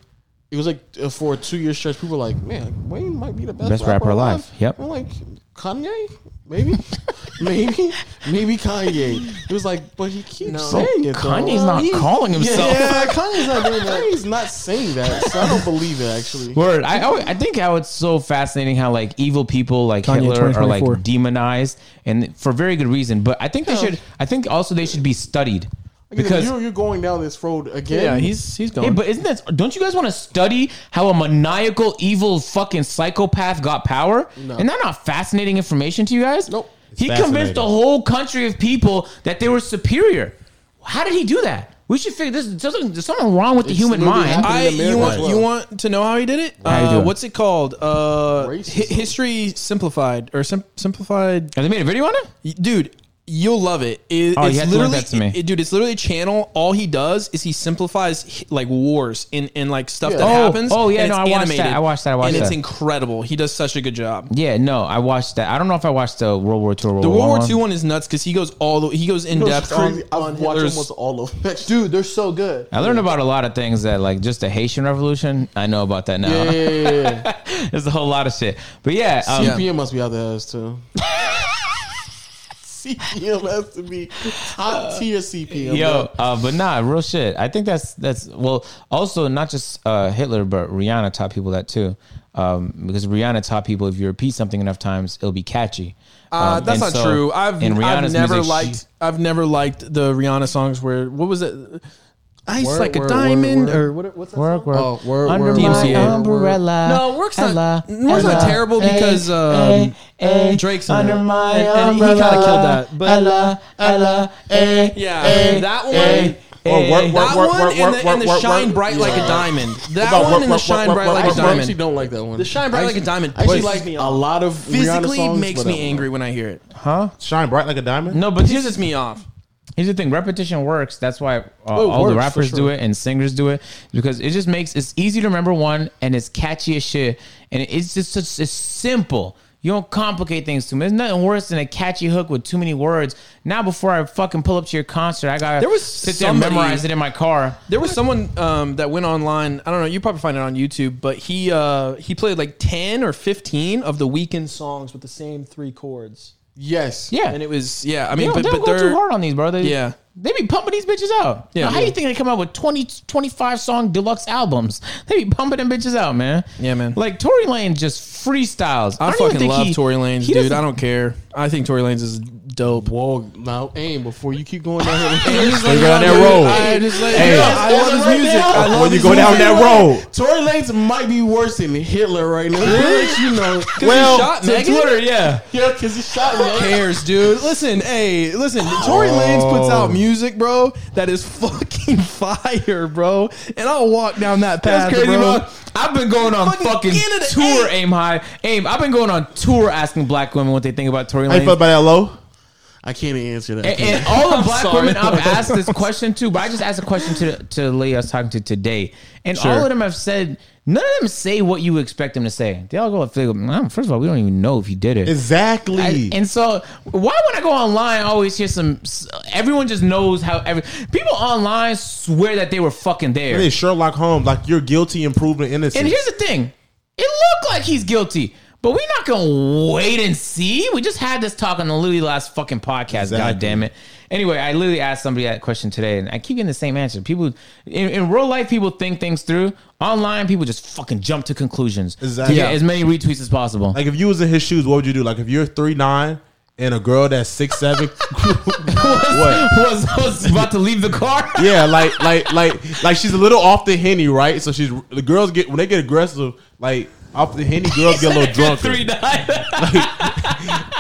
Speaker 2: It was like uh, for a two year stretch, people were like, man, Wayne might be the best,
Speaker 1: Best rapper alive. Yep.
Speaker 2: I'm like, Kanye? Maybe? maybe? Maybe Kanye. It was like, but he keeps saying it. though.
Speaker 1: Kanye's not calling himself.
Speaker 2: Yeah, Kanye's not doing that. Kanye's not saying that, so I don't believe it actually.
Speaker 1: Word. I always- I think how it's so fascinating how like evil people like
Speaker 5: Kanye
Speaker 1: Hitler are
Speaker 5: 2024.
Speaker 1: like demonized and for very good reason. But I think they should. I think also they should be studied because.
Speaker 2: you're, you're going down this road again.
Speaker 5: Yeah, he's he's
Speaker 1: Hey,
Speaker 5: gone.
Speaker 1: but isn't that? Don't you guys want to study how a maniacal, evil, fucking psychopath got power? No. And that not fascinating information to you guys?
Speaker 2: Nope.
Speaker 1: He
Speaker 4: fascinating.
Speaker 1: convinced a whole country of people that they were superior. How did he do that? We should figure this. Something, there's something wrong with the
Speaker 2: It's
Speaker 1: human
Speaker 2: literally
Speaker 1: mind.
Speaker 2: happening.
Speaker 5: I
Speaker 2: in America
Speaker 5: you want
Speaker 2: as well.
Speaker 5: you want to know how he did it?
Speaker 1: How you
Speaker 5: Uh,
Speaker 1: do it?
Speaker 5: what's it called? Uh, hi-
Speaker 2: Racism.
Speaker 5: history simplified or sim- simplified
Speaker 1: Have they made a video on it?
Speaker 5: dude you'll love it, It-
Speaker 1: Oh, you
Speaker 5: it's
Speaker 1: have to link
Speaker 5: literally
Speaker 1: that to me.
Speaker 5: it- dude it's literally a channel all he does is he simplifies hi- like wars and, and like stuff
Speaker 2: Yeah.
Speaker 5: that
Speaker 2: Oh,
Speaker 5: happens
Speaker 1: oh, yeah,
Speaker 5: and
Speaker 1: no,
Speaker 5: it's
Speaker 1: I watched that. I watched that, I watched
Speaker 5: and it's
Speaker 1: that.
Speaker 5: incredible he does such a good job
Speaker 1: Yeah, no, I watched that. I don't know if I watched the World War II. Or World
Speaker 5: the
Speaker 1: War
Speaker 5: World War
Speaker 1: One.
Speaker 5: II one is nuts because he goes all the he goes in
Speaker 2: It was
Speaker 5: depth
Speaker 2: crazy.
Speaker 5: on,
Speaker 2: I've
Speaker 5: on
Speaker 2: watched
Speaker 5: Hitler's-
Speaker 2: almost all of them.
Speaker 3: Dude, they're so good.
Speaker 1: I learned about a lot of things that, like, just the Haitian Revolution. I know about that now.
Speaker 2: Yeah, yeah, yeah, yeah.
Speaker 1: There's a whole lot of shit. But yeah, um,
Speaker 5: Yeah.
Speaker 2: CPM must be out there ass too. CPM has to be top tier CPM.
Speaker 1: yo, uh, but nah, real shit. I think that's that's well. Also, not just uh, Hitler, but Rihanna taught people that too, um, because Rihanna taught people if you repeat something enough times, it'll be catchy.
Speaker 5: Uh,
Speaker 1: Um,
Speaker 5: that's
Speaker 1: and
Speaker 5: not
Speaker 1: so-
Speaker 5: true. I've
Speaker 1: and
Speaker 5: I've
Speaker 1: Rihanna's
Speaker 5: never
Speaker 1: music, she-
Speaker 5: liked I've never liked the Rihanna songs where what was it? Ice
Speaker 2: Word,
Speaker 5: like a
Speaker 2: word,
Speaker 5: diamond
Speaker 2: word,
Speaker 5: or what, what's that?
Speaker 1: Work, work,
Speaker 2: Oh, word,
Speaker 1: under
Speaker 2: word,
Speaker 1: my
Speaker 5: DMCA.
Speaker 1: umbrella.
Speaker 5: No, work's not-
Speaker 1: Ella,
Speaker 5: work's not
Speaker 1: Ella,
Speaker 5: terrible
Speaker 1: ay,
Speaker 5: because,
Speaker 1: ay,
Speaker 5: um,
Speaker 1: ay,
Speaker 5: Drake's in
Speaker 1: under
Speaker 5: it.
Speaker 1: my
Speaker 5: And- and he
Speaker 1: umbrella.
Speaker 5: kinda killed that, but-
Speaker 1: Ella, Ella, eh. ay,
Speaker 5: Yeah,
Speaker 1: ay,
Speaker 5: that one.
Speaker 1: ay,
Speaker 4: Or work,
Speaker 1: ay.
Speaker 4: work,
Speaker 5: That
Speaker 4: work,
Speaker 5: one
Speaker 4: work,
Speaker 5: and
Speaker 4: work,
Speaker 5: the, and the
Speaker 4: work,
Speaker 5: shine
Speaker 4: work.
Speaker 5: bright like a diamond. That
Speaker 4: What about
Speaker 5: one and the
Speaker 4: work, work,
Speaker 5: shine
Speaker 4: work,
Speaker 5: bright
Speaker 4: work,
Speaker 5: like
Speaker 2: I
Speaker 5: a
Speaker 4: work, work?
Speaker 2: actually
Speaker 5: diamond.
Speaker 2: don't like that one.
Speaker 5: The shine bright
Speaker 2: I
Speaker 5: like a
Speaker 2: actually-
Speaker 5: diamond.
Speaker 2: I actually like
Speaker 5: Wait.
Speaker 2: a lot of Rihanna
Speaker 5: Physically
Speaker 2: songs,
Speaker 5: makes
Speaker 2: but
Speaker 5: me
Speaker 2: that
Speaker 1: uh,
Speaker 2: one.
Speaker 5: angry when I hear it.
Speaker 4: Shine bright like a diamond.
Speaker 1: No, but here's
Speaker 5: Pisses me off.
Speaker 1: Here's the thing: repetition works. That's why uh, all the
Speaker 2: works, for
Speaker 1: rappers do
Speaker 2: sure.
Speaker 1: it and singers do it because it just makes it's easy to remember one and it's catchy as shit and it's just such it's simple. You don't complicate things too much. There's nothing worse than a catchy hook with too many words. Now, before I fucking pull up to your concert, I gotta
Speaker 5: There was
Speaker 1: sit there and
Speaker 5: somebody-
Speaker 1: memorize it in my car.
Speaker 5: There was someone um, that went online. I don't know. You probably find it on YouTube, but he uh, he played like ten or fifteen of the weekend songs with the same three chords,
Speaker 2: Yes.
Speaker 1: Yeah,
Speaker 5: and it was yeah. I
Speaker 1: they
Speaker 5: mean,
Speaker 1: don't,
Speaker 5: but,
Speaker 1: they
Speaker 5: but
Speaker 1: don't go
Speaker 5: they're
Speaker 1: too hard on these, bro. They,
Speaker 5: Yeah.
Speaker 1: they be pumping these bitches out.
Speaker 5: Yeah.
Speaker 1: Now, how do you think they come out with 20, 25 song deluxe albums? They be pumping them bitches out, man.
Speaker 5: Yeah, man.
Speaker 1: Like Tory Lane just freestyles.
Speaker 5: I,
Speaker 1: don't even
Speaker 5: fucking
Speaker 1: think
Speaker 5: love
Speaker 1: he-
Speaker 5: Tory Lanez,
Speaker 1: he
Speaker 5: dude.
Speaker 1: doesn't-
Speaker 5: I don't care. I think Tory Lanez is dope.
Speaker 2: Whoa, now oh, aim before you keep going down here.
Speaker 5: He's like,
Speaker 4: down that road.
Speaker 5: I just like,
Speaker 4: Hey.
Speaker 5: yo, I love his
Speaker 2: Right
Speaker 5: music.
Speaker 2: now.
Speaker 5: I love
Speaker 4: When you
Speaker 5: his
Speaker 4: go
Speaker 5: music.
Speaker 4: down that road,
Speaker 2: Tory Lanez might be worse than Hitler right now. Let you know.
Speaker 5: 'Cause he shot Megan?
Speaker 1: yeah.
Speaker 2: Yeah, because he shot
Speaker 5: Who
Speaker 2: Megan.
Speaker 5: cares, dude? Listen, hey, listen.
Speaker 1: Oh.
Speaker 5: Tory Lanez puts out music, bro, that is fucking fire, bro. And I'll walk down that path,
Speaker 1: That's crazy,
Speaker 5: bro.
Speaker 1: bro. I've been going on
Speaker 5: Fucking
Speaker 1: fucking,
Speaker 5: Canada,
Speaker 1: tour,
Speaker 5: hey.
Speaker 1: aim high, aim. I've been going on tour asking black women what they think about Tory
Speaker 4: how you
Speaker 1: Lanez.
Speaker 4: feel about that low?
Speaker 2: I can't answer that.
Speaker 1: And, and all the black women I've asked this question to, but I just asked a question to to Lee I was talking to today, and all of them have said none of them say what you expect them to say. They all go, if they go, "Man, first of all, we don't even know if he did it.
Speaker 4: Exactly.
Speaker 1: I- and so, why when I go online, I always hear some. s- Everyone just knows how every people online swear that they were fucking there.
Speaker 4: it is Sherlock Holmes. Like you're guilty and proven innocent.
Speaker 1: And here's the thing: it looked like he's guilty, but we're not gonna wait and see. We just had this talk on the literally last fucking podcast. God damn it! Anyway, I literally asked somebody that question today, and I keep getting the same answer. People in, in real life, people think things through. Online, people just fucking jump to conclusions
Speaker 4: Exactly.
Speaker 1: to get as many retweets as possible.
Speaker 4: Like if you was in his shoes, what would you do? Like if you're three nine and a girl that's six seven, what?
Speaker 1: was, was about to leave the car.
Speaker 4: Yeah, like like like like she's a little off the henny, right? So she's the girls get when they get aggressive, like off the henny, girls get a little drunk.
Speaker 1: Three nine.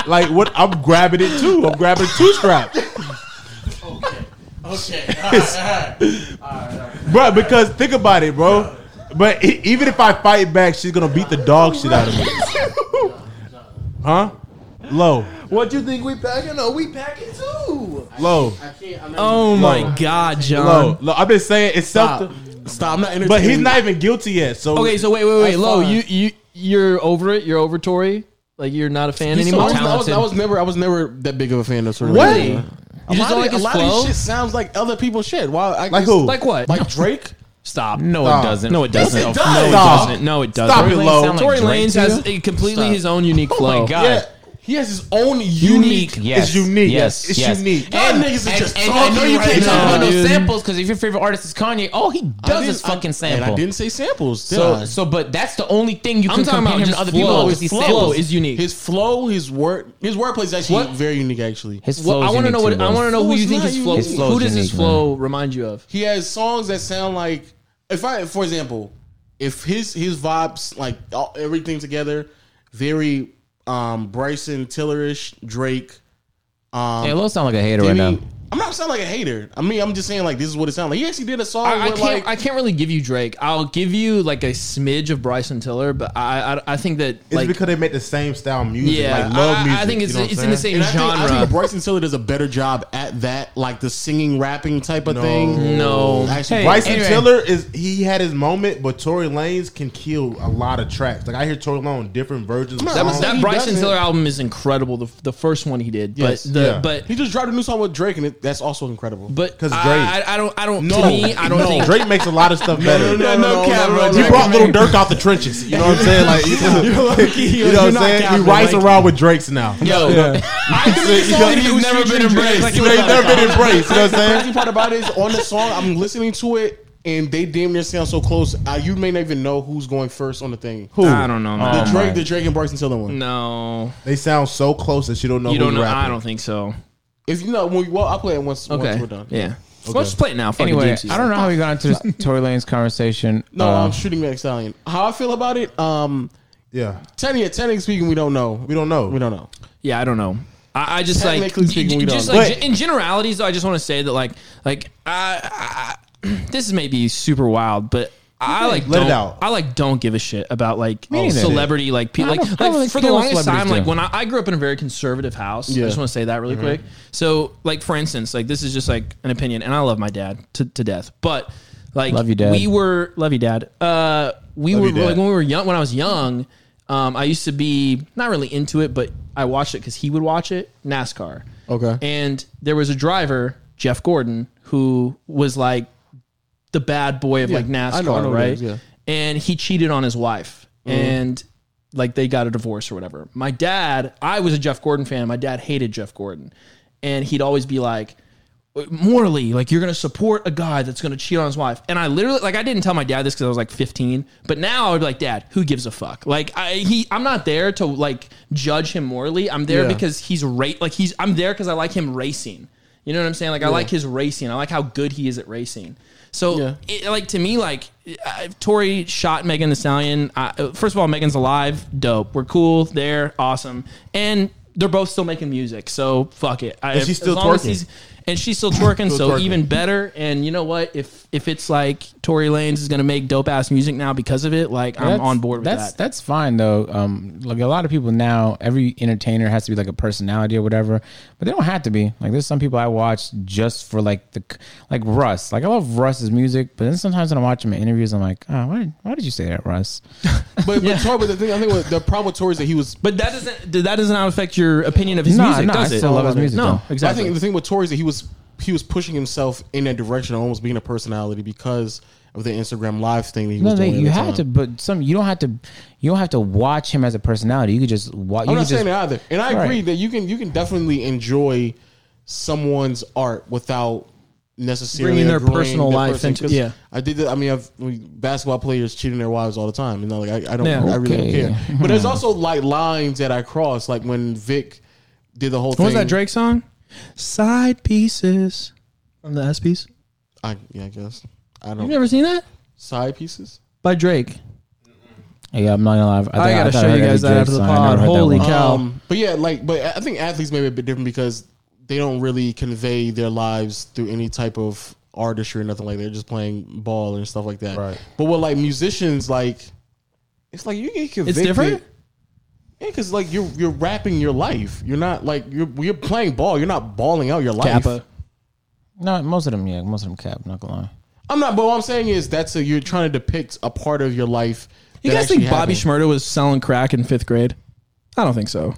Speaker 4: Like what? I'm grabbing it too. I'm grabbing two strap.
Speaker 2: Okay.
Speaker 4: bro. Because think about it, bro. But e- even if I fight back, she's gonna beat the dog shit out of me. Huh? Low,
Speaker 5: What do you think we packing? Oh, we packing too.
Speaker 4: low,
Speaker 5: Oh my God,
Speaker 4: low,
Speaker 5: John.
Speaker 4: low. I've been saying it's
Speaker 2: Stop.
Speaker 4: self,
Speaker 2: Stop. I'm not entertaining.
Speaker 4: but he's
Speaker 2: you.
Speaker 4: not even guilty yet. So
Speaker 5: Okay, so wait, wait, wait,
Speaker 2: That's
Speaker 5: Lo,
Speaker 2: fine.
Speaker 5: you you you're over it. You're over Tori. Like you're not a fan
Speaker 2: He's so
Speaker 5: anymore.
Speaker 2: talented. I, was, I, was, I was never. I was never that big of a fan of sort of.
Speaker 5: Really?
Speaker 2: Yeah.
Speaker 5: You
Speaker 2: a
Speaker 5: just
Speaker 2: lot,
Speaker 5: don't
Speaker 2: of,
Speaker 5: like
Speaker 2: a
Speaker 5: his
Speaker 2: lot
Speaker 5: flow?
Speaker 2: of shit sounds like other people's shit. Why? I
Speaker 4: Like
Speaker 2: just-
Speaker 4: who?
Speaker 5: Like what?
Speaker 2: Like Drake?
Speaker 5: Stop.
Speaker 6: No,
Speaker 4: Stop.
Speaker 6: it doesn't. No, it doesn't.
Speaker 2: it
Speaker 6: No,
Speaker 2: does.
Speaker 6: it
Speaker 4: Stop.
Speaker 6: doesn't. No, it doesn't.
Speaker 4: Stop it, Lo.
Speaker 5: Tory Lanez has a completely
Speaker 2: Stop.
Speaker 5: his own unique
Speaker 6: Oh
Speaker 5: flow.
Speaker 6: my god.
Speaker 2: Yeah. He has his own
Speaker 6: Unique.
Speaker 2: unique.
Speaker 6: Yes.
Speaker 4: It's unique.
Speaker 6: Yes.
Speaker 4: It's
Speaker 6: yes.
Speaker 4: unique.
Speaker 2: Y'all niggas are just talking
Speaker 6: I know you
Speaker 2: right
Speaker 6: can't
Speaker 2: now,
Speaker 6: talk about no
Speaker 5: dude.
Speaker 6: samples because if your favorite artist is Kanye, all he
Speaker 2: I
Speaker 6: does is
Speaker 2: didn't- I-
Speaker 6: fucking
Speaker 2: And
Speaker 6: sample.
Speaker 2: I didn't say samples. did I?
Speaker 6: So, so, but that's the only thing you
Speaker 5: I'm
Speaker 6: can
Speaker 5: talking
Speaker 6: compare
Speaker 5: about
Speaker 6: him to
Speaker 5: just
Speaker 6: other
Speaker 5: flow.
Speaker 6: people.
Speaker 5: His
Speaker 6: Is these
Speaker 5: flow
Speaker 6: samples.
Speaker 5: is unique.
Speaker 2: his flow, his word, his wordplay is actually very unique. Actually,
Speaker 6: His flow.
Speaker 5: Well, I want to know what I want to know who
Speaker 2: Flow's
Speaker 5: you think
Speaker 2: not
Speaker 5: his flow.
Speaker 6: unique. His flow's
Speaker 5: who does his
Speaker 6: unique,
Speaker 5: flow remind you of?
Speaker 2: he has songs that sound like if I, for example, if his his vibes like all, everything together, very um Bryson Tillerish Drake. Um,
Speaker 1: Hey, Lo sound like a hater right
Speaker 2: Diddy-
Speaker 1: now.
Speaker 2: I'm not sounding like a hater. I mean, I'm just saying like this is what it sounds like. He actually did a song.
Speaker 5: I, I
Speaker 2: with,
Speaker 5: can't.
Speaker 2: like,
Speaker 5: I can't really give you Drake. I'll give you like a smidge of Bryson Tiller, but I I, I think that
Speaker 4: It's
Speaker 5: like
Speaker 4: because they make the same style of music,
Speaker 5: yeah,
Speaker 4: like love
Speaker 5: I-
Speaker 4: music.
Speaker 5: I, think it's
Speaker 4: you know what
Speaker 5: it's
Speaker 4: I'm
Speaker 5: in the
Speaker 4: saying?
Speaker 2: and
Speaker 5: same
Speaker 2: I think, I
Speaker 5: genre.
Speaker 2: think Bryson Tiller does a better job at that, like the singing, rapping type of
Speaker 4: No.
Speaker 2: thing.
Speaker 5: no,
Speaker 2: Actually,
Speaker 4: Bryson
Speaker 1: anyway.
Speaker 4: Tiller is he had his moment, but Tory Lanez can kill a lot of tracks. Like I hear Tory Lanez on different versions. Of
Speaker 2: That
Speaker 5: that
Speaker 4: songs.
Speaker 5: was that
Speaker 2: he
Speaker 5: Bryson
Speaker 2: doesn't.
Speaker 5: Tiller album is incredible. The the first one he did,
Speaker 2: Yes.
Speaker 5: but the
Speaker 4: Yeah.
Speaker 5: but
Speaker 2: He just dropped a new song with Drake, and it, that's also incredible.
Speaker 5: but
Speaker 4: 'Cause
Speaker 5: I-
Speaker 4: Drake.
Speaker 5: I, I don't I don't
Speaker 4: No,
Speaker 5: to me I don't
Speaker 4: no.
Speaker 5: think
Speaker 4: Drake makes a lot of stuff better.
Speaker 2: no, no, no, no, no,
Speaker 4: He
Speaker 2: no.
Speaker 4: brought little Dirk out the trenches. You know what I'm saying? Like, you know what I'm saying? He rides around with Drakes now.
Speaker 5: yo
Speaker 4: He's
Speaker 6: never been embraced.
Speaker 4: He's never been embraced. You know
Speaker 2: the crazy
Speaker 4: what I'm saying?
Speaker 2: part about it is on the song, I'm listening to it, and they damn near sound so close. Uh, you may not even know who's going first on the thing. Who?
Speaker 5: I don't know man.
Speaker 2: The Drake, the Drake and Bryson Tiller one.
Speaker 5: no
Speaker 4: They sound so close that you don't know
Speaker 5: you
Speaker 4: who's
Speaker 5: don't know I
Speaker 4: rapping.
Speaker 5: don't think so
Speaker 2: If you know, when, well, I'll play it once,
Speaker 5: okay
Speaker 2: once we're done.
Speaker 5: yeah let's play it now fucking
Speaker 1: Anyway,
Speaker 5: Jinxie.
Speaker 1: I don't know how we got into this Tory Lanez conversation.
Speaker 2: No,
Speaker 1: Uh,
Speaker 5: Uh-huh.
Speaker 2: I'm shooting Max Stallion. How I feel about it, um,
Speaker 4: Yeah.
Speaker 2: technically, technically speaking, we don't know.
Speaker 4: We don't know.
Speaker 2: We don't know.
Speaker 5: Yeah, I don't know. I, I just like,
Speaker 2: Technically speaking, we
Speaker 5: just
Speaker 2: don't.
Speaker 5: like
Speaker 4: But-
Speaker 5: in generalities. Though, I just want to say that like like I, I this is maybe super wild, but. I like
Speaker 4: Let it
Speaker 5: don't-
Speaker 4: out.
Speaker 5: I like don't give a shit about like
Speaker 1: neither.
Speaker 5: celebrity like people like,
Speaker 1: don't- I
Speaker 5: like
Speaker 1: don't really
Speaker 5: for the
Speaker 1: care what
Speaker 5: longest
Speaker 1: celebrities
Speaker 5: time like
Speaker 1: do.
Speaker 5: when I, I grew up in a very conservative house. I
Speaker 2: Yeah.
Speaker 5: just want to say that really quick. So like for instance like this is just like an opinion and I love my dad to, to death, but like
Speaker 1: Love you, Dad.
Speaker 5: we were love you dad. Uh, we
Speaker 4: Love
Speaker 5: were
Speaker 4: you, Dad.
Speaker 5: like when we were young when I was young. Um, I used to be not really into it, but I watched it because he would watch it. NASCAR.
Speaker 2: Okay.
Speaker 5: And there was a driver, Jeff Gordon, who was like the bad boy of like NASCAR,
Speaker 2: I know- I know who
Speaker 5: right?
Speaker 2: it is, yeah. Mm-hmm.
Speaker 5: And he cheated on his wife, and like they got a divorce or whatever. My dad, I was a Jeff Gordon fan. My dad hated Jeff Gordon, and he'd always be like, morally, like you're gonna support a guy that's gonna cheat on his wife. And I literally, like, I didn't tell my dad this because I was like 15, but now I would be like, Dad, who gives a fuck? Like, I he, I'm not there to like judge him morally. I'm there
Speaker 2: Yeah.
Speaker 5: because he's rate, like he's, I'm there because I like him racing. You know what I'm saying? Like, I like his racing. I like how good he is at racing. So,
Speaker 2: Yeah.
Speaker 5: it, like to me, like uh, Tori shot Megan the Stallion. I, uh, first of all, Megan's alive, dope. We're cool. They're awesome, and they're both still making music. So fuck it. I,
Speaker 4: she's still
Speaker 5: as long as
Speaker 4: twerking.
Speaker 5: he's- and she's still twerking,
Speaker 4: Still
Speaker 5: so
Speaker 4: twerking.
Speaker 5: even better. And you know what? If if it's like Tory Lanez is gonna make dope ass music now because of it, like I'm
Speaker 1: that's-
Speaker 5: on board with
Speaker 1: that's,
Speaker 5: that.
Speaker 1: That's fine though. Um, like a lot of people now, every entertainer has to be like a personality or whatever, but they don't have to be. Like there's some people I watch just for like the like Russ. Like I love Russ's music, but then sometimes when I watch him in interviews, I'm like, oh, why, why did you say that, Russ?
Speaker 2: But, but, Tori, but the thing, I think what the problem with Tori is that he was.
Speaker 5: But that doesn't that does not affect your opinion of his
Speaker 1: Nah,
Speaker 5: music,
Speaker 1: nah,
Speaker 5: does
Speaker 1: I
Speaker 5: it?
Speaker 1: still love his music,
Speaker 5: No,
Speaker 1: though.
Speaker 5: exactly.
Speaker 2: I think the thing with Tori is that he was he was pushing himself in that direction of almost being a personality because of the Instagram live thing that he
Speaker 1: No,
Speaker 2: was
Speaker 1: they,
Speaker 2: doing. at
Speaker 1: you
Speaker 2: the
Speaker 1: have to,
Speaker 2: time.
Speaker 1: but some you don't have to. You don't have to watch him as a personality. You could just watch.
Speaker 2: I'm not saying that either, and I
Speaker 1: Right.
Speaker 2: agree that you can you can definitely enjoy someone's art without necessarily
Speaker 5: Bringing their
Speaker 2: agreeing
Speaker 5: personal
Speaker 2: that
Speaker 5: life
Speaker 2: person,
Speaker 5: into-
Speaker 2: 'cause
Speaker 5: yeah.
Speaker 2: I did. That, I mean, I've we- basketball players cheating their wives all the time, and like I, I don't,
Speaker 5: Yeah.
Speaker 2: I really don't
Speaker 1: Okay.
Speaker 2: care. But there's also like lines that I cross, like when Vic did the whole thing.
Speaker 5: What was that Drake song? Side pieces on the S piece.
Speaker 2: I, yeah, I guess I
Speaker 5: You've
Speaker 2: don't
Speaker 5: never seen that
Speaker 2: side pieces.
Speaker 5: by Drake.
Speaker 1: Yeah, I'm not gonna lie.
Speaker 5: I
Speaker 1: think-
Speaker 5: gotta
Speaker 1: thought
Speaker 5: show
Speaker 1: heard
Speaker 5: you
Speaker 1: every
Speaker 5: guys that
Speaker 1: Drake
Speaker 5: after the
Speaker 1: song. I
Speaker 5: pod.
Speaker 1: never heard that
Speaker 5: Holy
Speaker 1: one.
Speaker 5: cow!
Speaker 2: Um, but yeah, like, but I think athletes may be a bit different because they don't really convey their lives through any type of artistry or nothing like that. They're just playing ball and stuff like that.
Speaker 4: Right.
Speaker 2: But with like musicians, like it's like you get convicted.
Speaker 5: different?
Speaker 2: Yeah, because like you're you're rapping your life. You're not like you're you're playing ball. You're not balling out your life.
Speaker 1: No, most of them, yeah, most of them cap. Not gonna lie.
Speaker 2: I'm not. But what I'm saying is that's a you're trying to depict a part of your life.
Speaker 5: You
Speaker 2: that
Speaker 5: guys think
Speaker 2: actually
Speaker 5: Bobby
Speaker 2: happened.
Speaker 5: Schmurda was selling crack in fifth grade? I don't think so.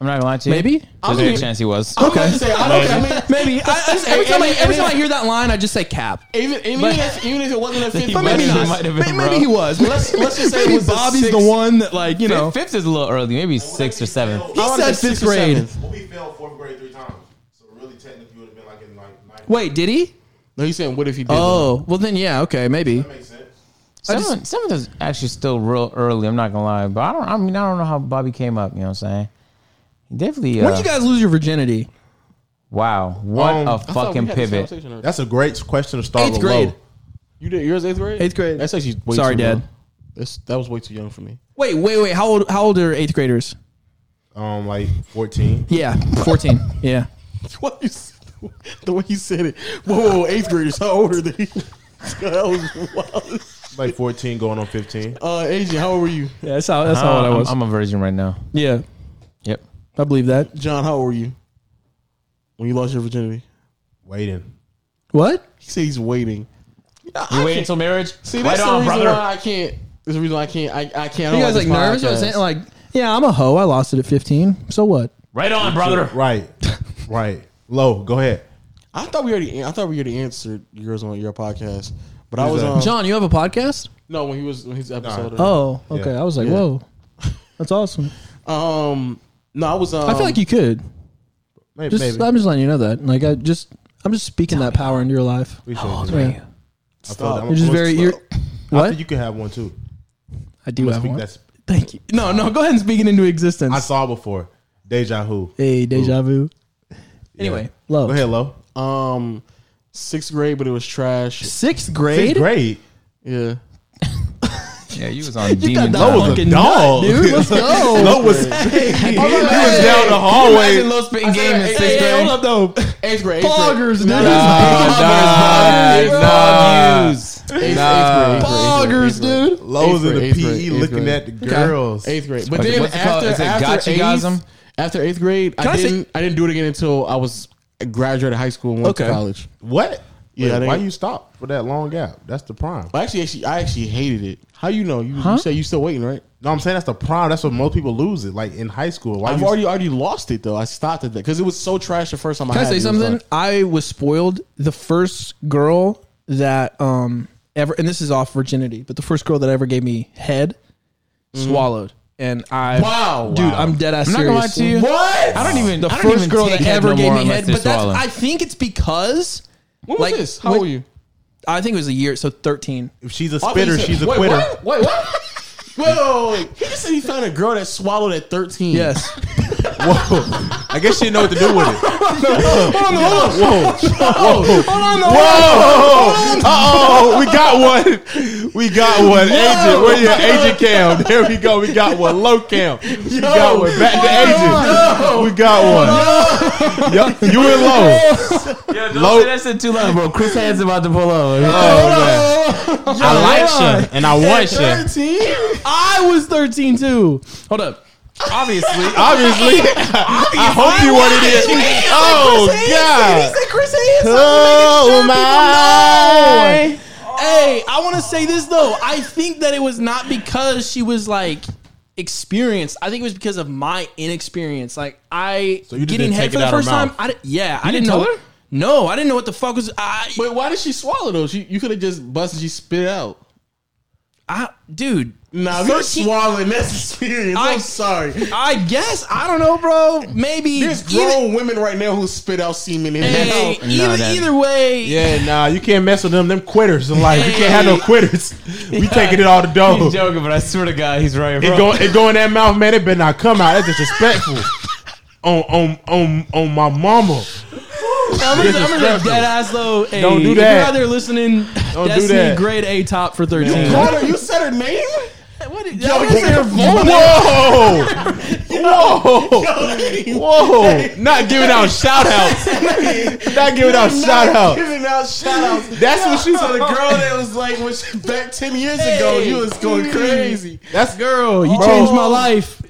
Speaker 1: I'm not gonna lie to you.
Speaker 5: Maybe.
Speaker 1: There's a
Speaker 2: mean-
Speaker 1: good chance he was.
Speaker 2: I'm about to say, I don't care. I mean,
Speaker 5: Maybe. I, I just- every
Speaker 2: And-
Speaker 5: time, I,
Speaker 2: and-
Speaker 5: every
Speaker 2: and-
Speaker 5: time I hear that line, I just say cap.
Speaker 2: even even,
Speaker 5: But-
Speaker 2: if, even if it wasn't a fifth,
Speaker 1: But
Speaker 2: grade-
Speaker 1: maybe
Speaker 5: Maybe
Speaker 1: not.
Speaker 5: not.
Speaker 1: might have
Speaker 5: May-
Speaker 1: been,
Speaker 5: maybe
Speaker 1: bro.
Speaker 5: he was.
Speaker 2: Let's let's just say it
Speaker 5: maybe
Speaker 2: was a
Speaker 5: Bobby's
Speaker 2: six-
Speaker 5: the one that, like, you know.
Speaker 1: Fifth is a little early. Maybe sixth or seventh.
Speaker 5: He
Speaker 2: I wanna
Speaker 5: said
Speaker 2: say
Speaker 5: fifth
Speaker 2: six or
Speaker 5: grade.
Speaker 2: seventh.
Speaker 4: Well, we failed fourth grade three times. So really technically you would have been like in like ninth.
Speaker 5: Wait, did he?
Speaker 2: No, he's saying what if he did?
Speaker 5: Oh, well then, yeah, okay, maybe.
Speaker 4: That makes sense.
Speaker 5: just-
Speaker 1: Seventh, seventh is actually still real early. I'm not gonna lie, but I don't. I mean, I don't know how Bobby came up. You know what I'm saying? He definitely. Uh,
Speaker 5: When did you guys lose your virginity?
Speaker 1: wow, what
Speaker 4: Um, I
Speaker 1: a
Speaker 4: thought
Speaker 2: I thought we
Speaker 1: fucking
Speaker 2: had this
Speaker 1: pivot.
Speaker 2: conversation earlier.
Speaker 4: That's a great question to start
Speaker 5: Eighth
Speaker 4: with.
Speaker 5: grade.
Speaker 4: Low.
Speaker 2: You did yours eighth grade.
Speaker 5: Eighth grade.
Speaker 2: That's actually way
Speaker 5: Sorry,
Speaker 2: too
Speaker 5: Dad.
Speaker 2: young. That's, that was way too young for me.
Speaker 5: Wait, wait, wait. How old? How old are eighth graders?
Speaker 4: Um, like fourteen.
Speaker 5: Yeah, fourteen. Yeah.
Speaker 2: What you, s- the way you said it. Whoa, whoa, whoa eighth graders. How old are they? that was wild.
Speaker 4: Like fourteen going on fifteen.
Speaker 2: Uh, Agent, how old were you?
Speaker 5: Yeah, that's how. Oh, That's how
Speaker 1: Uh,
Speaker 5: old I
Speaker 1: I'm-
Speaker 5: was.
Speaker 1: I'm, a virgin right now.
Speaker 5: yeah,
Speaker 1: Yep.
Speaker 5: I believe that.
Speaker 2: John, how old were you when you lost your virginity?
Speaker 4: Waiting.
Speaker 5: What?
Speaker 2: He said he's waiting.
Speaker 1: You wait until marriage.
Speaker 2: See,
Speaker 1: right
Speaker 2: that's the
Speaker 1: on,
Speaker 2: reason
Speaker 1: brother.
Speaker 2: why I can't. That's the reason why I can't. I, I can't.
Speaker 5: You
Speaker 2: I
Speaker 5: guys like
Speaker 2: don't
Speaker 5: nervous?
Speaker 2: this
Speaker 5: Or
Speaker 2: podcast.
Speaker 5: something like, yeah, I'm a hoe. I lost it at fifteen. So what?
Speaker 1: Right on, brother.
Speaker 4: Right. right. Low. Go ahead.
Speaker 2: I thought we already. I thought we already answered yours on your podcast. But I
Speaker 4: Who's
Speaker 2: was
Speaker 4: that?
Speaker 2: um,
Speaker 5: John, you have a podcast?
Speaker 2: No, when he was when his episode.
Speaker 5: Oh, okay.
Speaker 4: Yeah.
Speaker 5: I was like,
Speaker 2: Yeah.
Speaker 5: whoa, that's awesome.
Speaker 2: Um, no, I was. Um,
Speaker 5: Oh. I feel like you could.
Speaker 4: Maybe.
Speaker 5: Just,
Speaker 4: maybe.
Speaker 5: I'm just letting you know that. Like, I just, I'm just speaking that power into your life.
Speaker 4: Appreciate
Speaker 1: old
Speaker 4: it,
Speaker 1: were
Speaker 4: man.
Speaker 5: Yeah.
Speaker 1: you?
Speaker 5: You're
Speaker 4: I feel
Speaker 2: Stop.
Speaker 4: that I'm
Speaker 5: Oh, You're just
Speaker 4: close
Speaker 5: very.
Speaker 4: to-
Speaker 5: You're,
Speaker 4: I
Speaker 5: what?
Speaker 4: think you can have one too.
Speaker 5: I do have
Speaker 4: Speak
Speaker 5: one.
Speaker 4: that's-
Speaker 5: Thank you. No, no. Go ahead and speak it into existence.
Speaker 4: I saw before. Deja who.
Speaker 5: Hey, deja vu. Anyway, love.
Speaker 4: Go ahead, Low.
Speaker 2: um sixth grade, but it was trash.
Speaker 5: Sixth
Speaker 4: Eighth
Speaker 5: grade.
Speaker 4: grade.
Speaker 2: Yeah.
Speaker 1: Yeah, you was on
Speaker 5: got
Speaker 1: demon
Speaker 5: that
Speaker 1: time.
Speaker 4: was a
Speaker 5: fucking
Speaker 4: dog.
Speaker 5: nut, dude. Let's go.
Speaker 4: Low was. He was down the hallway.
Speaker 1: Low spitting game in sixth
Speaker 5: Hey,
Speaker 1: grade.
Speaker 5: hey, hold up though.
Speaker 2: Eighth grade. Eighth
Speaker 5: Poggers,
Speaker 2: grade.
Speaker 5: dude.
Speaker 4: Nah, nah.
Speaker 2: Eighth, eighth grade,
Speaker 4: Nah.
Speaker 2: eighth grade,
Speaker 5: Poggers,
Speaker 2: eighth grade, eighth grade.
Speaker 5: dude.
Speaker 4: Low was in the
Speaker 2: Eighth grade, eighth
Speaker 4: PE
Speaker 2: grade, eighth
Speaker 4: looking at the girls.
Speaker 2: Eighth grade. But
Speaker 1: What's it-
Speaker 2: then
Speaker 1: what's it called?
Speaker 2: after
Speaker 1: Is it
Speaker 2: after
Speaker 1: gotchigasm?
Speaker 2: eighth, after eighth grade, I,
Speaker 5: I say-
Speaker 2: didn't I didn't do it again until I was I graduated high school and went
Speaker 5: Okay.
Speaker 2: to college.
Speaker 4: What?
Speaker 2: Yeah,
Speaker 4: Wait,
Speaker 2: they-
Speaker 4: why you stop for that long gap? That's the prime.
Speaker 2: Well, actually, actually, I actually hated it. How you know? You, you say you still waiting, right?
Speaker 4: No, I'm saying that's the prime. That's what most people lose it, like in high school. Why
Speaker 2: I've
Speaker 4: you
Speaker 2: already already lost it though. I stopped at that because it was so trash the first time.
Speaker 5: Can I
Speaker 2: I had
Speaker 5: say
Speaker 2: it. It was
Speaker 5: something?
Speaker 2: like-
Speaker 5: I was spoiled. The first girl that um ever, and this is off virginity, but the first girl that ever gave me head swallowed, and I
Speaker 2: Wow,
Speaker 5: dude,
Speaker 2: wow.
Speaker 5: I'm dead ass
Speaker 1: I'm not
Speaker 5: serious.
Speaker 1: gonna lie to you.
Speaker 2: What?
Speaker 1: I don't even.
Speaker 5: The
Speaker 1: I don't
Speaker 5: first
Speaker 1: even
Speaker 5: girl
Speaker 1: take
Speaker 5: that
Speaker 1: head
Speaker 5: ever
Speaker 1: no
Speaker 5: gave
Speaker 1: more
Speaker 5: me
Speaker 1: unless
Speaker 5: head,
Speaker 1: they
Speaker 5: but that's,
Speaker 1: swallow.
Speaker 5: I think it's because
Speaker 2: When was
Speaker 5: like,
Speaker 2: this? How
Speaker 5: when-
Speaker 2: old were you?
Speaker 5: I think it was a year, so thirteen.
Speaker 4: If she's a
Speaker 2: I thought you
Speaker 4: spitter,
Speaker 2: said-
Speaker 4: she's a
Speaker 2: wait,
Speaker 4: quitter.
Speaker 2: What? Wait, what? Wait, wait, wait, wait. He just said he found a girl that swallowed at 13.
Speaker 5: Yes,
Speaker 4: Whoa! I guess she didn't know what to do with it. Whoa!
Speaker 2: Oh, hold on, no.
Speaker 4: Whoa! Oh, we got one. We got one. Agent, where your agent cam? There we go. We got one. Low cam. We got one. Back to agent. We got one. Yup, You and low.
Speaker 1: Yeah, don't
Speaker 4: Low-
Speaker 1: say that shit too loud, bro. Chris Head's about to pull over.
Speaker 4: Oh man. I like you and I want you.
Speaker 5: 13. I was thirteen too. Hold up.
Speaker 1: Obviously,
Speaker 4: Obviously, I hope you wanted it. Oh god.
Speaker 5: Chris Hansen.
Speaker 4: Oh my.
Speaker 5: Hey, I want to say this though. I think that it was not because she was like experienced. I think it was because of my inexperience. Like I
Speaker 4: So you just
Speaker 5: getting
Speaker 4: didn't
Speaker 5: head
Speaker 4: take
Speaker 5: for
Speaker 4: it
Speaker 5: the
Speaker 4: out her
Speaker 5: first time.
Speaker 4: mouth?
Speaker 5: I di- yeah, I
Speaker 1: didn't
Speaker 5: didn't
Speaker 1: tell
Speaker 5: know.
Speaker 1: her?
Speaker 5: No, I didn't know what the fuck was. I,
Speaker 2: But why did she swallow though? She, you could have just busted. She spit it out.
Speaker 5: I dude.
Speaker 2: Nah, if you're
Speaker 5: 13
Speaker 2: swallowing. That's experience. I,
Speaker 5: I-
Speaker 2: am sorry.
Speaker 5: I guess I don't know, bro. Maybe
Speaker 2: There's
Speaker 5: either,
Speaker 2: grown women right now who spit out semen in their
Speaker 5: hey,
Speaker 2: mouth.
Speaker 1: No,
Speaker 5: either,
Speaker 1: that-
Speaker 5: either way.
Speaker 4: Yeah, nah, you can't mess with them. Them quitters in life. You can't have no quitters. We taking it all to
Speaker 1: he's
Speaker 4: dog.
Speaker 1: joking, but I swear to God, he's right, bro.
Speaker 4: It go, it go in that mouth, man. It better not come out. That's disrespectful. on, on, on, on my mama.
Speaker 5: I'm gonna, I'm gonna
Speaker 4: Disrespectful.
Speaker 5: dead ass though. Hey,
Speaker 4: Don't do
Speaker 5: If
Speaker 4: that.
Speaker 5: you're out there listening,
Speaker 4: Don't do
Speaker 5: Destiny
Speaker 4: that.
Speaker 5: grade A top for 13.
Speaker 2: Called her- You said her name.
Speaker 5: What did,
Speaker 2: Yo,
Speaker 5: I didn't say her
Speaker 2: you-
Speaker 5: vulnerable.
Speaker 4: Whoa! Whoa, whoa! Not giving out shout outs. Not giving out shout outs.
Speaker 2: Giving out shout outs.
Speaker 4: That's what she
Speaker 2: So the girl that was like when she, back ten years ago, you was going crazy.
Speaker 4: That's girl. You
Speaker 5: Changed my life.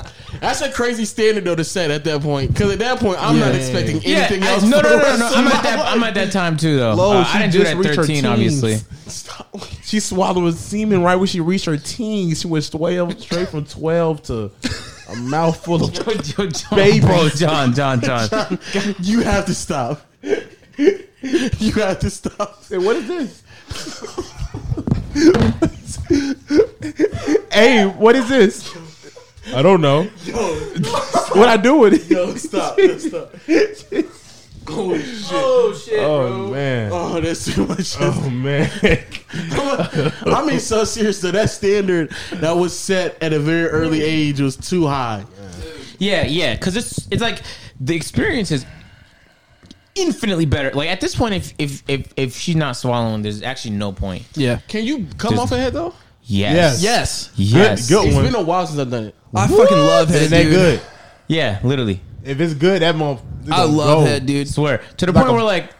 Speaker 2: That's a crazy standard though to set at that point. Because at that point, I'm not expecting
Speaker 1: Yeah,
Speaker 2: anything
Speaker 1: I-
Speaker 2: else.
Speaker 1: no,
Speaker 2: for
Speaker 1: no,
Speaker 2: the
Speaker 1: no, no,
Speaker 2: rest
Speaker 1: no.
Speaker 2: of
Speaker 1: I'm
Speaker 2: my
Speaker 1: at that. I'm at that time too, though.
Speaker 4: Lo,
Speaker 1: Uh,
Speaker 4: she
Speaker 1: I didn't do
Speaker 4: just
Speaker 1: that
Speaker 4: reached
Speaker 1: at
Speaker 4: her
Speaker 1: 13,
Speaker 4: teens.
Speaker 1: obviously.
Speaker 2: Stop.
Speaker 4: She swallowed semen right when she reached her teens. She was twelve, straight from twelve to a mouthful of.
Speaker 1: Yo, yo, John,
Speaker 4: Babies.
Speaker 1: bro, John, John, John.
Speaker 2: You have to stop. You have to stop.
Speaker 4: Hey, what is this? hey, what is this? I don't know. what I do with it?
Speaker 2: Yo, stop. Yo, stop. Holy shit.
Speaker 4: Oh man.
Speaker 2: Oh, that's too much.
Speaker 4: Oh man.
Speaker 2: I mean, so serious though. That standard that was set at a very early age was too high.
Speaker 6: Yeah, yeah, because it's it's like the experience is infinitely better. Like at this point, if if if, if she's not swallowing, there's actually no point.
Speaker 5: Yeah.
Speaker 2: Can you come
Speaker 1: Just-
Speaker 2: off a head though?
Speaker 1: Yes.
Speaker 5: Yes.
Speaker 1: Yes.
Speaker 4: Good
Speaker 2: It's
Speaker 4: one.
Speaker 2: been a while since I've done it.
Speaker 5: I fucking love head,
Speaker 4: Isn't that
Speaker 5: dude.
Speaker 4: good?
Speaker 1: Yeah, literally.
Speaker 4: If it's good, that month.
Speaker 5: I love head, dude.
Speaker 1: Swear. To the
Speaker 4: Like
Speaker 1: point
Speaker 4: a-
Speaker 1: where like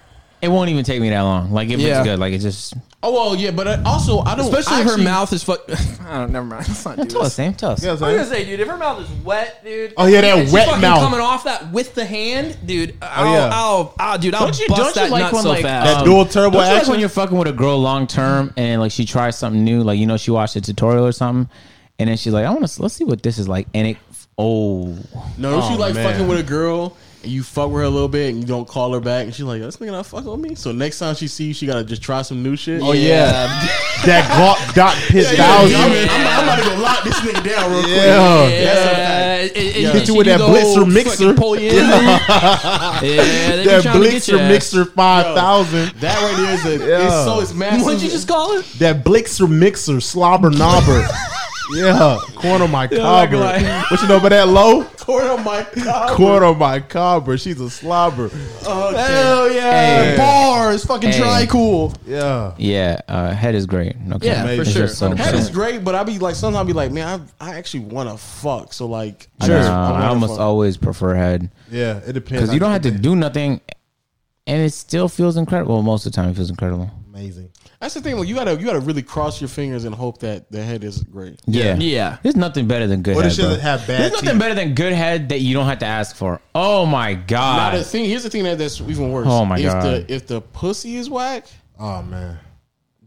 Speaker 1: it won't even take me that long. Like if
Speaker 5: Yeah.
Speaker 1: it's good, like it just
Speaker 2: Oh well, yeah, but
Speaker 4: uh,
Speaker 2: I, also I don't.
Speaker 5: Especially
Speaker 2: I
Speaker 5: if her
Speaker 2: actually-
Speaker 5: mouth is fuck. I don't. Never mind. Let's not do
Speaker 1: tell
Speaker 5: this.
Speaker 1: us, Sam. Tell us.
Speaker 4: Yeah,
Speaker 5: I was
Speaker 4: son.
Speaker 5: gonna say, dude, if her mouth is wet, dude.
Speaker 4: Oh, yeah, that
Speaker 5: and she's
Speaker 4: wet
Speaker 5: fucking
Speaker 4: mouth. Oh,
Speaker 5: Coming off that with the hand, dude. I'll,
Speaker 4: yeah.
Speaker 5: I'll, I'll, dude, I'll
Speaker 1: Don't you-
Speaker 5: bust
Speaker 1: don't you
Speaker 5: that
Speaker 1: like
Speaker 5: nut
Speaker 1: when,
Speaker 5: so
Speaker 1: like,
Speaker 5: fast.
Speaker 4: that
Speaker 1: um,
Speaker 4: dual turbo
Speaker 1: Don't you like
Speaker 4: action.
Speaker 1: when you're fucking with a girl long term and like she tries something new, like you know she watched a tutorial or something, and then she's like, I want to let's see what this is like, and it oh
Speaker 2: No, don't you
Speaker 4: Oh,
Speaker 2: like
Speaker 4: man.
Speaker 2: fucking with a girl and you fuck with her a little bit and you don't call her back and she's like, this nigga not fucking with me. So next time she sees you, she gotta just try some new shit.
Speaker 4: oh yeah. that Glock dot pit thousand.
Speaker 2: I'm,
Speaker 4: Yeah.
Speaker 2: I'm about to go lock this nigga down real quick.
Speaker 5: Yeah,
Speaker 4: Hit you with that blitzer mixer.
Speaker 5: Pull you in. yeah,
Speaker 4: That Blixer Mixer 5000.
Speaker 2: That right there is a. It's
Speaker 4: Yeah.
Speaker 2: so it's massive.
Speaker 5: What'd you just call it?
Speaker 4: That Blixer Mixer Slobber Knobber. yeah. Corner my cobber. what you know about that low?
Speaker 2: Corn on my cob.
Speaker 4: Corner my cobber. She's a slobber.
Speaker 2: Hell Oh, yeah.
Speaker 1: Hey.
Speaker 2: Bars. Fucking
Speaker 1: Hey.
Speaker 2: dry cool.
Speaker 4: Yeah.
Speaker 1: yeah, uh, head is great. Okay.
Speaker 5: Yeah, for
Speaker 1: It's
Speaker 5: sure.
Speaker 1: just so
Speaker 2: That
Speaker 1: good.
Speaker 2: is great, but I be like, sometimes I be like, man, I, I actually want to fuck. So like, I
Speaker 1: Nah,
Speaker 2: just-
Speaker 1: I
Speaker 2: wanna
Speaker 1: almost
Speaker 2: fuck.
Speaker 1: always prefer head
Speaker 4: Yeah. It depends.
Speaker 1: because you don't have to do nothing, and it still feels incredible. Well, most of the time, it feels incredible.
Speaker 4: Amazing.
Speaker 2: That's the thing. Like, you gotta you gotta really cross your fingers and hope that the head is great.
Speaker 1: Yeah,
Speaker 5: Yeah.
Speaker 1: There's nothing better than good
Speaker 4: What
Speaker 1: head.
Speaker 4: if she
Speaker 1: bro.
Speaker 4: doesn't have bad
Speaker 1: There's nothing
Speaker 4: teeth?
Speaker 1: better than good head that you don't have to ask for. Oh my
Speaker 2: Now the
Speaker 1: god.
Speaker 2: thing here's the thing that, that's even worse.
Speaker 1: Oh my
Speaker 2: if
Speaker 1: God.
Speaker 2: The, if the pussy is whack,
Speaker 4: Oh, man.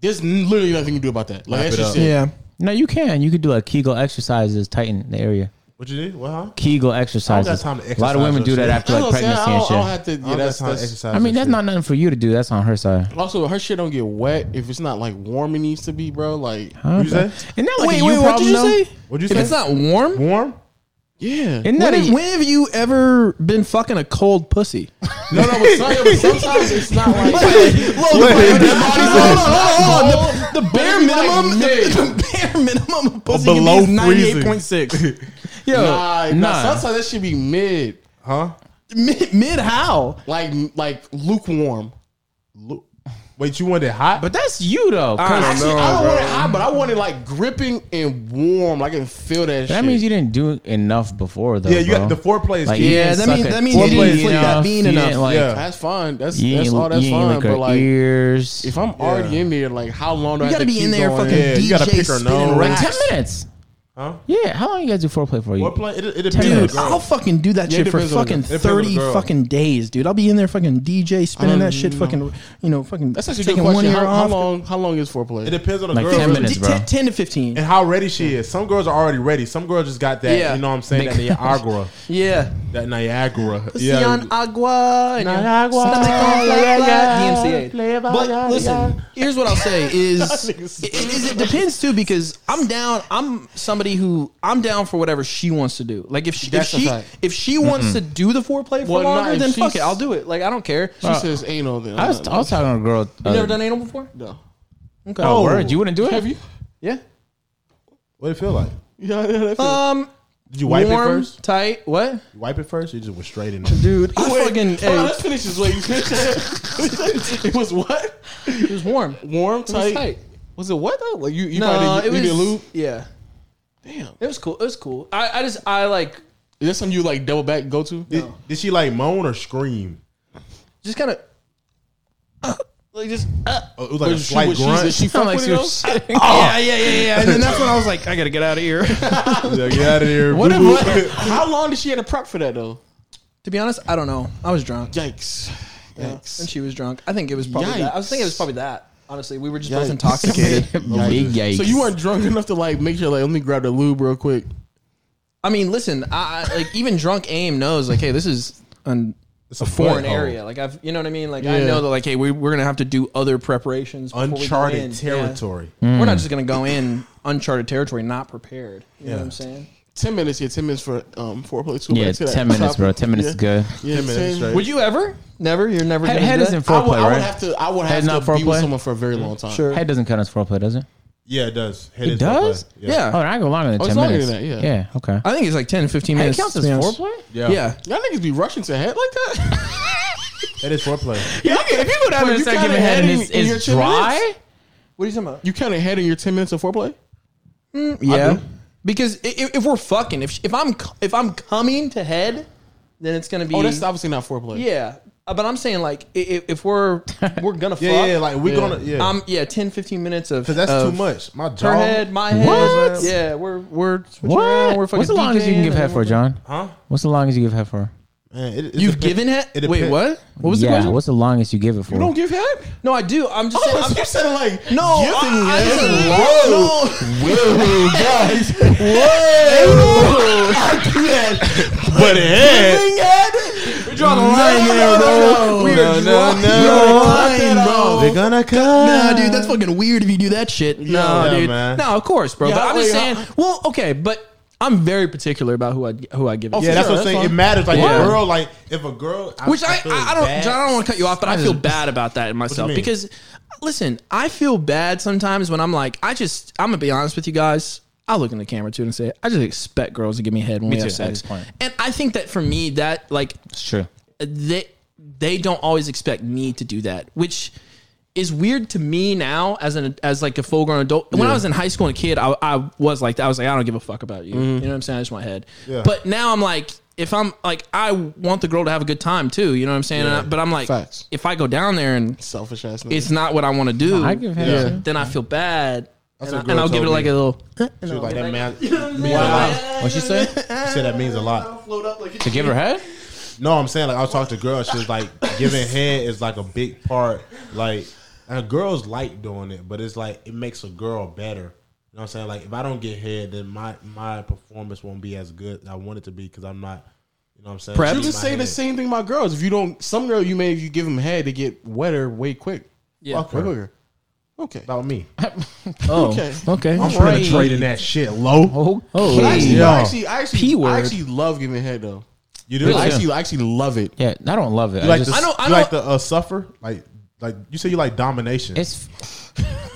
Speaker 2: there's n- literally nothing you do about that. Like
Speaker 4: Wrap
Speaker 2: that's
Speaker 4: it
Speaker 2: just
Speaker 4: up.
Speaker 2: it.
Speaker 5: Yeah.
Speaker 1: No, you can. You could do like Kegel exercises, tighten the area.
Speaker 4: What you do? What, huh?
Speaker 1: Kegel exercises.
Speaker 4: time
Speaker 1: a
Speaker 4: to
Speaker 1: lot
Speaker 4: exercise
Speaker 1: of women
Speaker 4: or
Speaker 1: do that
Speaker 4: shit.
Speaker 1: after
Speaker 2: I
Speaker 1: like
Speaker 2: don't, say,
Speaker 1: pregnancy
Speaker 2: I, don't, I don't
Speaker 1: and shit.
Speaker 2: have to.
Speaker 4: I
Speaker 2: Yeah,
Speaker 4: don't
Speaker 2: that's,
Speaker 4: got time
Speaker 2: that's
Speaker 4: to Oh, exercise
Speaker 1: I mean,
Speaker 4: and
Speaker 1: that's
Speaker 4: shit.
Speaker 1: not nothing for you to do. That's on her side.
Speaker 2: also her shit don't get wet if it's not like warm. It needs to be, bro. Like
Speaker 4: What'd you say?
Speaker 1: Isn't that like
Speaker 5: Wait,
Speaker 1: a you
Speaker 5: wait, what did
Speaker 1: problem,
Speaker 5: you
Speaker 1: though?
Speaker 5: say?
Speaker 4: What'd you
Speaker 5: If
Speaker 4: say?
Speaker 5: it's not warm,
Speaker 4: warm?
Speaker 2: yeah.
Speaker 1: Isn't that
Speaker 5: when,
Speaker 1: a,
Speaker 5: when have you ever been fucking a cold pussy?
Speaker 2: no, no, but some- but sometimes it's not like.
Speaker 5: The
Speaker 2: What if
Speaker 5: bare
Speaker 2: you like
Speaker 5: minimum,
Speaker 2: mid?
Speaker 5: the, the bare minimum of pussy
Speaker 4: below
Speaker 5: below ninety
Speaker 4: freezing.
Speaker 5: eight point six.
Speaker 1: yo,
Speaker 2: Nah, nah.
Speaker 1: nah.
Speaker 2: Sometimes that should be mid,
Speaker 4: Huh?
Speaker 5: Mid, mid how?
Speaker 2: like like lukewarm.
Speaker 4: Lu- Wait, you want it hot?
Speaker 1: But that's you though. 'cause
Speaker 5: I
Speaker 2: Actually, I don't want it hot, but I want it like gripping and warm. Like I can feel that.
Speaker 1: that
Speaker 2: shit.
Speaker 1: means you didn't do enough before though.
Speaker 4: yeah, you
Speaker 1: bro.
Speaker 4: got the foreplay is
Speaker 1: Like,
Speaker 4: key.
Speaker 1: you
Speaker 5: Yeah,
Speaker 1: didn't
Speaker 5: that
Speaker 1: suck
Speaker 5: mean-
Speaker 1: a
Speaker 5: that mean
Speaker 1: dick
Speaker 4: you didn't flick
Speaker 1: enough,
Speaker 5: that bean
Speaker 1: you
Speaker 5: enough.
Speaker 1: didn't, like,
Speaker 4: Yeah.
Speaker 2: That's fine. That's
Speaker 1: You
Speaker 2: that's
Speaker 1: ain't,
Speaker 2: all. That's
Speaker 1: you ain't
Speaker 2: fine.
Speaker 1: lick her
Speaker 2: But like,
Speaker 1: ears.
Speaker 2: if I'm already in there, like how long do I
Speaker 5: You
Speaker 2: have to
Speaker 5: gotta be
Speaker 2: keep
Speaker 5: in there
Speaker 2: going?
Speaker 5: fucking
Speaker 4: Yeah,
Speaker 5: DJ
Speaker 4: you gotta pick her
Speaker 5: spinning
Speaker 4: nose.
Speaker 1: like
Speaker 5: racks.
Speaker 1: ten minutes.
Speaker 4: Huh?
Speaker 1: Yeah, how long you guys do foreplay for you?
Speaker 4: Foreplay? It, it depends. on the
Speaker 5: Dude,
Speaker 4: girl.
Speaker 5: I'll fucking do that
Speaker 2: Yeah, it
Speaker 5: shit for
Speaker 2: depends on the-
Speaker 5: fucking
Speaker 2: it
Speaker 4: depends on the
Speaker 5: 30
Speaker 4: girl.
Speaker 5: fucking days, dude. I'll be in there fucking DJ spinning
Speaker 2: Um,
Speaker 5: that shit
Speaker 2: no.
Speaker 5: fucking, you know, fucking
Speaker 2: That's actually a good
Speaker 5: taking
Speaker 2: question.
Speaker 5: one
Speaker 2: How,
Speaker 5: ear
Speaker 2: how
Speaker 5: off.
Speaker 2: long? How long is foreplay?
Speaker 4: It depends on the
Speaker 1: Like
Speaker 4: girl.
Speaker 1: 10
Speaker 4: really.
Speaker 1: minutes, bro.
Speaker 5: 10, 10 to 15.
Speaker 4: and how ready she is. Some girls are already ready. Some girls just got that,
Speaker 5: Yeah.
Speaker 4: you know what I'm saying, that Niagara.
Speaker 5: yeah.
Speaker 4: that Niagara.
Speaker 5: Cian Agua. and- DMCA. But listen, here's what I'll say is, is it depends too because I'm down. I'm somebody who I'm down for whatever she wants to do. Like if she if
Speaker 2: That's a
Speaker 5: she
Speaker 2: fact.
Speaker 5: if she wants to do the foreplay for
Speaker 2: Well, not
Speaker 5: longer,
Speaker 2: if
Speaker 5: then
Speaker 2: she's-
Speaker 5: fuck it, I'll do it. Like I don't care.
Speaker 2: she says anal. Then
Speaker 1: I was, I was talking to a girl.
Speaker 5: You
Speaker 1: uh,
Speaker 5: never done anal before?
Speaker 2: no.
Speaker 5: Okay.
Speaker 1: Oh, word! You wouldn't do it?
Speaker 2: Have you?
Speaker 5: Yeah.
Speaker 4: What it feel like?
Speaker 2: Yeah, yeah, that's it.
Speaker 5: Um,
Speaker 4: Did you wipe it
Speaker 5: warm,
Speaker 4: first?
Speaker 5: tight. What,
Speaker 4: You wipe it first? You just was straight in there.
Speaker 5: dude? I
Speaker 2: Wait,
Speaker 5: fucking.
Speaker 2: hold on,
Speaker 5: Hey,
Speaker 2: let's finish this. Wait, you finished? it was what?
Speaker 5: it was warm.
Speaker 2: Warm,
Speaker 5: It was
Speaker 2: tight.
Speaker 5: tight.
Speaker 2: Was it what though? Like you, you
Speaker 5: No,
Speaker 2: probably
Speaker 5: it
Speaker 2: didn't- you,
Speaker 5: was.
Speaker 2: didn't lube.
Speaker 5: Yeah.
Speaker 2: Damn.
Speaker 5: It was cool. It was cool. I, I just I like
Speaker 2: Is that something you like double back go to?
Speaker 4: Did, did she like moan or scream?
Speaker 5: just kind of like just uh,
Speaker 4: Oh, it was like a
Speaker 2: She-
Speaker 4: slight
Speaker 2: what she-
Speaker 4: grunt.
Speaker 2: Did she fuck with it though?
Speaker 5: yeah yeah yeah yeah. And then that's when I was like, I gotta get out of here.
Speaker 4: She's like, get out of here.
Speaker 5: What if-
Speaker 4: boo-boo."
Speaker 5: what-
Speaker 2: How long did she have to prep for that though?
Speaker 5: to be honest, I don't know. I was drunk.
Speaker 2: Yikes.
Speaker 5: Yeah. And
Speaker 2: Yikes.
Speaker 5: she was drunk. I think it was probably that. I was thinking it was
Speaker 2: Yikes.
Speaker 5: probably that. Honestly, we were just
Speaker 2: Yikes.
Speaker 5: both intoxicated.
Speaker 6: Big yikes.
Speaker 2: So you weren't drunk enough to like make sure like let me grab the lube real quick.
Speaker 5: I mean, listen, I, I- like even drunk aim knows like, hey, this is an
Speaker 4: It's a
Speaker 5: foreign
Speaker 4: butthole.
Speaker 5: area. Like I've, you know what I mean. Like I
Speaker 2: Yeah.
Speaker 5: know that like, hey, we, we're gonna have to do other preparations. before we go in.
Speaker 4: Uncharted
Speaker 5: Yeah.
Speaker 4: territory.
Speaker 5: We're not just gonna go in uncharted territory, not prepared. You know
Speaker 4: Yeah.
Speaker 5: what I'm saying?
Speaker 2: Ten minutes here. Ten minutes for um foreplay. Two
Speaker 1: Yeah,
Speaker 2: back to that
Speaker 1: ten minutes,
Speaker 2: topic.
Speaker 1: bro. Ten minutes is good.
Speaker 2: Yeah,
Speaker 4: Ten minutes straight.
Speaker 5: Would you ever? Never. You're never.
Speaker 1: Head,
Speaker 5: gonna
Speaker 1: head
Speaker 5: do
Speaker 1: isn't
Speaker 5: that?
Speaker 2: I would,
Speaker 1: foreplay,
Speaker 2: I would
Speaker 1: right?
Speaker 2: have to. I would
Speaker 1: Head
Speaker 2: have
Speaker 1: not
Speaker 2: to be with
Speaker 1: foreplay?
Speaker 2: someone for a very long time.
Speaker 5: Sure.
Speaker 1: Head doesn't count as foreplay, does it?
Speaker 4: Yeah, it does. Head
Speaker 1: It
Speaker 4: is up
Speaker 1: does?
Speaker 4: there.
Speaker 5: Yeah.
Speaker 1: Oh, I go longer than
Speaker 2: Oh, it's
Speaker 1: ten
Speaker 2: longer
Speaker 1: minutes.
Speaker 2: than that,
Speaker 1: yeah. okay.
Speaker 5: I think it's like 10, 15
Speaker 1: Head
Speaker 5: minutes.
Speaker 1: counts
Speaker 5: to
Speaker 1: as
Speaker 5: be honest.
Speaker 1: foreplay.
Speaker 4: yeah, yeah.
Speaker 5: Yeah.
Speaker 2: Y'all niggas be rushing to head like that.
Speaker 4: That is foreplay.
Speaker 1: Yeah, if you go down there
Speaker 2: there
Speaker 1: and
Speaker 2: and start
Speaker 1: start
Speaker 2: giving
Speaker 1: giving
Speaker 2: head
Speaker 1: head
Speaker 2: and
Speaker 1: and
Speaker 2: it's- it's
Speaker 1: it's
Speaker 2: dry,
Speaker 1: dry,
Speaker 5: What are you talking about?
Speaker 2: you counted head in your ten minutes of foreplay.
Speaker 5: Yeah. Because i- if, if we're fucking, if, if I'm c- if I'm coming to head, then it's gonna be.
Speaker 2: Oh, that's obviously not foreplay.
Speaker 5: yeah. Uh, But I'm saying like i- i- if we're we're gonna fuck.
Speaker 4: Yeah, yeah, like we're gonna yeah.
Speaker 5: Um, yeah, 10, 15 minutes of.
Speaker 4: Cause that's
Speaker 5: of
Speaker 4: too much. My jaw.
Speaker 5: Her head, my head.
Speaker 1: What?
Speaker 5: Yeah, we're we're switching around.
Speaker 1: what?
Speaker 5: We're fucking.
Speaker 1: What's the longest you can
Speaker 5: DJing
Speaker 1: give head
Speaker 5: and
Speaker 1: for,
Speaker 5: we're-
Speaker 1: John?
Speaker 4: Huh?
Speaker 1: What's the longest you give head for?
Speaker 4: Man, it- it
Speaker 5: You've
Speaker 4: depends-
Speaker 5: given head?
Speaker 4: it
Speaker 5: Wait,
Speaker 4: depends-
Speaker 5: what? What was the
Speaker 1: yeah,
Speaker 5: question?
Speaker 1: what's the longest you give it for?
Speaker 2: You don't give head.
Speaker 5: No, I do. I'm just saying. I'm,
Speaker 2: you said it like
Speaker 5: no,
Speaker 2: giving
Speaker 5: I, I
Speaker 2: head.
Speaker 5: said-
Speaker 2: Whoa.
Speaker 5: no.
Speaker 4: But head.
Speaker 5: We're drawing a line,
Speaker 4: No, no,
Speaker 5: We
Speaker 4: no,
Speaker 5: are drawing a line, bro.
Speaker 4: They're gonna come.
Speaker 5: Nah, dude, that's fucking weird if you do that shit. No,
Speaker 4: Yeah,
Speaker 5: dude.
Speaker 4: man.
Speaker 5: No, of course, bro.
Speaker 2: Yeah,
Speaker 5: but I'm just
Speaker 2: wait,
Speaker 5: saying. well, okay, but I'm very particular about who I who I give it. to.
Speaker 4: Yeah, that's
Speaker 2: Sure,
Speaker 4: what I'm saying.
Speaker 2: that's
Speaker 4: It matters. Like
Speaker 5: Yeah.
Speaker 4: a girl, like if a girl,
Speaker 5: Which I, I,
Speaker 4: feel
Speaker 5: I don't,
Speaker 4: bad.
Speaker 5: John, I don't want to cut you off, but I, feel
Speaker 1: just-
Speaker 5: bad about that in myself
Speaker 4: mean?
Speaker 5: because, listen, I feel bad sometimes when I'm like, I just, I'm gonna be honest with you guys. I look in the camera too and say, I just expect girls to give me head when we
Speaker 1: too,
Speaker 5: have
Speaker 1: at this
Speaker 5: sex.
Speaker 1: point.
Speaker 5: And I think that for me, that like
Speaker 1: It's true.
Speaker 5: they they don't always expect me to do that, which is weird to me now as an as like a full grown adult. When I was in high school and a kid, I, I was like that. I was like, I don't give a fuck about
Speaker 1: Mm-hmm.
Speaker 5: you. You know what I'm saying? I just want head.
Speaker 4: Yeah.
Speaker 5: But now I'm like, if I'm like, I want the girl to have a good time too. You know what I'm saying? And I- but I'm like,
Speaker 2: Facts.
Speaker 5: if I go down there and
Speaker 2: selfish ass. Nigga.
Speaker 5: it's not what I want to do,
Speaker 1: I give head.
Speaker 4: Yeah.
Speaker 1: too.
Speaker 5: then I feel bad. And,
Speaker 4: what
Speaker 5: I,
Speaker 4: a girl
Speaker 5: and I'll give it
Speaker 4: told
Speaker 5: like
Speaker 4: me.
Speaker 5: a little.
Speaker 4: She was like that man.
Speaker 1: What she say?
Speaker 4: She said that means a lot.
Speaker 1: to give her head?
Speaker 4: No, I'm saying like I was talking to girls. She was like giving head is like a big part. Like and girls like doing it, but it's like it makes a girl better. You know what I'm saying? Like if I don't get head, then my my performance won't be as good as I want it to be because I'm not. You know what I'm saying?
Speaker 5: Prep.
Speaker 2: you
Speaker 4: Giving
Speaker 2: just
Speaker 4: my
Speaker 2: say the
Speaker 4: head.
Speaker 2: same thing about girls. If you don't, some girl you may if you give them head, they get wetter way quick.
Speaker 5: Yeah.
Speaker 4: Fuck her.
Speaker 2: Way quicker. Okay.
Speaker 4: about me.
Speaker 5: Oh,
Speaker 2: Okay.
Speaker 5: okay.
Speaker 4: I'm penetrating that shit low.
Speaker 5: Oh,
Speaker 2: But I actually,
Speaker 4: Yeah.
Speaker 2: I actually, I
Speaker 5: P
Speaker 2: actually,
Speaker 5: word.
Speaker 2: I actually love giving head though.
Speaker 4: You do.
Speaker 2: I
Speaker 4: Like,
Speaker 2: actually, I actually love it.
Speaker 1: Yeah, I don't love it.
Speaker 4: you
Speaker 1: I
Speaker 4: like
Speaker 1: just,
Speaker 4: the,
Speaker 5: I know- I
Speaker 4: you like
Speaker 5: know-
Speaker 4: the uh, suffer like like you say you like domination.
Speaker 1: it's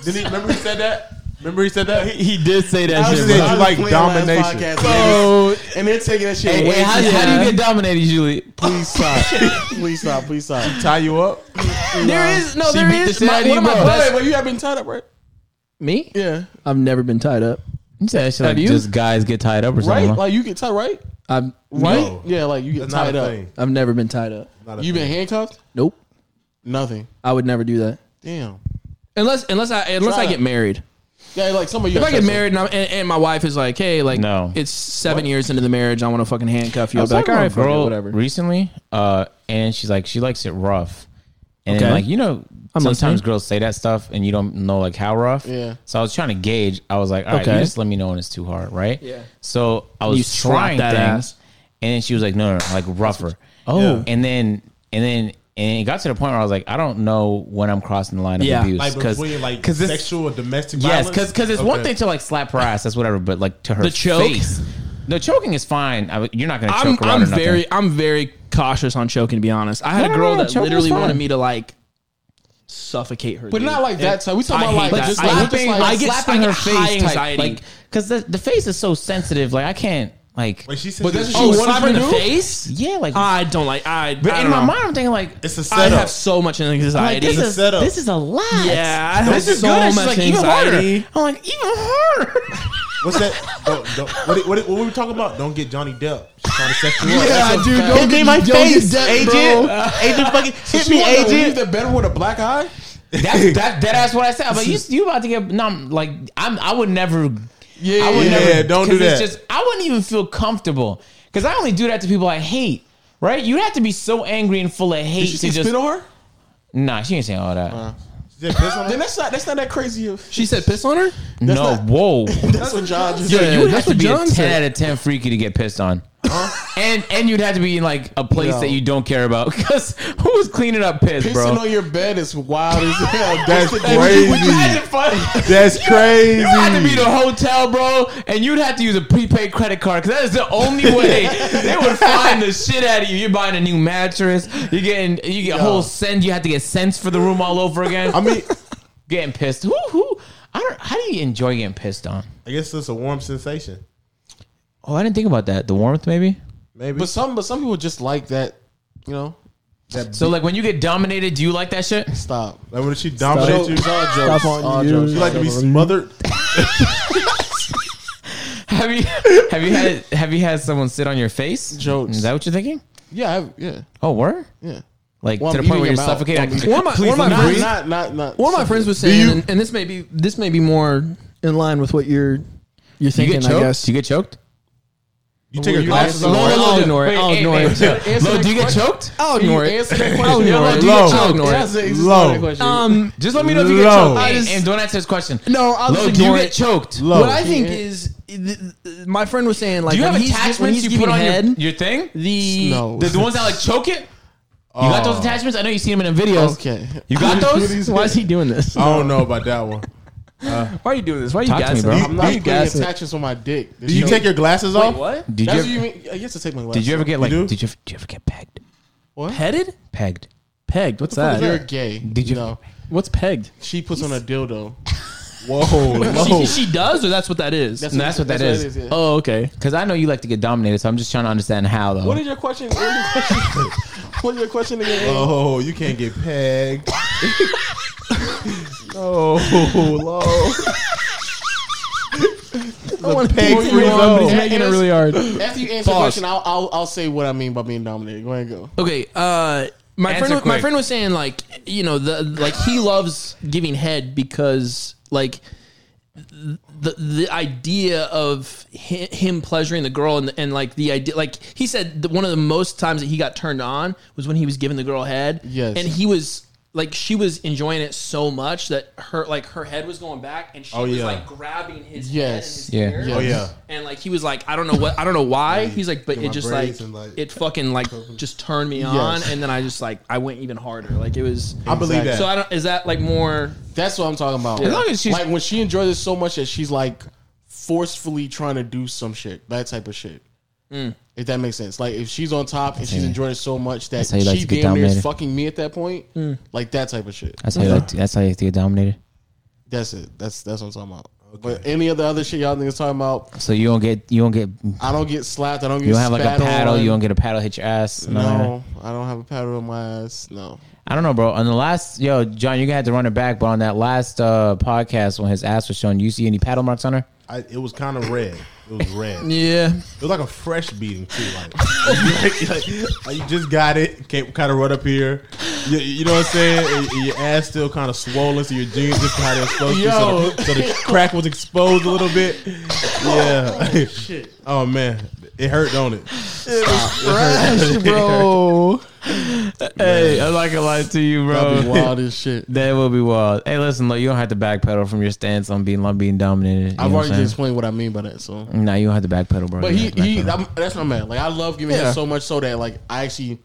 Speaker 4: Did he remember he said that? Remember he said that? He, he did say
Speaker 2: I was
Speaker 4: that. He
Speaker 2: just-
Speaker 4: said
Speaker 2: I
Speaker 4: you
Speaker 2: was
Speaker 4: like
Speaker 2: playing last
Speaker 4: domination.
Speaker 2: podcast, niggas, and they're taking that shit way.
Speaker 1: how,
Speaker 2: too-
Speaker 1: do you get dominated usually?
Speaker 2: Please stop. please stop. Please stop.
Speaker 4: Tie you up.
Speaker 5: There is no.
Speaker 1: She
Speaker 5: There
Speaker 1: beat the
Speaker 5: is
Speaker 1: shit out of
Speaker 5: my, one
Speaker 1: you,
Speaker 5: of my
Speaker 1: bro.
Speaker 5: best.
Speaker 2: Wait, wait, you have been tied up, right?
Speaker 5: Me?
Speaker 2: Yeah.
Speaker 5: I've never been tied up.
Speaker 1: You said that shit like
Speaker 5: you?
Speaker 1: just guys get tied up or
Speaker 2: Right?
Speaker 1: something. huh?
Speaker 2: Like you get tied, right?
Speaker 5: I've
Speaker 2: Right?
Speaker 4: No.
Speaker 2: Yeah, like you get
Speaker 4: That's not
Speaker 2: tied
Speaker 4: a
Speaker 2: up.
Speaker 4: thing.
Speaker 5: I've never been tied up.
Speaker 4: Not a
Speaker 2: You
Speaker 4: thing.
Speaker 2: been handcuffed?
Speaker 5: Nope.
Speaker 2: Nothing.
Speaker 5: I would never do that.
Speaker 2: Damn.
Speaker 5: Unless unless I unless
Speaker 2: Try
Speaker 5: I
Speaker 2: it.
Speaker 5: get married.
Speaker 2: Yeah, like some of you.
Speaker 5: If I
Speaker 2: have
Speaker 5: get
Speaker 2: sex
Speaker 5: married and, I'm, and, and my wife is like, hey, like,
Speaker 1: No.
Speaker 5: it's seven years into the marriage, I want to fucking handcuff you.
Speaker 1: I
Speaker 5: I'll
Speaker 1: was
Speaker 5: be like, all
Speaker 1: talking
Speaker 5: right,
Speaker 1: to a
Speaker 5: fuck it,
Speaker 1: girl
Speaker 5: whatever.
Speaker 1: recently, uh, and she's like, she likes it rough, and
Speaker 5: Okay.
Speaker 1: like you know,
Speaker 5: I'm
Speaker 1: sometimes
Speaker 5: listening.
Speaker 1: girls say that stuff, and you don't know like how rough.
Speaker 2: Yeah.
Speaker 1: So I was trying to gauge. I was like, all right,
Speaker 5: Okay.
Speaker 1: you just let me know when it's too hard, right?
Speaker 5: Yeah.
Speaker 1: So I
Speaker 5: You
Speaker 1: was
Speaker 5: slapped
Speaker 1: trying
Speaker 5: that
Speaker 1: things,
Speaker 5: ass.
Speaker 1: and then she was like, no, no, no like rougher.
Speaker 5: Oh. Yeah.
Speaker 1: and then and then. And it got to the point where I was like, I don't know when I'm crossing the line of
Speaker 5: Yeah.
Speaker 1: abuse.
Speaker 4: like
Speaker 1: Because
Speaker 4: between like
Speaker 1: this-
Speaker 4: sexual or domestic
Speaker 1: Yes,
Speaker 4: violence?
Speaker 1: because it's one
Speaker 4: Okay.
Speaker 1: thing to like slap her ass, that's whatever. But like to her
Speaker 5: The choke?
Speaker 1: face, no choking is fine. I, you're not gonna
Speaker 5: I'm,
Speaker 1: choke her out
Speaker 5: I'm
Speaker 1: or nothing.
Speaker 5: very I'm very cautious on choking. To be honest, I had
Speaker 1: No,
Speaker 5: a
Speaker 1: no,
Speaker 5: girl
Speaker 1: no,
Speaker 5: that
Speaker 1: choking is
Speaker 5: literally
Speaker 1: fine.
Speaker 5: wanted me to like suffocate her,
Speaker 2: But not like that type. We talking
Speaker 5: I
Speaker 2: about like
Speaker 5: hate that.
Speaker 2: just
Speaker 5: I
Speaker 2: like,
Speaker 5: hate
Speaker 2: just
Speaker 5: that.
Speaker 2: like
Speaker 5: I get-
Speaker 1: slapping
Speaker 5: I
Speaker 1: her
Speaker 5: get high
Speaker 1: face, type,
Speaker 5: anxiety.
Speaker 1: like because the, the face is so sensitive. Like I can't like
Speaker 4: Wait, she said
Speaker 2: But
Speaker 4: she-
Speaker 2: that's what
Speaker 5: Oh,
Speaker 2: she
Speaker 5: slap her in
Speaker 2: wanted to
Speaker 5: the
Speaker 2: do.
Speaker 5: face.
Speaker 1: yeah, like.
Speaker 5: I don't like. I.
Speaker 1: but
Speaker 5: I
Speaker 1: in
Speaker 5: don't
Speaker 1: my
Speaker 5: know.
Speaker 1: mind, I'm thinking like,
Speaker 4: it's a
Speaker 5: I
Speaker 4: setup.
Speaker 5: have so much
Speaker 1: like
Speaker 5: anxiety.
Speaker 1: this is
Speaker 4: setup.
Speaker 1: this is a lot.
Speaker 5: yeah, I have
Speaker 1: this is
Speaker 5: so
Speaker 1: good.
Speaker 5: much
Speaker 1: She's like,
Speaker 5: anxiety.
Speaker 1: Even harder. I'm like even harder.
Speaker 4: What's that? Don't- don't- what, what, what were we talking about? Don't get Johnny Depp. She's trying to set you up. That's what-
Speaker 5: dude,
Speaker 3: Don't get my face,
Speaker 5: agent.
Speaker 3: agent.
Speaker 4: Agent fucking hit
Speaker 2: She
Speaker 4: me,
Speaker 2: wanted to leave
Speaker 4: agent.
Speaker 2: that bedroom with a black eye.
Speaker 1: That's that, that's what I said. But you you about to get no I'm like I'm I would never
Speaker 2: Yeah,
Speaker 1: I would
Speaker 3: yeah,
Speaker 1: never
Speaker 3: yeah, don't do
Speaker 1: 'cause it's
Speaker 3: that.
Speaker 1: just I wouldn't even feel comfortable cuz I only do that to people I hate. Right? You'd have to be so angry and full of hate
Speaker 2: Did she
Speaker 1: to just
Speaker 2: spit on her?
Speaker 1: Nah, she ain't saying all that.
Speaker 4: Did piss on
Speaker 2: Then
Speaker 4: him?
Speaker 2: that's not that's not that crazy. Of,
Speaker 5: She said piss on her.
Speaker 1: no,
Speaker 2: not-
Speaker 1: whoa.
Speaker 2: that's what John just
Speaker 5: Yeah,
Speaker 2: said.
Speaker 1: you would
Speaker 5: that's
Speaker 1: have to
Speaker 5: what
Speaker 1: be
Speaker 5: John
Speaker 1: a 10
Speaker 5: said.
Speaker 1: out of 10 freaky to get pissed on. and and you'd have to be in like a place
Speaker 2: No.
Speaker 1: that you don't care about cuz who was cleaning up piss,
Speaker 2: Pissing
Speaker 1: bro?
Speaker 2: on your bed is wild as hell.
Speaker 3: That's
Speaker 1: Would you
Speaker 3: crazy.
Speaker 1: imagine fun-
Speaker 3: That's crazy.
Speaker 1: You had to be the hotel, bro, and you'd have to use a prepaid credit card because that is the only way they would find the shit out of you. You're buying a new mattress. You're getting you get a whole send. You have to get cents for the room all over again.
Speaker 4: I mean,
Speaker 1: getting pissed. Who who? I don't. How do you enjoy getting pissed on?
Speaker 4: I guess it's a warm sensation.
Speaker 1: Oh, I didn't think about that. The warmth, maybe.
Speaker 4: Maybe.
Speaker 2: But some but some people just like that. You know,
Speaker 1: So, like, when you get dominated, do you like that shit?
Speaker 2: stop.
Speaker 4: Like when she dominates you.
Speaker 2: All jokes. All jokes.
Speaker 4: You like to be smothered.
Speaker 1: Have you have you had have you had someone sit on your face?
Speaker 2: Jokes.
Speaker 1: Is Mm, that what you're thinking?
Speaker 2: Yeah, I have, yeah,
Speaker 1: Oh, were
Speaker 2: yeah.
Speaker 1: like
Speaker 2: Well,
Speaker 1: to
Speaker 2: I'm
Speaker 1: the point
Speaker 2: eating
Speaker 1: where you're
Speaker 2: them out.
Speaker 1: suffocating.
Speaker 2: Don't
Speaker 5: One of my, one of my
Speaker 2: Not,
Speaker 5: friends,
Speaker 2: not, not, not.
Speaker 5: one of my friends was
Speaker 3: Do
Speaker 5: saying,
Speaker 3: you-
Speaker 5: and, and this may be this may be more in line with what you're you're
Speaker 1: You
Speaker 5: thinking.
Speaker 1: get
Speaker 5: I
Speaker 1: choked.
Speaker 5: guess.
Speaker 1: You get choked.
Speaker 4: You take her
Speaker 2: you
Speaker 4: glasses
Speaker 2: like-
Speaker 4: off.
Speaker 5: I'll
Speaker 1: Wait,
Speaker 5: ignore it.
Speaker 1: wait,
Speaker 5: I'll
Speaker 1: hey,
Speaker 5: ignore
Speaker 1: hey,
Speaker 5: it.
Speaker 1: Joe,
Speaker 2: Answer
Speaker 1: Lo,
Speaker 2: the
Speaker 1: do Oh, you get
Speaker 2: question.
Speaker 1: choked?
Speaker 5: I'll
Speaker 2: You
Speaker 5: ignore it.
Speaker 2: Answer that
Speaker 5: I'll
Speaker 2: question.
Speaker 5: ignore
Speaker 2: Yeah,
Speaker 5: it.
Speaker 2: like,
Speaker 3: Low.
Speaker 5: I'll ignore it.
Speaker 2: that's it. It's just
Speaker 3: Low.
Speaker 2: another question.
Speaker 5: Um,
Speaker 1: Just let me know if you get
Speaker 3: Lo.
Speaker 1: choked.
Speaker 5: I
Speaker 1: Hey,
Speaker 5: just-
Speaker 1: and don't answer this question.
Speaker 5: no, I'll
Speaker 1: Lo,
Speaker 5: just
Speaker 1: do you
Speaker 5: ignore
Speaker 1: get
Speaker 5: it.
Speaker 1: choked?
Speaker 3: Low.
Speaker 5: What I think is, th- th- my friend was saying, like,
Speaker 1: Do you have
Speaker 5: when he's, gi- when
Speaker 1: attachments
Speaker 5: he's
Speaker 1: you put
Speaker 5: giving
Speaker 1: on your,
Speaker 5: head,
Speaker 1: your thing?
Speaker 5: the
Speaker 2: No.
Speaker 1: The, the ones that like choke it? You got those attachments? I know you see them in the videos.
Speaker 2: Okay.
Speaker 1: You got those?
Speaker 5: uh, Why is he doing this?
Speaker 3: I don't know about that one.
Speaker 5: Why are you doing this? Why are you
Speaker 1: Talk to me,
Speaker 5: gassing
Speaker 1: bro.
Speaker 2: I'm
Speaker 3: You-
Speaker 2: not
Speaker 3: you
Speaker 2: putting
Speaker 3: guys-
Speaker 2: attachments on my dick.
Speaker 4: Do you take your glasses off?
Speaker 5: What?
Speaker 1: Did
Speaker 2: That's what
Speaker 1: you,
Speaker 2: you
Speaker 1: ever,
Speaker 2: mean. I guess I take my glasses.
Speaker 1: did you ever get like?
Speaker 4: do?
Speaker 1: Did you did you ever get pegged?
Speaker 5: Headed?
Speaker 1: Pegged?
Speaker 5: Pegged. What's
Speaker 2: off?
Speaker 5: that?
Speaker 2: You're gay. Did you know?
Speaker 5: What's pegged?
Speaker 2: She puts on a dildo.
Speaker 3: Whoa.
Speaker 5: She, she does, or that's what that is?
Speaker 1: No, that's what that
Speaker 2: it
Speaker 1: is.
Speaker 2: yeah.
Speaker 5: Oh, okay.
Speaker 1: Because I know you like to get dominated, so I'm just trying to understand how though.
Speaker 2: What is your question? What is your question? what is your question again?
Speaker 4: Oh, you can't get pegged.
Speaker 5: I want to
Speaker 4: peg
Speaker 5: peg
Speaker 4: free
Speaker 5: you on, but he's
Speaker 4: zone.
Speaker 5: making it really hard.
Speaker 2: After you answer the
Speaker 5: Pause.
Speaker 2: question, I'll, I'll I'll say what I mean by being dominated. Go ahead, and go.
Speaker 5: Okay, uh, my
Speaker 1: Answer
Speaker 5: friend, my
Speaker 1: quick.
Speaker 5: friend was saying like, you know, the like he loves giving head because like the the idea of hi- him pleasuring the girl and and like the idea like he said that one of the most times that he got turned on was when he was giving the girl head.
Speaker 2: Yes.
Speaker 5: and he was. Like she was enjoying it so much that her like her head was going back and she
Speaker 4: Oh,
Speaker 5: was
Speaker 4: yeah.
Speaker 5: like grabbing his
Speaker 2: Yes.
Speaker 5: head
Speaker 1: Yeah.
Speaker 5: and his ear.
Speaker 4: Oh yeah.
Speaker 5: And like he was like, I don't know what, I don't know why. He's like, but
Speaker 4: Get
Speaker 5: it
Speaker 4: my
Speaker 5: just like,
Speaker 4: braids and, like-
Speaker 5: it fucking like just turned me on, and then I just like I went even harder. Like it was.
Speaker 4: I believe that.
Speaker 5: So I don't. Is that like more?
Speaker 2: That's what I'm talking about.
Speaker 1: As long as she's-
Speaker 2: like when she enjoys it so much that she's like forcefully trying to do some shit, that type of shit. If that makes sense, like if she's on top and she's enjoying it so much that
Speaker 1: how you
Speaker 2: she
Speaker 1: like to get
Speaker 2: damn near is
Speaker 1: dominated.
Speaker 2: fucking me at that point, like that type of shit.
Speaker 1: That's how you like. To, that's how you like to get dominated.
Speaker 2: That's it. That's that's what I'm talking about. But any of the other shit y'all niggas talking about,
Speaker 1: So you don't get you don't get
Speaker 2: I don't get slapped. I don't get.
Speaker 1: you don't have like
Speaker 2: spat
Speaker 1: a paddle.
Speaker 2: on.
Speaker 1: You don't get a paddle hit your ass. None of that.
Speaker 2: No, I don't have a paddle on my ass. No.
Speaker 1: I don't know, bro. On the last, yo, John, you're gonna have to run it back. But on that last uh, podcast, when his ass was shown, you see any paddle marks on her?
Speaker 4: I, it was kind of red. It was red. It
Speaker 5: Yeah.
Speaker 4: was like a fresh beating too. Like, like, like, you just got it. Can't kind of run up here. You, you know what I'm saying? And- and your ass still kind of swollen, so your jeans just how they're supposed to. So the, so the crack was exposed a little bit. Yeah. Oh, shit. oh man, it hurt, don't it?
Speaker 5: Bro.
Speaker 1: Hey, I'm not gonna lie to you,
Speaker 2: That'd be wild as shit.
Speaker 1: That will be wild. Hey, listen, look, you don't have to backpedal from your stance on being on being dominated. You
Speaker 2: I've
Speaker 1: know what
Speaker 2: already
Speaker 1: I'm saying?
Speaker 2: explained what I mean by that. So,
Speaker 1: Nah, you don't have to backpedal, bro.
Speaker 2: but
Speaker 1: You
Speaker 2: he,
Speaker 1: don't have to
Speaker 2: he
Speaker 1: backpedal.
Speaker 2: I'm, that's my man. Like I love giving
Speaker 5: Yeah.
Speaker 2: him so much so that like I actually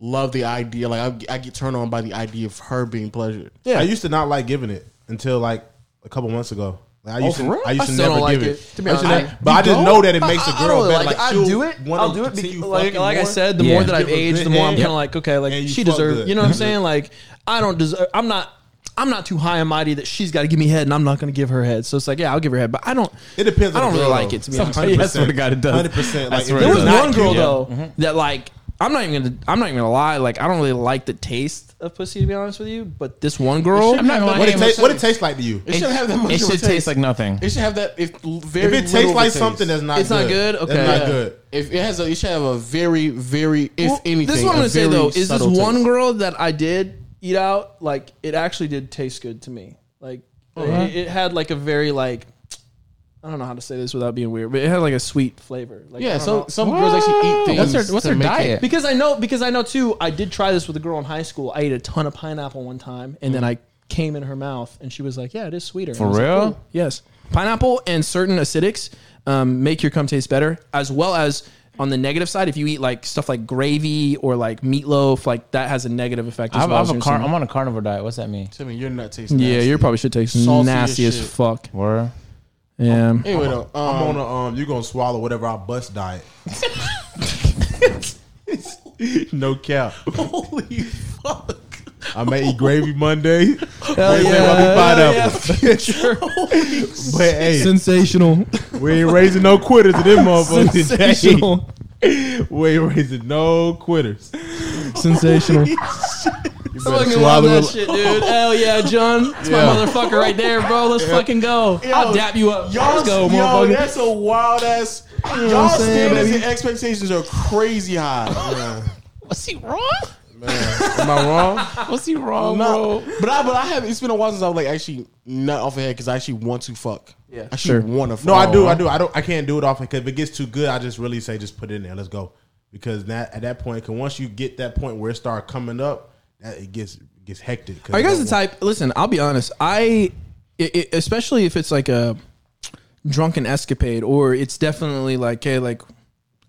Speaker 2: love the idea. Like I, I get turned on by the idea of her being pleasured.
Speaker 4: I used to not like giving it until like a couple months ago. Like, I used
Speaker 5: Oh, for
Speaker 4: to,
Speaker 5: real?
Speaker 4: I used
Speaker 5: I
Speaker 4: to
Speaker 5: still
Speaker 4: never
Speaker 5: don't
Speaker 4: give
Speaker 5: like
Speaker 4: it.
Speaker 5: it, to be
Speaker 4: I used to
Speaker 5: honest.
Speaker 4: ne- but I just know that it makes a girl better.
Speaker 5: I, like,
Speaker 4: like,
Speaker 5: I
Speaker 4: she'll
Speaker 5: do it.
Speaker 4: wanna
Speaker 5: I'll do it.
Speaker 4: continue
Speaker 5: Because, like
Speaker 4: fucking
Speaker 5: like I
Speaker 4: more.
Speaker 5: said, the
Speaker 1: Yeah.
Speaker 5: more that I've
Speaker 4: Give a
Speaker 5: aged,
Speaker 4: good
Speaker 5: the more I'm
Speaker 4: head.
Speaker 5: kind of like, okay,
Speaker 4: And you
Speaker 5: like she
Speaker 4: fuck
Speaker 5: deserves.
Speaker 4: good.
Speaker 5: You know what I'm saying? Like I don't deserve. I'm not. I'm not too high and mighty that she's got to give me head, and I'm not going to give her head. So it's like, yeah, I'll give her head, but I don't.
Speaker 4: It depends.
Speaker 5: I
Speaker 4: on
Speaker 5: don't
Speaker 4: the girl,
Speaker 5: really like
Speaker 4: though.
Speaker 5: it, to be honest.
Speaker 1: I swear to God, it does.
Speaker 4: Hundred percent.
Speaker 1: I
Speaker 4: Like
Speaker 1: swear
Speaker 4: if
Speaker 1: it
Speaker 5: There
Speaker 4: it's
Speaker 5: was
Speaker 1: does.
Speaker 4: not Mm-hmm.
Speaker 5: one girl
Speaker 4: cute-
Speaker 5: though that like I'm not even gonna. I'm not even gonna lie. Like I don't really like the taste of pussy to be honest with you. But this one girl,
Speaker 1: I'm not gonna
Speaker 4: What
Speaker 1: lie.
Speaker 4: it, ta- what it tastes like to you?
Speaker 2: It, should have that much.
Speaker 1: It
Speaker 2: of a
Speaker 1: should taste like nothing.
Speaker 2: It should have that. If very
Speaker 4: If it
Speaker 2: little
Speaker 4: tastes
Speaker 2: of a
Speaker 4: like
Speaker 2: taste.
Speaker 4: something that's not
Speaker 5: It's not
Speaker 4: good,
Speaker 5: good?
Speaker 4: that's
Speaker 5: Okay.
Speaker 4: not good.
Speaker 2: If it has a, it should have a very, very, if
Speaker 5: Well,
Speaker 2: anything.
Speaker 5: This is what I'm
Speaker 2: a
Speaker 5: gonna say
Speaker 2: very
Speaker 5: though is this
Speaker 2: subtle
Speaker 5: one
Speaker 2: taste.
Speaker 5: girl that I did eat out. Like it actually did taste good to me. Like it, it had like a very like I don't know how to say this without being weird, but it had like a sweet flavor. Like, I
Speaker 2: Yeah,
Speaker 5: don't
Speaker 2: so
Speaker 5: know.
Speaker 2: some girls actually eat things.
Speaker 1: What's her What's
Speaker 2: to
Speaker 1: her
Speaker 2: make it-
Speaker 1: diet?
Speaker 5: because I know because I know too. I did try this with a girl in high school. I ate a ton of pineapple one time, and then I came in her mouth, and she was like, "Yeah, it is sweeter." For
Speaker 1: real?
Speaker 5: yes, pineapple and certain acidics um, make your cum taste better, as well as on the negative side, if you eat like stuff like gravy or like meatloaf, like that has a negative effect. As
Speaker 1: I'm,
Speaker 5: well
Speaker 1: I'm,
Speaker 5: as
Speaker 1: a
Speaker 5: your
Speaker 1: car-
Speaker 5: stomach.
Speaker 1: I'm on a carnivore diet. What's that mean?
Speaker 2: Timmy, you're not tasting.
Speaker 5: yeah,
Speaker 2: nasty.
Speaker 5: you probably should taste
Speaker 2: Salty as
Speaker 5: nasty as
Speaker 2: shit.
Speaker 5: fuck.
Speaker 1: Word.
Speaker 5: Yeah,
Speaker 2: Anyway, though, um,
Speaker 4: I'm on a um. You gonna swallow whatever I bust diet. no cap. Holy um, fuck! I may eat gravy Monday. Wednesday yeah, pineapple. but hey,
Speaker 5: sensational,
Speaker 4: we ain't raising no quitters to them motherfuckers today. We ain't raising no quitters.
Speaker 5: sensational.
Speaker 4: You
Speaker 5: I
Speaker 4: better
Speaker 5: fucking love
Speaker 4: swallow it.
Speaker 5: that shit, dude. Hell yeah, John. It's my motherfucker right there, bro. Let's fucking go. I'll dap you up.
Speaker 2: Y'all,
Speaker 5: Let's go,
Speaker 2: yo,
Speaker 5: motherfucker.
Speaker 2: that's a wild ass.
Speaker 5: what
Speaker 2: Y'all
Speaker 5: I'm saying,
Speaker 2: standards
Speaker 5: baby?
Speaker 2: and expectations are crazy high.
Speaker 1: What's he wrong?
Speaker 4: Am I wrong?
Speaker 1: What's he wrong,
Speaker 2: No,
Speaker 1: bro?
Speaker 2: but I but I have. It's been a while since I was like actually not off ahead because I actually want to fuck. Yeah, I
Speaker 5: Sure.
Speaker 2: actually want to. fuck.
Speaker 4: No, I do. I do. I don't. I can't do it often because if it gets too good, I just really say just put it in there. Let's go because that at that point, because once you get that point where it start coming up, that it gets gets hectic. 'cause
Speaker 5: Are you guys the
Speaker 4: don't
Speaker 5: type? Listen, I'll be honest. I, it, it- especially if it's like a drunken escapade or it's definitely like, hey, like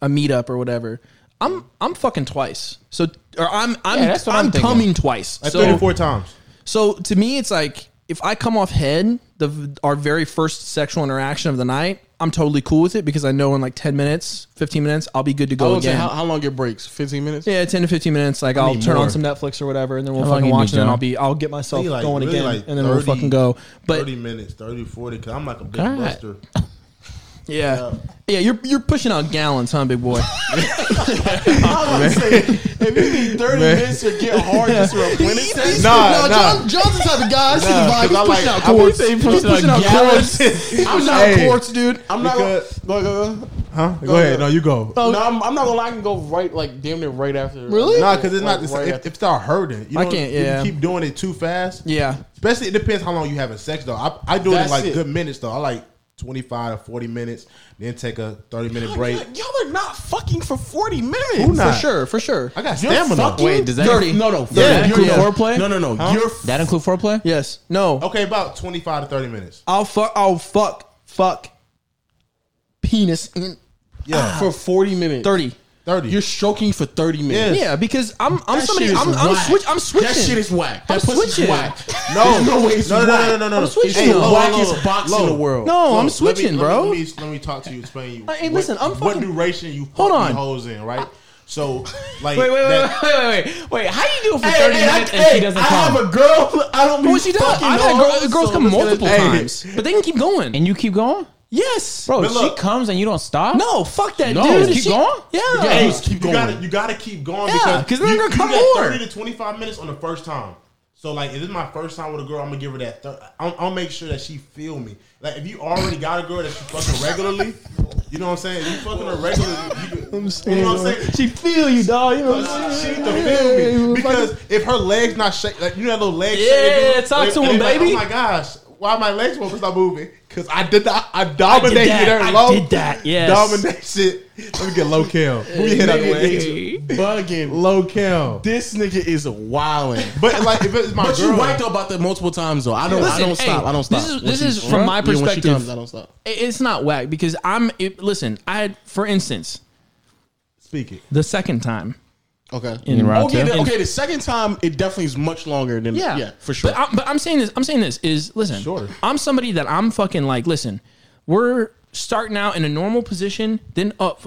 Speaker 5: a meetup or whatever. I'm I'm fucking twice. So or I'm I'm
Speaker 1: Yeah, that's what
Speaker 5: I'm,
Speaker 1: I'm thinking.
Speaker 5: coming twice.
Speaker 4: want-
Speaker 5: so,
Speaker 4: like thirty four times.
Speaker 5: So to me, it's like if I come off head, the our very first sexual interaction of the night, I'm totally cool with it because I know in like ten minutes, fifteen minutes, I'll be good to
Speaker 1: Oh,
Speaker 2: I
Speaker 5: go
Speaker 2: would say
Speaker 5: again.
Speaker 2: how, how long it breaks? Fifteen minutes.
Speaker 5: yeah, ten to fifteen minutes. Like I'll
Speaker 4: need
Speaker 5: turn
Speaker 4: more.
Speaker 5: on some Netflix or whatever, and then we'll
Speaker 1: long
Speaker 5: fucking
Speaker 1: you need,
Speaker 5: watch it. And
Speaker 1: John?
Speaker 5: I'll be, I'll get myself
Speaker 4: Really, like,
Speaker 5: going
Speaker 4: really,
Speaker 5: again,
Speaker 4: like
Speaker 5: and then we'll
Speaker 4: 30
Speaker 5: fucking go. But
Speaker 4: 30 minutes, 30, 40, because I'm like a big
Speaker 1: God.
Speaker 4: buster.
Speaker 5: yeah, yeah, you're you're pushing out gallons, huh, big boy?
Speaker 2: I was gonna say if you need thirty minutes to get hard just for a minute.
Speaker 5: He's-
Speaker 4: Nah,
Speaker 5: no,
Speaker 4: nah.
Speaker 5: John, John's the type of guy. I see the
Speaker 4: Nah,
Speaker 5: vibe.
Speaker 4: 'cause I
Speaker 5: He's pushing
Speaker 4: like-
Speaker 5: out
Speaker 4: I wouldn't
Speaker 5: cords.
Speaker 4: say
Speaker 5: He's pushing out cords. He's pushing out
Speaker 4: Hey.
Speaker 5: cords, dude.
Speaker 2: I'm not gonna,
Speaker 4: Because-
Speaker 2: go, go, go.
Speaker 4: Huh? Go ahead. No, you go.
Speaker 2: No, I'm, I'm not gonna lie. I can go right like damn near right after.
Speaker 5: Really?
Speaker 4: Nah, because it's not.
Speaker 2: Like,
Speaker 4: It's,
Speaker 2: right
Speaker 4: if,
Speaker 2: after.
Speaker 4: if it start hurting, you
Speaker 5: I
Speaker 4: know,
Speaker 5: can't,
Speaker 4: if
Speaker 5: yeah.
Speaker 4: you keep doing it too fast.
Speaker 5: Yeah,
Speaker 4: Especially, it depends how long you having sex though. I, I do it in
Speaker 2: That's
Speaker 4: like
Speaker 2: it.
Speaker 4: good minutes though. I like twenty five to forty minutes, then take a thirty minute break.
Speaker 2: Like, y'all are not fucking for forty minutes.
Speaker 4: Who
Speaker 5: for
Speaker 4: not?
Speaker 5: sure, for sure.
Speaker 4: I got
Speaker 2: You're
Speaker 4: stamina.
Speaker 2: fucking
Speaker 1: Wait, does that
Speaker 5: Dirty.
Speaker 2: No, no.
Speaker 5: Yeah.
Speaker 2: You're-
Speaker 5: Yeah.
Speaker 1: foreplay?
Speaker 2: No, no, no. You're
Speaker 1: That include foreplay?
Speaker 5: Yes. No.
Speaker 4: Okay, about twenty five to thirty minutes.
Speaker 2: Ah,
Speaker 5: I'll fuck. I'll fuck. Fuck. Penis. in
Speaker 4: Yeah,
Speaker 2: for forty minutes.
Speaker 5: Thirty.
Speaker 4: thirty.
Speaker 2: You're stroking for thirty minutes.
Speaker 4: Yes.
Speaker 5: Yeah, because I'm I'm
Speaker 2: That
Speaker 5: somebody.
Speaker 2: shit is
Speaker 5: I'm I'm,
Speaker 2: whack.
Speaker 5: switch, I'm switching.
Speaker 2: That shit is whack. That
Speaker 5: I'm
Speaker 2: pussy's
Speaker 5: switching.
Speaker 2: whack.
Speaker 4: no,
Speaker 2: There's no way it's
Speaker 4: no, no,
Speaker 2: whack.
Speaker 4: no, no, no, no.
Speaker 5: I'm switching.
Speaker 4: Hey,
Speaker 2: It's the
Speaker 4: hold on, hold
Speaker 2: wackest
Speaker 4: on.
Speaker 2: box
Speaker 4: Look,
Speaker 2: in the world.
Speaker 5: no,
Speaker 4: look,
Speaker 5: I'm switching,
Speaker 4: let me,
Speaker 5: bro.
Speaker 4: Let me, let me, let me talk to you. Explain you.
Speaker 5: Hey, listen, I'm
Speaker 4: what
Speaker 5: fucking-
Speaker 4: duration you hold
Speaker 5: Hold on.
Speaker 4: on hoes in right. So
Speaker 1: Wait,
Speaker 4: like
Speaker 1: wait, wait,
Speaker 4: that-
Speaker 1: wait, wait, wait, wait. How you do it for
Speaker 2: Hey,
Speaker 1: 30
Speaker 2: hey,
Speaker 1: minutes
Speaker 2: I,
Speaker 1: and
Speaker 2: hey,
Speaker 1: she doesn't
Speaker 2: I
Speaker 1: come?
Speaker 2: have a girl. I don't.
Speaker 5: Well,
Speaker 2: be
Speaker 5: she does.
Speaker 2: fucking
Speaker 5: I've had
Speaker 2: hoes,
Speaker 5: girl, girls
Speaker 2: so
Speaker 5: come
Speaker 2: let's get
Speaker 5: multiple
Speaker 2: it-
Speaker 5: times, but they can keep going.
Speaker 1: and you keep going?
Speaker 5: yes,
Speaker 1: Bro,
Speaker 4: But
Speaker 1: she
Speaker 4: look-
Speaker 1: comes and you don't stop?
Speaker 5: No, fuck that,
Speaker 1: No,
Speaker 5: dude.
Speaker 1: keep
Speaker 5: She-
Speaker 1: going?
Speaker 5: Yeah.
Speaker 4: Hey,
Speaker 2: Just keep
Speaker 4: you
Speaker 2: going.
Speaker 4: Gotta, you gotta keep going
Speaker 5: Yeah, 'cause
Speaker 4: because
Speaker 5: they're
Speaker 4: you,
Speaker 5: gonna
Speaker 4: you
Speaker 5: come
Speaker 4: got
Speaker 5: more.
Speaker 4: Thirty to twenty-five minutes on the first time. So like, if this is my first time with a girl, I'm gonna give her that. Thir- I'll, I'll make sure that she feel me. Like if you already got a girl that you fucking regularly, you know what I'm saying? If you fucking her regularly, you, you know what I'm saying?
Speaker 5: She feel you, dog. You know what I'm
Speaker 4: She
Speaker 5: saying?
Speaker 4: need to feel me because if her legs not shake, like you know that little leg. shake
Speaker 5: Yeah,
Speaker 4: they do?
Speaker 5: talk
Speaker 4: They-
Speaker 5: to
Speaker 4: they
Speaker 5: him,
Speaker 4: like,
Speaker 5: baby.
Speaker 4: oh my gosh, why my legs won't stop moving? Because I did not. I dominated her low.
Speaker 5: I did that. Yes.
Speaker 4: Dominate shit. Let me get low cam. Move your head out the way.
Speaker 2: Bugging.
Speaker 4: Low cam.
Speaker 2: This nigga is wilding.
Speaker 4: But like, if it's my
Speaker 2: But
Speaker 4: girl,
Speaker 2: you right though about that multiple times though. I don't.
Speaker 5: Listen,
Speaker 2: I don't
Speaker 5: hey,
Speaker 2: stop. I don't stop.
Speaker 5: this is-
Speaker 2: When
Speaker 5: this
Speaker 2: she-
Speaker 5: is from my
Speaker 2: Yeah, when she
Speaker 5: perspective.
Speaker 2: comes, I don't stop.
Speaker 5: It- It's not whack because I'm. It, listen, I had, for instance,
Speaker 4: speak it.
Speaker 5: the second time.
Speaker 2: Okay.
Speaker 1: In round
Speaker 2: okay,
Speaker 1: two?
Speaker 2: the, okay. The second time, it definitely is much longer than yeah, for sure.
Speaker 5: But, I, but I'm saying this. I'm saying this is listen.
Speaker 4: Sure.
Speaker 5: I'm somebody that I'm fucking like. Listen, we're starting out in a normal position, then up.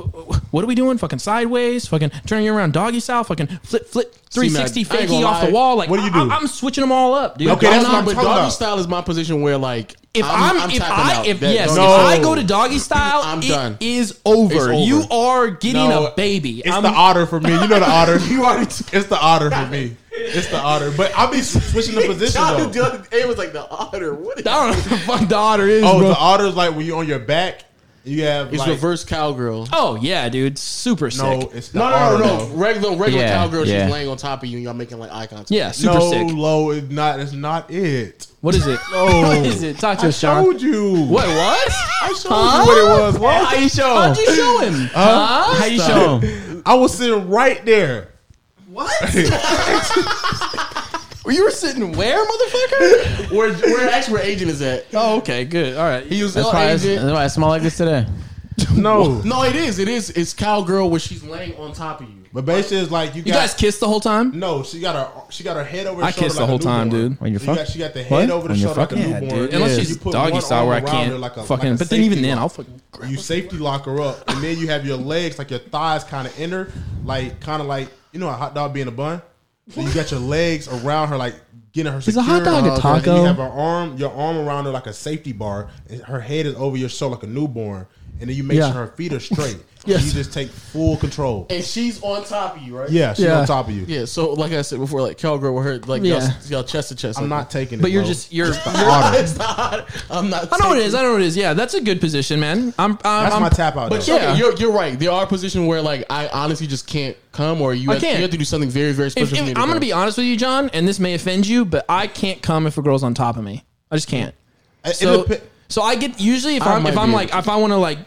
Speaker 5: What are we doing? Fucking sideways, fucking turning you around doggy style, fucking flip, flip, 360
Speaker 2: I ain't
Speaker 5: fakie
Speaker 2: gonna
Speaker 5: off
Speaker 2: lie.
Speaker 5: the wall. Like,
Speaker 4: What do you
Speaker 5: I-
Speaker 4: do?
Speaker 5: I, am switching them all up, dude.
Speaker 4: Okay, that's what I'm
Speaker 2: but
Speaker 4: talking
Speaker 2: doggy
Speaker 4: about.
Speaker 2: style is my position where like
Speaker 5: If I'm, if
Speaker 2: tapping
Speaker 5: I
Speaker 2: out.
Speaker 5: if
Speaker 2: That-
Speaker 5: yes,
Speaker 2: doggy
Speaker 4: No.
Speaker 5: if
Speaker 2: style-
Speaker 5: I go to doggy style,
Speaker 2: I'm
Speaker 5: I'm
Speaker 2: done.
Speaker 5: is over.
Speaker 2: It's over.
Speaker 5: You are getting
Speaker 4: No,
Speaker 5: a baby.
Speaker 4: Oh, It's
Speaker 5: I'm-
Speaker 4: the otter for me. You know the otter. you already. it's the otter for me. It's the otter. But I'll be switching the position though.
Speaker 2: It was like the otter. What is
Speaker 5: I don't know what the fuck the otter is,
Speaker 4: Oh,
Speaker 5: bro.
Speaker 4: the otter's like when you're on your back. You have
Speaker 2: It's
Speaker 4: like,
Speaker 2: reverse cowgirl.
Speaker 5: oh yeah, dude, super sick.
Speaker 4: No, it's the
Speaker 2: No, no,
Speaker 4: otter.
Speaker 2: no, no. Regular, regular
Speaker 1: Yeah,
Speaker 2: cowgirl. She's
Speaker 1: yeah.
Speaker 2: laying on top of you, and y'all making like eye contact.
Speaker 5: yeah, super
Speaker 4: no,
Speaker 5: sick.
Speaker 4: low is not. It's not it.
Speaker 5: What is it? what is it? Talk to us, Sean.
Speaker 4: Told you.
Speaker 5: What? What?
Speaker 4: I showed you what it was. Why
Speaker 1: How you show
Speaker 5: How'd
Speaker 1: him?
Speaker 5: you show him?
Speaker 4: Huh?
Speaker 1: How you show him?
Speaker 4: I was sitting right there.
Speaker 5: You were sitting where, motherfucker?
Speaker 2: Where, where actually where agent is at?
Speaker 5: oh, okay, good. All right.
Speaker 2: He was
Speaker 1: That's
Speaker 2: no,
Speaker 1: probably that's
Speaker 2: agent.
Speaker 1: why I smell like this today.
Speaker 4: No,
Speaker 2: No, it is. It is. It's cowgirl where she's laying on top of you.
Speaker 4: but basically it's like you,
Speaker 5: You
Speaker 4: got,
Speaker 5: guys kissed the whole time?
Speaker 4: No, she got her. She got her head over. Her
Speaker 5: I
Speaker 4: shoulder
Speaker 5: kissed
Speaker 4: like
Speaker 5: the
Speaker 4: a
Speaker 5: whole time,
Speaker 4: newborn.
Speaker 5: dude.
Speaker 1: When you're
Speaker 4: You
Speaker 1: fucking-
Speaker 4: got, she got the
Speaker 1: What?
Speaker 4: head over the
Speaker 1: When you're
Speaker 4: shoulder like a
Speaker 1: fucking- yeah,
Speaker 4: newborn.
Speaker 1: dude.
Speaker 4: and
Speaker 5: Unless
Speaker 4: then
Speaker 5: she's
Speaker 4: you put
Speaker 5: doggy
Speaker 4: one
Speaker 5: style
Speaker 4: arm
Speaker 5: where I
Speaker 4: around
Speaker 5: can't
Speaker 4: her like a-
Speaker 5: fucking.
Speaker 4: like a
Speaker 5: but then even
Speaker 4: safety
Speaker 5: then,
Speaker 4: lock.
Speaker 5: I'll fucking.
Speaker 4: you safety lock her up, and then you have your legs, like your thighs, kind of enter, like kind of like you know a hot dog being a bun. Then you got your legs around her, like getting her. Is
Speaker 1: a hot dog a taco?
Speaker 4: You have her arm, your arm around her like a safety bar, and her head is over your shoulder like a newborn, and then you make
Speaker 5: Yeah.
Speaker 4: sure her feet are straight.
Speaker 5: Yes.
Speaker 4: You just take full control.
Speaker 2: And she's on top of you, right?
Speaker 4: Yeah, she's
Speaker 5: Yeah.
Speaker 4: on top of you.
Speaker 2: Yeah. So like I said before, like cowgirl with her, like
Speaker 5: Yeah.
Speaker 2: y'all, y'all chest to chest.
Speaker 4: I'm not taking it.
Speaker 5: But you're
Speaker 4: bro.
Speaker 5: just you're.
Speaker 4: Otter.
Speaker 2: It's not. I'm not.
Speaker 5: I know what it is. I know what it is. Yeah, that's a good position, man. I'm. I'm
Speaker 4: That's
Speaker 5: I'm,
Speaker 4: my tap out.
Speaker 2: But
Speaker 4: though.
Speaker 5: yeah.
Speaker 2: yeah, you're, you're right. There are positions where like I honestly just can't come, or you
Speaker 5: I
Speaker 2: have, you
Speaker 5: can't.
Speaker 2: have to do something very very
Speaker 5: If,
Speaker 2: special.
Speaker 5: if,
Speaker 2: for
Speaker 5: I'm
Speaker 2: me to
Speaker 5: gonna
Speaker 2: come.
Speaker 5: be honest with you, John, and this may offend you, but I can't come if a girl's on top of me. I just can't.
Speaker 4: It- it
Speaker 5: So,
Speaker 4: depe-
Speaker 5: so I get usually if
Speaker 2: I
Speaker 5: I'm if
Speaker 2: might
Speaker 5: I'm
Speaker 2: be
Speaker 5: like if I want to like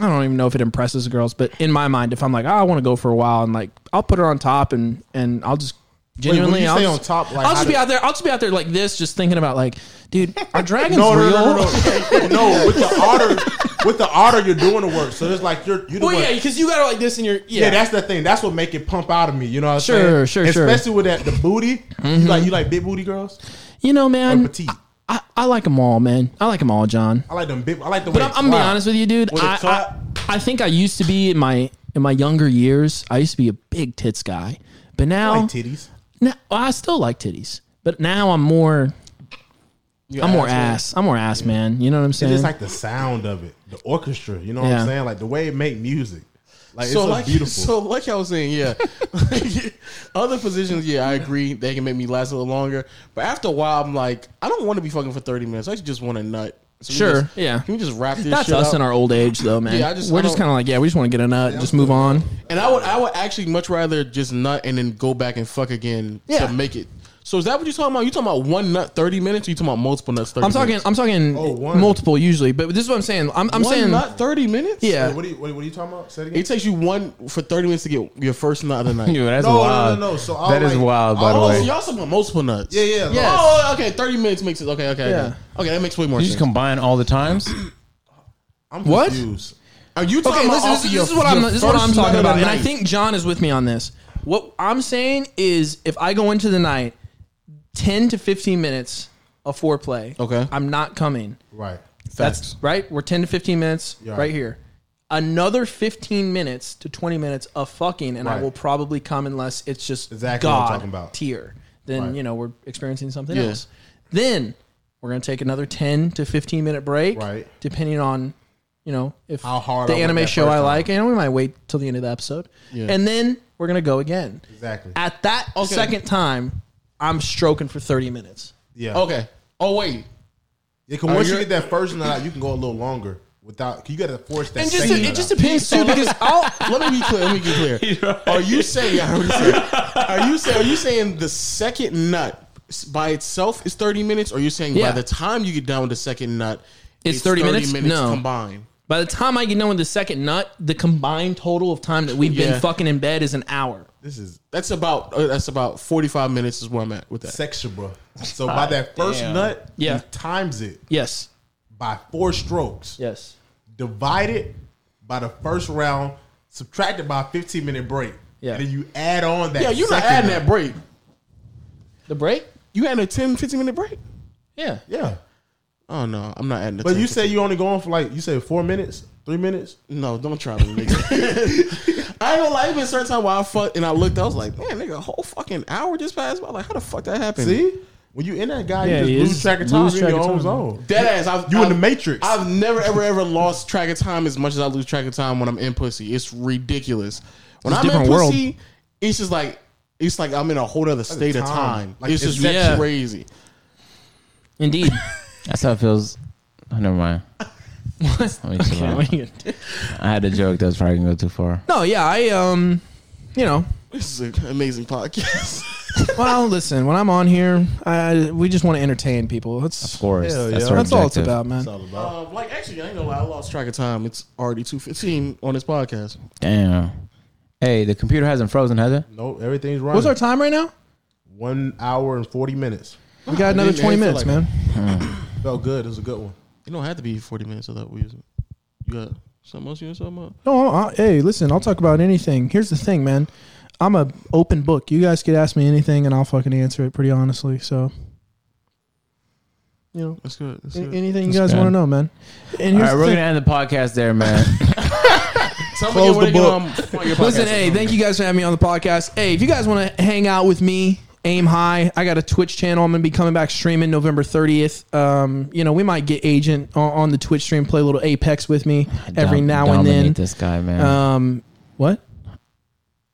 Speaker 5: I don't even know if it impresses girls, but in my mind, if I'm like oh, I want to go for a while and like I'll put her on top and and I'll just
Speaker 4: when
Speaker 5: genuinely
Speaker 4: you
Speaker 5: I'll
Speaker 4: say
Speaker 5: just,
Speaker 4: on top, like, how
Speaker 5: I'll just be
Speaker 4: do-
Speaker 5: out there I'll just be out there like this, just thinking about like dude are dragons
Speaker 4: No, no,
Speaker 5: real?
Speaker 4: no, no, no, no. With the otter, with the otter, you're doing the work. So it's like you're you. the
Speaker 5: Well,
Speaker 4: one-
Speaker 5: yeah, because you got it like this and you're yeah.
Speaker 4: Yeah, that's the thing. That's what make it pump out of me. You know what I'm saying?
Speaker 5: Sure, sure, sure.
Speaker 4: Especially with that the booty. You like you like big booty girls
Speaker 5: you know,
Speaker 4: or
Speaker 5: man.
Speaker 4: petite.
Speaker 5: I, I like them all, man. I like them all, John.
Speaker 4: I like them big. I like the.
Speaker 5: But I'm, I'm gonna be honest with you, dude.
Speaker 4: With a
Speaker 5: I,
Speaker 4: clap.
Speaker 5: I, I think I used to be in my in my younger years. I used to be a big tits guy, but now
Speaker 4: I like titties.
Speaker 5: No, I still like titties, but now I'm more.
Speaker 2: You're
Speaker 5: I'm more
Speaker 2: asshole.
Speaker 5: ass. I'm more ass, man. You know what I'm
Speaker 4: It's
Speaker 5: saying?
Speaker 4: just like the sound of it, the orchestra. You know what
Speaker 5: Yeah.
Speaker 4: I'm saying? Like the way it make music. Like it's
Speaker 2: so
Speaker 4: so
Speaker 2: like
Speaker 4: beautiful.
Speaker 2: so like I was saying, yeah. Other positions, yeah, I agree. They can make me last a little longer, but after a while, I'm like, I don't want to be fucking for thirty minutes. I just want to nut. So we
Speaker 5: Sure,
Speaker 2: just-
Speaker 5: yeah.
Speaker 2: Can we just wrap this?
Speaker 5: That's
Speaker 2: shit
Speaker 5: us
Speaker 2: up?
Speaker 5: in our old age, though, man.
Speaker 2: Yeah, I just-
Speaker 5: We're
Speaker 2: I
Speaker 5: just
Speaker 2: don't-
Speaker 5: kind of like, yeah, we just want to get a nut, just move on.
Speaker 2: And I would I would actually much rather just nut and then go back and fuck again
Speaker 5: Yeah.
Speaker 2: to make it. So is that what you're talking about? You talking about one nut thirty minutes? Or you talking about multiple nuts thirty?
Speaker 5: I'm talking.
Speaker 2: Minutes?
Speaker 5: I'm talking
Speaker 4: Oh, one.
Speaker 5: multiple usually, but this is what I'm saying. I'm, I'm
Speaker 2: one
Speaker 5: saying,
Speaker 2: nut thirty minutes.
Speaker 5: yeah.
Speaker 4: Wait, what, are you, what, are- what are you talking about? Say it again.
Speaker 2: It takes you one for thirty minutes to get your first nut of the night.
Speaker 1: Dude, that's
Speaker 4: No, no,
Speaker 1: wild.
Speaker 4: no, no. So I'll,
Speaker 1: that is
Speaker 4: like-
Speaker 1: wild, by the
Speaker 2: Oh,
Speaker 1: way.
Speaker 2: so y'all talking about multiple nuts?
Speaker 4: Yeah, yeah.
Speaker 5: Yeah.
Speaker 2: Oh, okay. Thirty minutes makes it okay. Okay,
Speaker 5: Yeah.
Speaker 2: okay. okay. That makes way more
Speaker 1: you
Speaker 2: sense.
Speaker 1: just combine all the times.
Speaker 4: I'm
Speaker 5: What?
Speaker 4: confused.
Speaker 2: Are you talking
Speaker 5: Okay,
Speaker 2: about
Speaker 5: listen.
Speaker 2: off
Speaker 5: This,
Speaker 2: of
Speaker 5: this
Speaker 2: your-
Speaker 5: is what I'm.
Speaker 2: your
Speaker 5: This is what
Speaker 2: first
Speaker 5: I'm talking
Speaker 2: nut of the
Speaker 5: about, and I
Speaker 2: night?
Speaker 5: think John is with me on this. What I'm saying is, if I go into the night, ten to fifteen minutes of foreplay,
Speaker 2: Okay.
Speaker 5: I'm not coming.
Speaker 4: Right.
Speaker 5: That's right. We're 10 to 15 minutes
Speaker 4: Yeah.
Speaker 5: right here. Another 15 minutes to 20 minutes of fucking, and I
Speaker 4: Right.
Speaker 5: will probably come unless it's just
Speaker 4: Exactly what I'm
Speaker 5: God
Speaker 4: talking about.
Speaker 5: tier. Then,
Speaker 4: Right.
Speaker 5: you know, we're experiencing something
Speaker 2: Yeah.
Speaker 5: else. Then we're going to take another 10 to 15 minute break,
Speaker 4: Right.
Speaker 5: depending on, you know, if
Speaker 4: How hard I
Speaker 5: the
Speaker 4: went
Speaker 5: anime
Speaker 4: that
Speaker 5: show
Speaker 4: first
Speaker 5: I
Speaker 4: time.
Speaker 5: like, and we might wait till the end of the episode.
Speaker 2: Yeah.
Speaker 5: And then we're going to go again.
Speaker 4: Exactly.
Speaker 5: At that
Speaker 2: Okay.
Speaker 5: second time, I'm stroking for 30 minutes.
Speaker 4: Yeah.
Speaker 2: Okay. Oh wait.
Speaker 4: Yeah, 'cause once you
Speaker 2: you're-
Speaker 4: get that first nut out, you can go a little longer without. 'cause You got to force that.
Speaker 5: And just
Speaker 4: second
Speaker 5: it
Speaker 4: nut
Speaker 5: just
Speaker 4: out.
Speaker 5: depends too because I'll
Speaker 2: Let me be clear. Let me be clear. Are you saying? I already said- Are you saying? Are you saying the second nut s- by itself is thirty minutes? Or are you saying
Speaker 5: Yeah.
Speaker 2: by the time you get down with the second nut,
Speaker 5: It's 30 minutes? No.
Speaker 2: combined?
Speaker 5: By the time I get done with the second nut, the combined total of time that we've
Speaker 2: Yeah.
Speaker 5: been fucking in bed is an hour.
Speaker 4: This is
Speaker 2: That's about uh, that's about forty five minutes is where I'm at with that.
Speaker 4: sexual. So by that first nut,
Speaker 5: Yeah.
Speaker 4: you times it
Speaker 5: Yes.
Speaker 4: by four strokes.
Speaker 5: Yes.
Speaker 4: Divide it by the first round, subtract it by a 15 minute break.
Speaker 5: Yeah.
Speaker 4: And then you add on that.
Speaker 2: yeah, you're not
Speaker 4: second
Speaker 2: adding
Speaker 4: nut.
Speaker 2: that break.
Speaker 5: The break?
Speaker 2: You had a 10, 15 minute break.
Speaker 5: Yeah.
Speaker 4: Yeah.
Speaker 2: Oh no, I'm not adding. The
Speaker 3: But you
Speaker 2: tank.
Speaker 3: say you only going for like you said four minutes, three minutes.
Speaker 2: no, don't try me, nigga. I ain't gonna lie. Even a certain time where I fucked and I looked, I was like, man, nigga, a whole fucking hour just passed by. Like, how the fuck that happened?
Speaker 3: See, when you in that guy,
Speaker 5: Yeah,
Speaker 3: you
Speaker 5: you
Speaker 3: just lose
Speaker 5: just
Speaker 3: track of time.
Speaker 5: lose
Speaker 3: You're in
Speaker 5: track
Speaker 3: your
Speaker 5: of
Speaker 3: own
Speaker 5: time.
Speaker 3: zone.
Speaker 2: Dead ass. I've,
Speaker 3: You in
Speaker 2: I've,
Speaker 3: the matrix.
Speaker 2: I've never ever ever lost track of time as much as I lose track of time when I'm in pussy. It's ridiculous. When
Speaker 5: It's a
Speaker 2: I'm in
Speaker 5: different world.
Speaker 2: pussy, it's just like it's like I'm in a whole other state of
Speaker 3: time.
Speaker 2: time.
Speaker 3: Like,
Speaker 2: it's just
Speaker 5: Inception.
Speaker 2: crazy.
Speaker 5: Indeed.
Speaker 1: That's how it feels. Oh, never mind. Let me chill out. I had a joke that was probably gonna go too far.
Speaker 5: no, yeah, I um, you know,
Speaker 2: This is an amazing podcast.
Speaker 5: well, listen, when I'm on here, I, we just want to entertain people. That's
Speaker 1: Of course,
Speaker 3: Hell
Speaker 1: that's,
Speaker 3: yeah.
Speaker 1: our
Speaker 5: that's all it's
Speaker 1: objective.
Speaker 5: about,
Speaker 3: That's
Speaker 5: man.
Speaker 3: all about.
Speaker 2: um, like actually, I ain't gonna lie. I lost track of time. It's already two fifteen on this podcast.
Speaker 1: Damn. Hey, the computer hasn't frozen, has it?
Speaker 3: Nope, everything's running.
Speaker 5: What's our time right now?
Speaker 3: One hour and forty minutes.
Speaker 5: We got another
Speaker 2: man, I
Speaker 5: 20
Speaker 2: feel like-
Speaker 5: minutes, man.
Speaker 3: Felt good. It was a good one.
Speaker 2: It don't have to be forty minutes of that. We use it. You got something else you want to talk about?
Speaker 5: No, I, I- hey, listen, I'll talk about anything. Here's the thing, man. I'm a open book. You guys could ask me anything, and I'll fucking answer it pretty honestly. So, you know,
Speaker 2: That's good. That's
Speaker 5: a-
Speaker 2: good.
Speaker 5: anything you
Speaker 1: That's
Speaker 5: guys
Speaker 1: good.
Speaker 5: want to know, man. And
Speaker 1: All
Speaker 5: here's
Speaker 1: right,
Speaker 5: the
Speaker 1: we're
Speaker 5: thing.
Speaker 1: gonna end the podcast there, man.
Speaker 2: Somebody
Speaker 3: Close the
Speaker 2: wanna go,
Speaker 3: book.
Speaker 2: um, find your
Speaker 5: Listen,
Speaker 2: podcast.
Speaker 5: hey, thank you guys for having me on the podcast. Hey, if you guys want to hang out with me, aim high. I got a Twitch channel. I'm gonna be coming back streaming November 30th. Um, you know, we might get agent on, on the Twitch stream, play a little Apex with me every
Speaker 1: Dom-
Speaker 5: now and
Speaker 1: dominate
Speaker 5: then.
Speaker 1: This guy, man.
Speaker 5: Um, what?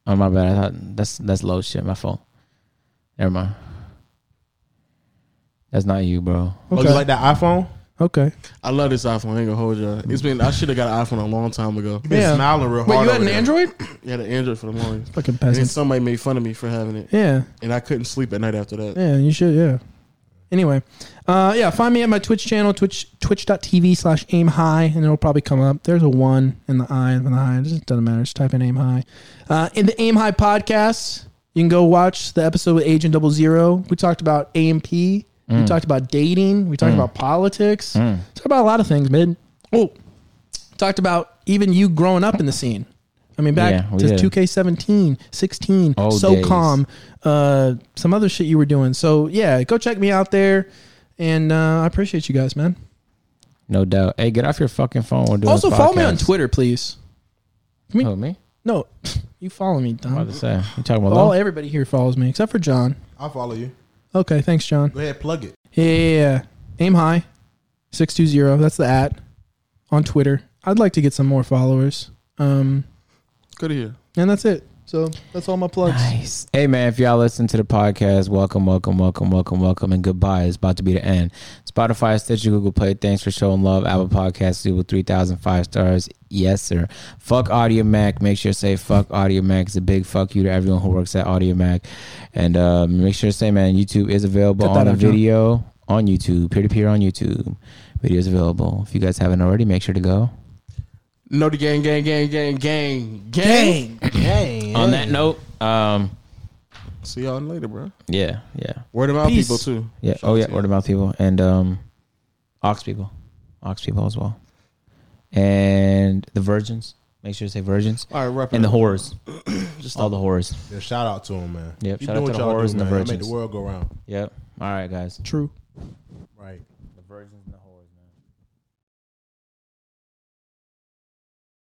Speaker 1: oh my bad. I thought that's that's low shit. My fault. Never mind. That's not you, bro.
Speaker 3: Oh,
Speaker 5: Okay.
Speaker 3: you like that iPhone?
Speaker 5: Okay.
Speaker 2: I love this iPhone. I ain't gonna hold y'all. It's been I should have got an iPhone a long time ago.
Speaker 3: You've been
Speaker 5: Yeah.
Speaker 3: smiling real
Speaker 5: Wait,
Speaker 3: hard.
Speaker 5: you had
Speaker 3: over
Speaker 5: an
Speaker 3: there.
Speaker 5: Android?
Speaker 2: You had an Android for the longest.
Speaker 5: Fucking
Speaker 2: And then
Speaker 5: peasants.
Speaker 2: somebody made fun of me for having it,
Speaker 5: Yeah.
Speaker 2: and I couldn't sleep at night after that.
Speaker 5: Yeah, you should. Yeah. Anyway, uh, yeah, find me at my Twitch channel, twitch twitch.tv slash aim high, and it'll probably come up. There's a one in the I and the high. It just doesn't matter. Just type in aim high. Uh, in the aim high podcast, you can go watch the episode with Agent Double Zero. We talked about AMP.
Speaker 1: Mm.
Speaker 5: We talked about dating. We talked about politics. Talked about a lot of things, man. Oh, talked about even you growing up in the scene. I mean, back
Speaker 1: Yeah, we
Speaker 5: to
Speaker 1: did.
Speaker 5: 2K17, 16,
Speaker 1: Old
Speaker 5: so
Speaker 1: days.
Speaker 5: calm uh, some other shit you were doing. So yeah, go check me out there, and uh, I appreciate you guys, man.
Speaker 1: No doubt. Hey, get off your fucking phone. We're doing
Speaker 5: also,
Speaker 1: this
Speaker 5: follow me on Mm-hmm.
Speaker 1: podcast.
Speaker 5: Twitter, please.
Speaker 1: Who me?
Speaker 5: No, you follow me,
Speaker 1: I'm
Speaker 5: Dom.
Speaker 1: about to say. You talking about
Speaker 5: All
Speaker 1: low?
Speaker 5: everybody here follows me except for John.
Speaker 3: I'll follow you.
Speaker 5: Okay, thanks, John.
Speaker 3: Go ahead, plug it.
Speaker 5: Yeah, yeah, yeah. aim high, six two zero. That's the at on Twitter. I'd like to get some more followers. Um,
Speaker 2: Good to hear.
Speaker 5: and that's it. So that's all my plugs.
Speaker 1: Nice. Hey man, if y'all listen to the podcast, welcome, welcome, welcome, welcome, welcome, and goodbye. It's about to be the end. Spotify, Stitcher, Google Play. Thanks for showing love. Apple Podcasts, do with 3,000 five stars. Yes, sir. Fuck Audio Mac. Make sure to say fuck Audio Mac. It's a big fuck you to everyone who works at Audio Mac. And uh, make sure to say, man, YouTube is available
Speaker 5: Cut that
Speaker 1: on a
Speaker 5: out, John.
Speaker 1: video on YouTube, peer to peer on YouTube. Videos available. If you guys haven't already, make sure to go.
Speaker 2: No, the gang, gang, gang, gang, gang, gang, gang.
Speaker 1: On that note, um,
Speaker 2: See y'all later, bro.
Speaker 1: yeah, yeah.
Speaker 2: Word of mouth
Speaker 5: Peace.
Speaker 2: people too.
Speaker 1: Yeah.
Speaker 2: Shout
Speaker 1: Oh
Speaker 2: out
Speaker 1: yeah.
Speaker 2: to
Speaker 1: Word of mouth people and um, ox people, ox people as well, and the virgins. Make sure to say virgins
Speaker 2: All right, wrap it
Speaker 1: and the
Speaker 2: up.
Speaker 1: whores.
Speaker 2: Just
Speaker 1: All the whores.
Speaker 3: Yeah, shout out to him, man.
Speaker 1: Yep,
Speaker 3: Keep
Speaker 1: shout out
Speaker 3: doing
Speaker 1: to the
Speaker 3: what y'all
Speaker 1: whores
Speaker 3: do,
Speaker 1: and the
Speaker 3: man. Y'all Make
Speaker 1: virgins.
Speaker 3: the world go round.
Speaker 1: Yep. All right, guys.
Speaker 5: True.
Speaker 3: Right.